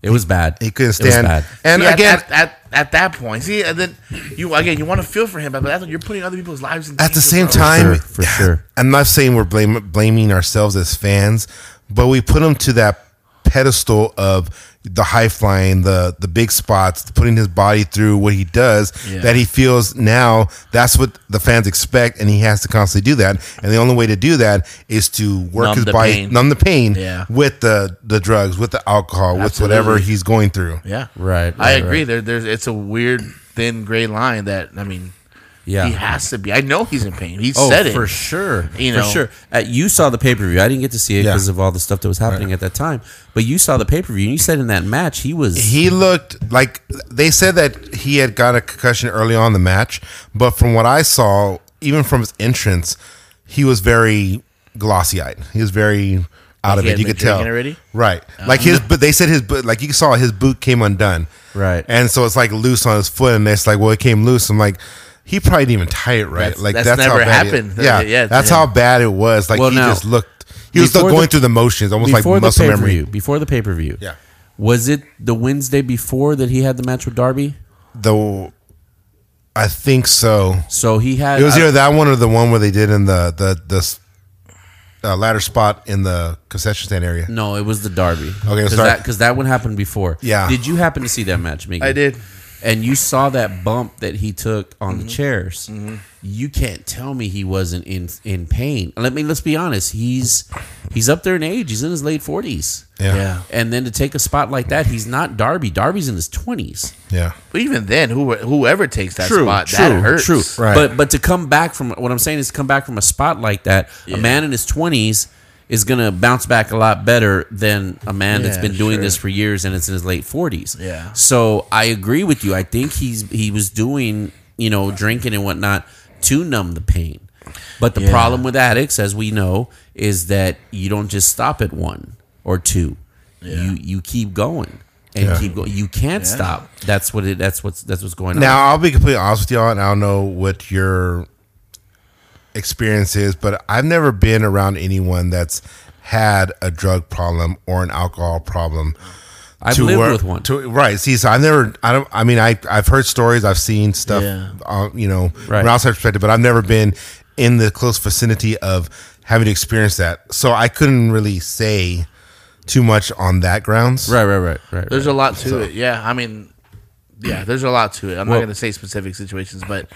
S2: It was bad.
S3: He couldn't
S2: It was
S3: stand.
S2: bad.
S3: And
S4: See, at-
S3: again,
S4: at, at, at that point, see, and then you again, you want to feel for him, but that's, you're putting other people's lives in
S3: at the
S4: danger,
S3: same
S4: bro.
S3: time,
S2: for sure.
S3: I'm not saying we're blame, blaming ourselves as fans, but we put him to that pedestal of the high flying, the the big spots, putting his body through what he does.
S4: Yeah.
S3: That he feels now that's what the fans expect, and he has to constantly do that. And the only way to do that is to work
S4: Numb
S3: his
S4: the
S3: body,
S4: pain.
S3: numb the pain
S4: Yeah.
S3: with the the drugs, with the alcohol, with whatever
S4: Absolutely.
S3: he's going through.
S4: yeah,
S2: Right,
S4: I
S2: right,
S4: agree.
S2: right.
S4: There, there's it's a weird thin gray line that I mean,
S2: Yeah.
S4: he has to be. I know he's in pain. He
S2: Oh,
S4: said it
S2: for sure.
S4: You
S2: for
S4: know.
S2: sure. Uh, you saw the pay per view. I didn't get to see it
S3: Yeah.
S2: because of all the stuff that was happening at that time. But you saw the pay per view, and you said in that match he was
S3: he looked like they said that he had got a concussion early on in the match, but from what I saw, even from his entrance, he was very glossy eyed. He was very out of
S4: he
S3: it.
S4: had
S3: You
S4: been
S3: could tell.
S4: drinking already? Oh.
S3: Right. Like his but they said his boot like you saw his boot came undone.
S2: Right.
S3: And so it's like loose on his foot and it's like, well, it came loose. I'm like, he probably didn't even tie it right.
S4: That's-
S3: like
S4: that's
S3: that's, how
S4: never
S3: bad it-
S4: happened.
S3: yeah.
S4: Yeah,
S3: That's
S4: yeah.
S3: how bad it was. Like
S2: Well,
S3: he
S2: now,
S3: just looked he was still
S2: before
S3: going
S2: the-
S3: through the motions, almost like
S2: before the
S3: muscle
S2: pay per
S3: memory.
S2: view. Before the pay per view.
S3: Yeah.
S2: Was it the Wednesday before that he had the match with Darby?
S3: Though I think so.
S2: So he had.
S3: It was
S2: I-
S3: either that one or the one where they did in the the the uh, ladder spot in the concession stand area.
S2: no, it was the Darby.
S3: Okay,
S2: because
S3: sorry.
S2: that, 'cause that one happened before.
S3: Yeah.
S2: Did you happen to see that match, Mickey?
S4: I did.
S2: And you saw that bump that he took on the chairs. You can't tell me he wasn't in in pain. Let me let's be honest. He's he's up there in age. He's in his late forties.
S3: Yeah.
S4: Yeah.
S2: And then to take a spot like that, he's not Darby. Darby's in his twenties.
S3: Yeah.
S4: But even then, who whoever takes that spot,
S2: true,
S4: that hurts.
S2: True,
S3: Right.
S2: But but to come back from what I'm saying is to come back from a spot like that, a man in his 20s is gonna bounce back a lot better than a man that's
S4: Yeah,
S2: been doing
S4: sure.
S2: this for years and it's in his late 40s.
S4: Yeah.
S2: So I agree with you. I think he's he was doing you know drinking and whatnot to numb the pain. But the
S4: Yeah.
S2: problem with addicts, as we know, is that you don't just stop at one or two. You you keep going and
S3: Yeah.
S2: keep going. You can't stop. That's what it. That's what's that's what's going on.
S3: Now I'll be completely honest with y'all, and I don't know what your experience is, but I've never been around anyone that's had a drug problem or an alcohol problem.
S2: I've
S3: to
S2: lived
S3: where-
S2: with one.
S3: to- right. See, so I've never. I don't. I mean, I I've heard stories. I've seen stuff.
S4: Yeah.
S3: Uh, you know, from
S2: Right.
S3: an outside perspective, but I've never been in the close vicinity of having to experience that. So I couldn't really say too much on that grounds.
S2: Right, right, right, right.
S4: There's
S2: right.
S4: a lot to it. Yeah, I mean, yeah, there's a lot to it. I'm
S2: Well-
S4: not going to say specific situations, but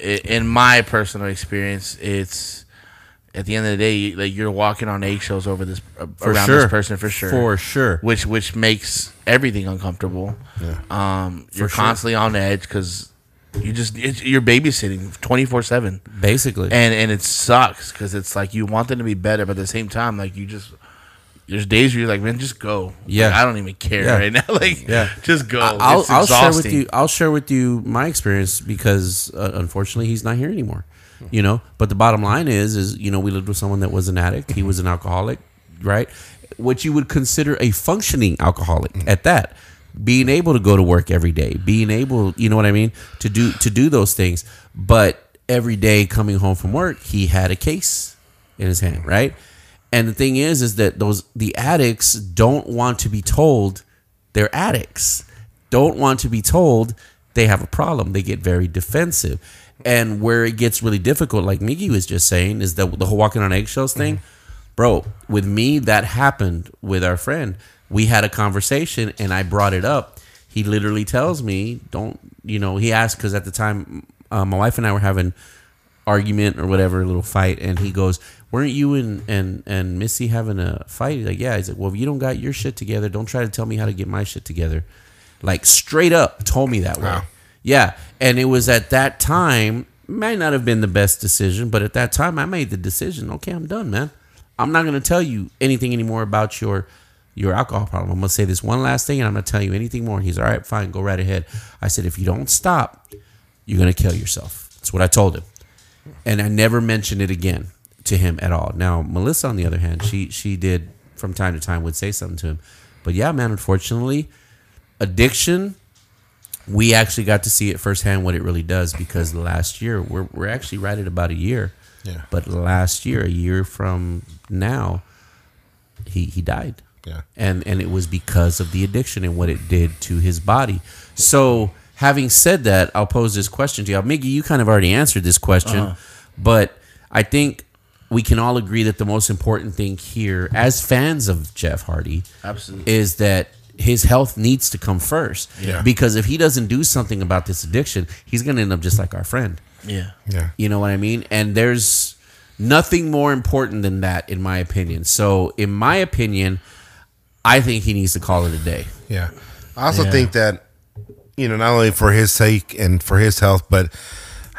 S4: i- in my personal experience, it's at the end of the day, like you're walking on eggshells over this uh, around
S2: sure.
S4: this person for sure,
S2: For sure.
S4: which which makes everything uncomfortable. Um, you're
S2: sure.
S4: constantly on edge because you just it's, you're babysitting 24 seven.
S2: basically.
S4: and and it sucks because it's like you want them to be better, but at the same time, like you just there's days where you're like, man, just go.
S2: Yeah.
S4: Like, I don't even care
S2: Yeah.
S4: right now. like,
S2: Yeah.
S4: just go.
S2: I'll,
S4: It's
S2: I'll share with
S4: exhausting.
S2: you. I'll share with you my experience because uh, unfortunately he's not here anymore. You know, but the bottom line is, is you know we lived with someone that was an addict. He was an alcoholic, right? What you would consider a functioning alcoholic at that, being able to go to work every day, being able, you know what I mean, to do to do those things. But every day coming home from work, he had a case in his hand, right? And the thing is, is that those the addicts don't want to be told they're addicts. Don't want to be told they have a problem. They get very defensive. And where it gets really difficult, like Miggy was just saying, is that the whole walking on eggshells thing. Bro, with me, that happened with our friend. We had a conversation and I brought it up. He literally tells me, don't, you know, he asked, because at the time, uh, my wife and I were having argument or whatever, a little fight, and he goes, "Weren't you and and and Missy having a fight?" He's like, "Yeah." He's like, "Well, if you don't got your shit together, don't try to tell me how to get my shit together." Like straight up told me that way. Yeah, and it was at that time might not have been the best decision, but at that time I made the decision. Okay, I'm done, man. I'm not gonna tell you anything anymore about your your alcohol problem. I'm gonna say this one last thing, and I'm not telling you anything more. And he's all right, fine, go right ahead. I said, if you don't stop, you're gonna kill yourself. That's what I told him and I never mentioned it again to him at all. Now Melissa, on the other hand, she she did from time to time would say something to him, but yeah, man, unfortunately, addiction. We actually got to see it firsthand what it really does because last year we're we're actually right at about a year,
S3: Yeah.
S2: But last year, a year from now, he he died
S3: Yeah.
S2: and and it was because of the addiction and what it did to his body. So, having said that, I'll pose this question to you, Miggy. You kind of already answered this question, but I think we can all agree that the most important thing here, as fans of Jeff Hardy,
S4: Absolutely.
S2: is that his health needs to come first.
S3: Yeah.
S2: Because if he doesn't do something about this addiction, he's going to end up just like our friend.
S4: Yeah.
S3: Yeah.
S2: You know what I mean? And there's nothing more important than that, in my opinion. So, in my opinion, I think he needs to call it a day.
S3: Yeah. I also think that, you know, not only for his sake and for his health, but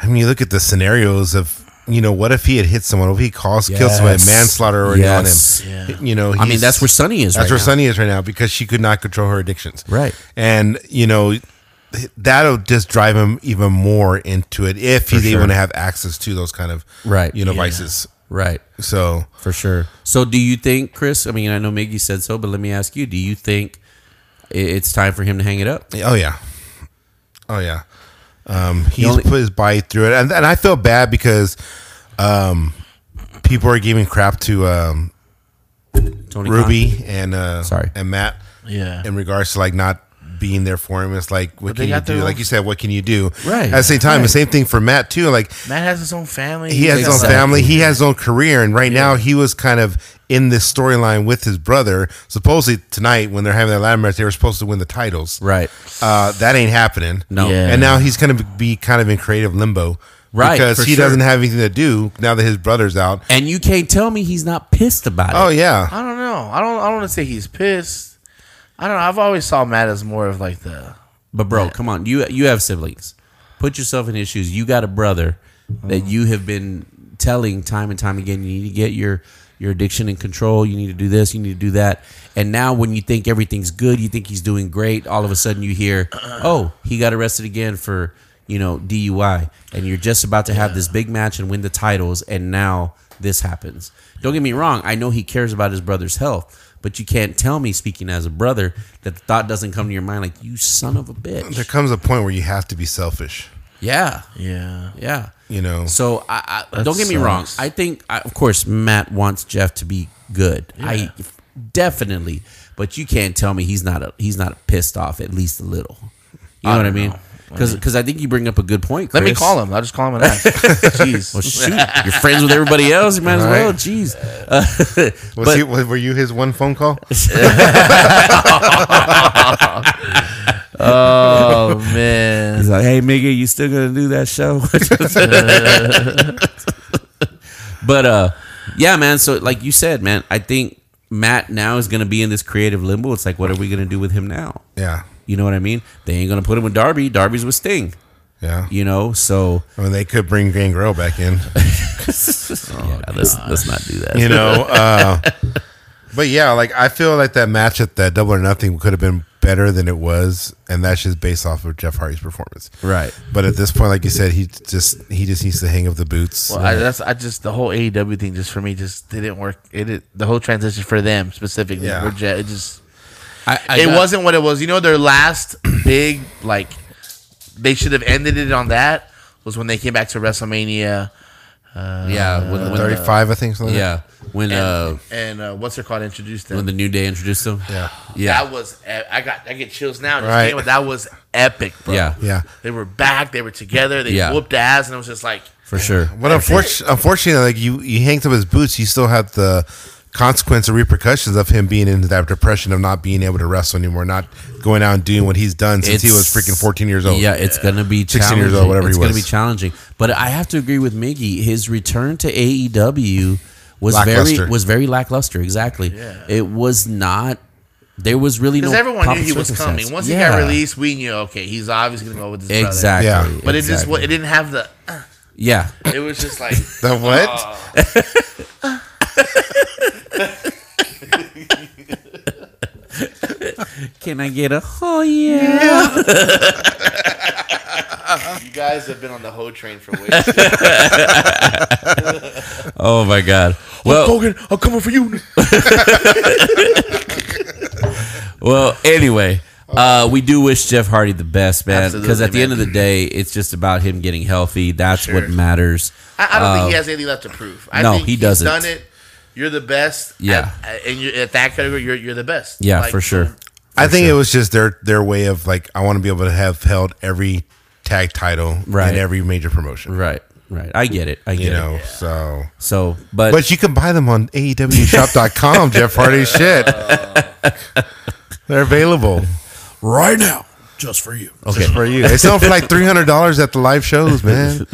S3: I mean, you look at the scenarios of, you know, what if he had hit someone? What if he caused, killed somebody,
S2: Yes.
S3: manslaughter already
S2: Yes.
S3: on him? You know,
S2: I mean,
S3: he's-
S2: that's where Sonny is
S3: That's
S2: right
S3: where
S2: now.
S3: Sunny is right now because she could not control her addictions.
S2: Right.
S3: And, you know, that'll just drive him even more into it if he's
S2: sure.
S3: able to have access to those kind of,
S2: Right.
S3: you know,
S2: Yeah.
S3: vices.
S2: Right.
S3: So,
S2: For sure. So, do you think, Chris? I mean, I know Miggy said so, but let me ask you do you think i- it's time for him to hang it up?
S3: Oh yeah, oh yeah. Um, he's
S2: only-
S3: put his body through it, and, and I feel bad because um, people are giving crap to um,
S2: Tony Khan?
S3: Ruby and uh,
S2: Sorry.
S3: and Matt
S4: Yeah.
S3: in regards to like not being there for him. It's like what
S4: they
S3: can you
S4: got their
S3: do?
S4: own-
S3: Like you said, what can you do?
S2: Right.
S3: At the same time, the same thing for Matt too. Like
S4: Matt has his own family.
S3: he has his own
S2: Exactly.
S3: family. He has his own career, and right now he was kind of in this storyline with his brother. Supposedly tonight, when they're having their ladder match, they were supposed to win the titles.
S2: Right.
S3: Uh, that ain't happening.
S2: No.
S4: Yeah.
S3: And now he's going to be kind of in creative limbo.
S2: Right,
S3: Because
S2: for
S3: he
S2: sure.
S3: doesn't have anything to do now that his brother's out.
S2: And you can't tell me he's not pissed about
S3: Oh,
S2: it.
S3: yeah.
S4: I don't know. I don't. I don't want to say he's pissed. I don't know. I've always saw Matt as more of like the
S2: But, bro, come on. You, you have siblings. Put yourself in his shoes. You got a brother that you have been telling time and time again you need to get your your addiction in control you need to do this you need to do that and now when you think everything's good you think he's doing great all of a sudden you hear oh he got arrested again for you know DUI and you're just about to have this big match and win the titles and now this happens don't get me wrong i know he cares about his brother's health but you can't tell me speaking as a brother that the thought doesn't come to your mind like you son of a
S3: There
S2: bitch
S3: comes a point where you have to be selfish,
S2: yeah
S4: yeah.
S2: yeah
S3: you know?
S2: so I, I
S4: That
S2: don't get me wrong.
S4: sucks.
S2: I think, I, of course, Matt wants Jeff to be good. I definitely, but you can't tell me he's not a, he's not pissed off at least a little. You know what I mean? because I think you bring up a good point.
S4: Let me
S2: Chris.
S4: call him. I'll just call him and ask. Jeez.
S2: Well, shoot, you're friends with everybody else. You might as well.
S3: Right.
S2: Jeez. Uh,
S3: Was
S2: but
S3: he, were you his one phone call?
S4: oh man.
S2: he's like, "Hey, Miggy, you still gonna do that show?" but uh, yeah, man. So like you said, man, I think Matt now is gonna be in this creative limbo. It's like, what are we gonna do with him now?
S3: Yeah,
S2: You know what I mean? They ain't gonna put him with Darby. Darby's with Sting.
S3: yeah.
S2: You know, so
S3: I mean, they could bring Gangrel back in.
S2: yeah, let's let's not do that.
S3: you know. Uh, but yeah, like I feel like that match at that Double or Nothing could have been better than it was, and that's just based off of Jeff Hardy's performance.
S2: Right.
S3: But at this point, like you said, he just he just needs to hang up the boots.
S4: Well, I, that's I just the whole AEW thing just for me just didn't work. It, it the whole transition for them specifically.
S3: Yeah.
S4: for Jet, it just
S2: I, I
S4: it
S2: got-
S4: wasn't what it was. You know, their last big like they should have ended it on that was when they came back to WrestleMania
S2: Yeah, when, when the,
S3: Thirty-five, I think. Something like
S2: yeah, when uh,
S4: and uh, what's it called introduced them.
S2: when the New Day introduced him. Yeah,
S4: yeah.
S2: yeah,
S4: That was e- I got I get chills now. Just
S3: Right.
S4: thinking about- that was epic, bro.
S2: yeah,
S3: that. Yeah.
S4: They were back. They were together. They
S2: Yeah.
S4: whooped ass, and it was just like
S2: for sure.
S3: But unfortunately, unfortunately, like you, you hanged up his boots. You still have the consequence or repercussions of him being into that depression of not being able to wrestle anymore, not going out and doing what he's done since he was
S2: It's-
S3: freaking fourteen years old.
S2: Yeah, it's gonna be
S3: 16
S2: challenging.
S3: years old, whatever
S2: it's
S3: he
S2: gonna be
S3: was.
S2: challenging. But I have to agree with Miggy. His return to AEW was
S3: Lackluster.
S2: very was very lackluster. Exactly. It was not. There was really no
S4: because everyone
S2: proper
S4: knew he was
S2: circumstance.
S4: coming. Once he
S2: Yeah.
S4: got released, we knew okay, he's obviously gonna go with this. brother.
S2: exactly.
S3: Yeah.
S4: But it just
S2: exactly.
S4: wa- it didn't have the.
S2: yeah.
S4: It was just like
S3: The what?
S2: Can I get a oh yeah?
S4: you guys have been on the hoe train for way. too
S2: Oh my god.
S3: Oh,
S2: Well,
S4: Hogan, I'm coming for you.
S3: oh.
S2: Well, anyway, uh, we do wish Jeff Hardy the best, man.
S4: Absolutely,
S2: Because at the
S4: man.
S2: end of the day, it's just about him getting healthy. That's
S4: Sure.
S2: what matters.
S4: I, I don't think he has anything left to prove. I
S2: Um, no,
S4: think
S2: he
S4: he's
S2: doesn't.
S4: Done it. You're the best.
S2: Yeah.
S4: at- and you at that category, you're you're the best.
S2: Yeah,
S4: Like, um,
S2: for sure.
S3: I think it was just their their way of like I want to be able to have held every tag title
S2: Right.
S3: in every major promotion.
S2: Right, right. I get it. I get
S3: You know,
S2: it.
S3: so
S2: So, but,
S3: but you can buy them on E AEWshop.com, Jeff Hardy shit. They're available
S1: Right now, just for you.
S2: okay.
S3: for you. They sell for like three hundred dollars at the live shows, man.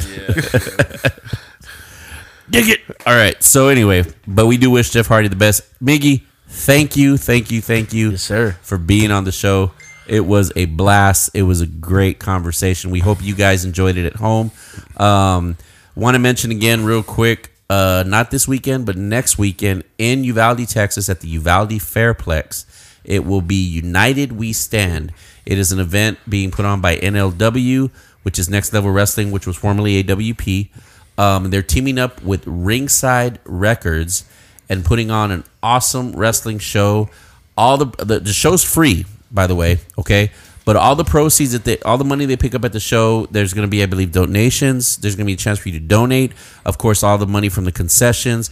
S2: Dig it. All right. So anyway, but we do wish Jeff Hardy the best. Miggy, thank you, thank you, thank you,
S4: Yes, sir.
S2: for being on the show. It was a blast. It was a great conversation. We hope you guys enjoyed it at home. Um, Want to mention again, real quick, uh, not this weekend, but next weekend in Uvalde, Texas, at the Uvalde Fairplex. It will be United We Stand. It is an event being put on by NLW, which is Next Level Wrestling, which was formerly AWP. Um, they're teaming up with Ringside Records and putting on an awesome wrestling show. All the the, the show's free, by the way. Okay, but all the proceeds that they, all the money they pick up at the show, there's going to be, I believe, donations. There's going to be a chance for you to donate. Of course, all the money from the concessions,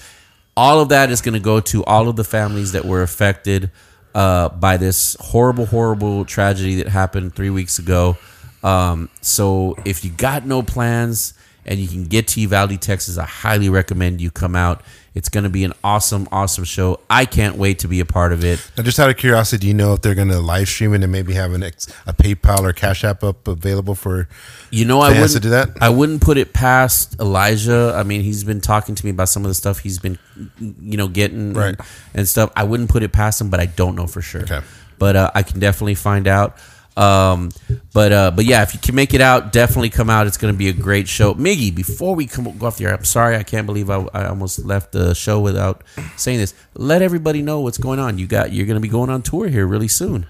S2: all of that is going to go to all of the families that were affected uh, by this horrible, horrible tragedy that happened three weeks ago. Um, so if you got no plans and you can get to Uvalde, Texas, I highly recommend you come out. It's going to be an awesome, awesome show. I can't wait to be a part of it.
S3: Now, just out of curiosity, do you know if they're going to live stream it and maybe have an ex, a PayPal or Cash App up available for?
S2: You know, I
S3: They
S2: wouldn't
S3: asked to do that?
S2: I wouldn't put it past Elijah. I mean, he's been talking to me about some of the stuff he's been, you know, getting
S3: Right.
S2: and, and stuff. I wouldn't put it past him, but I don't know for sure.
S3: Okay.
S2: But uh, I can definitely find out. Um, but uh, but yeah, if you can make it out, definitely come out. It's going to be a great show. Miggy, before we come go off the air, I'm sorry, I can't believe I, I almost left the show without saying this. Let everybody know what's going on. You got you're going to be going on tour here really soon.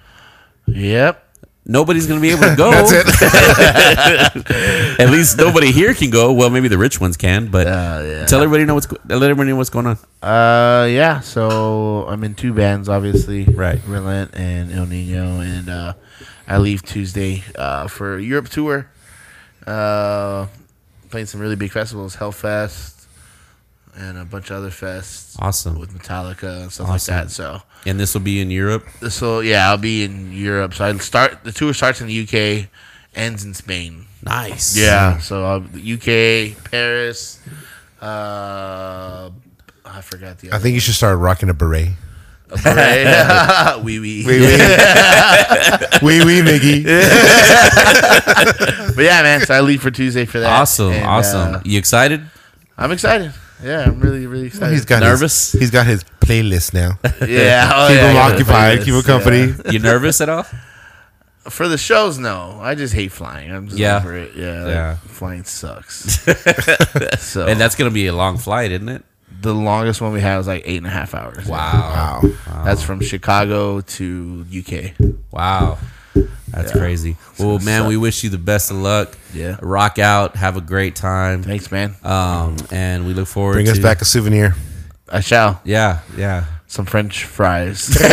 S4: Yep.
S2: Nobody's going to be able to go.
S3: That's it.
S2: At least nobody here can go. Well, maybe the rich ones can, but tell everybody know what's go- let everybody know what's going on.
S4: Uh, yeah. So I'm in two bands, obviously.
S2: Right.
S4: Relent and El Nino, and uh, I leave Tuesday uh, for Europe tour. Uh, playing some really big festivals, Hellfest, and a bunch of other fests.
S2: Awesome.
S4: With Metallica and stuff
S2: Awesome.
S4: like that. So,
S2: And this will be in Europe.
S4: so yeah, I'll be in Europe. So I start the tour starts in the UK, ends in Spain.
S2: Nice.
S4: Yeah, so uh, the UK, Paris. Uh, I forgot the. Other
S3: I think you should start rocking a beret.
S4: Right? wee
S3: Wee
S4: wee.
S3: wee, wee wee, Miggy.
S4: But yeah, man. So I leave for Tuesday for that.
S2: Awesome.
S4: And,
S2: awesome.
S4: uh,
S2: you excited?
S4: I'm excited. Yeah, I'm really, really excited.
S3: He's got
S2: Nervous?
S3: His, he's got his playlist now. Keep
S4: yeah, oh, yeah,
S3: him
S4: I gotta
S3: occupied.
S4: play
S3: Keep him
S4: this,
S3: company.
S2: You nervous at all?
S4: yeah. For the shows, no. I just hate flying. I'm just
S2: Yeah.
S4: over it. Yeah, like,
S2: Yeah.
S4: Flying sucks. so
S2: And that's gonna be a long flight, isn't it?
S4: the longest one we had was like eight and a half hours.
S2: Wow.
S3: Wow.
S4: That's from Chicago to UK.
S2: Wow. That's crazy. Well, man, we wish you the best of luck.
S4: Yeah.
S2: Rock out. Have a great time.
S4: Thanks, man.
S2: Um, and we look forward
S3: Bring
S2: to
S3: us back a souvenir.
S4: I shall.
S2: Yeah, yeah.
S4: Some French fries. a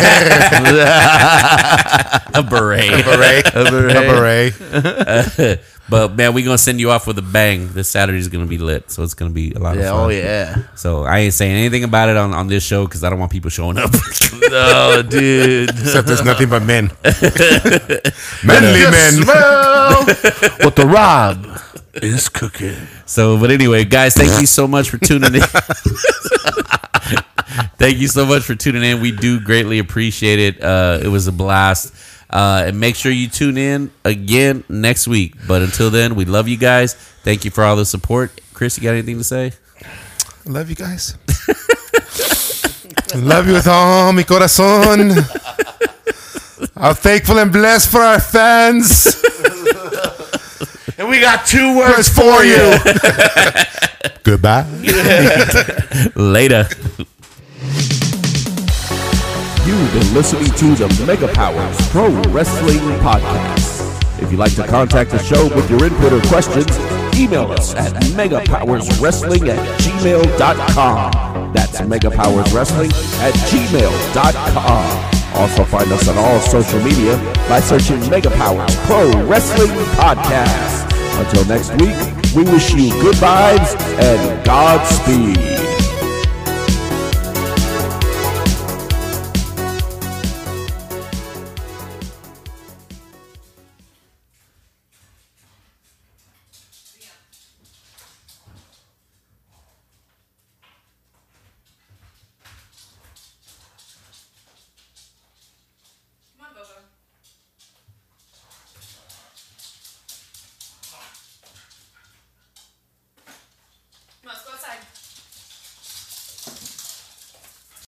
S2: A beret.
S3: Beret. a beret.
S2: But man, we gonna send you off with a bang. This Saturday's gonna be lit, so it's gonna be a lot of
S4: Yeah,
S2: fun.
S4: oh, yeah.
S2: So I ain't saying anything about it on, on this show because I don't want people showing up.
S4: No, dude.
S3: Except there's nothing but men. Manly men.
S4: smell what the Rob is cooking.
S2: so, but anyway, guys, thank you so much for tuning in. thank you so much for tuning in. We do greatly appreciate it. Uh, it was a blast. Uh, and make sure you tune in again next week. But until then, we love you guys. Thank you for all the support. Chris, you got anything to say?
S3: I love you guys. I love you with all mi corazon. I'm thankful and blessed for our fans.
S4: And we got two words.
S3: It's for you. Goodbye.
S2: Later.
S1: You've been listening to the Mega Powers Pro Wrestling Podcast. If you'd like to contact the show with your input or questions, email us at megapowerswrestling at gmail.com. That's megapowerswrestling at gmail.com. Also find us on all social media by searching Mega Powers Pro Wrestling Podcast. Until next week, we wish you good vibes and Godspeed.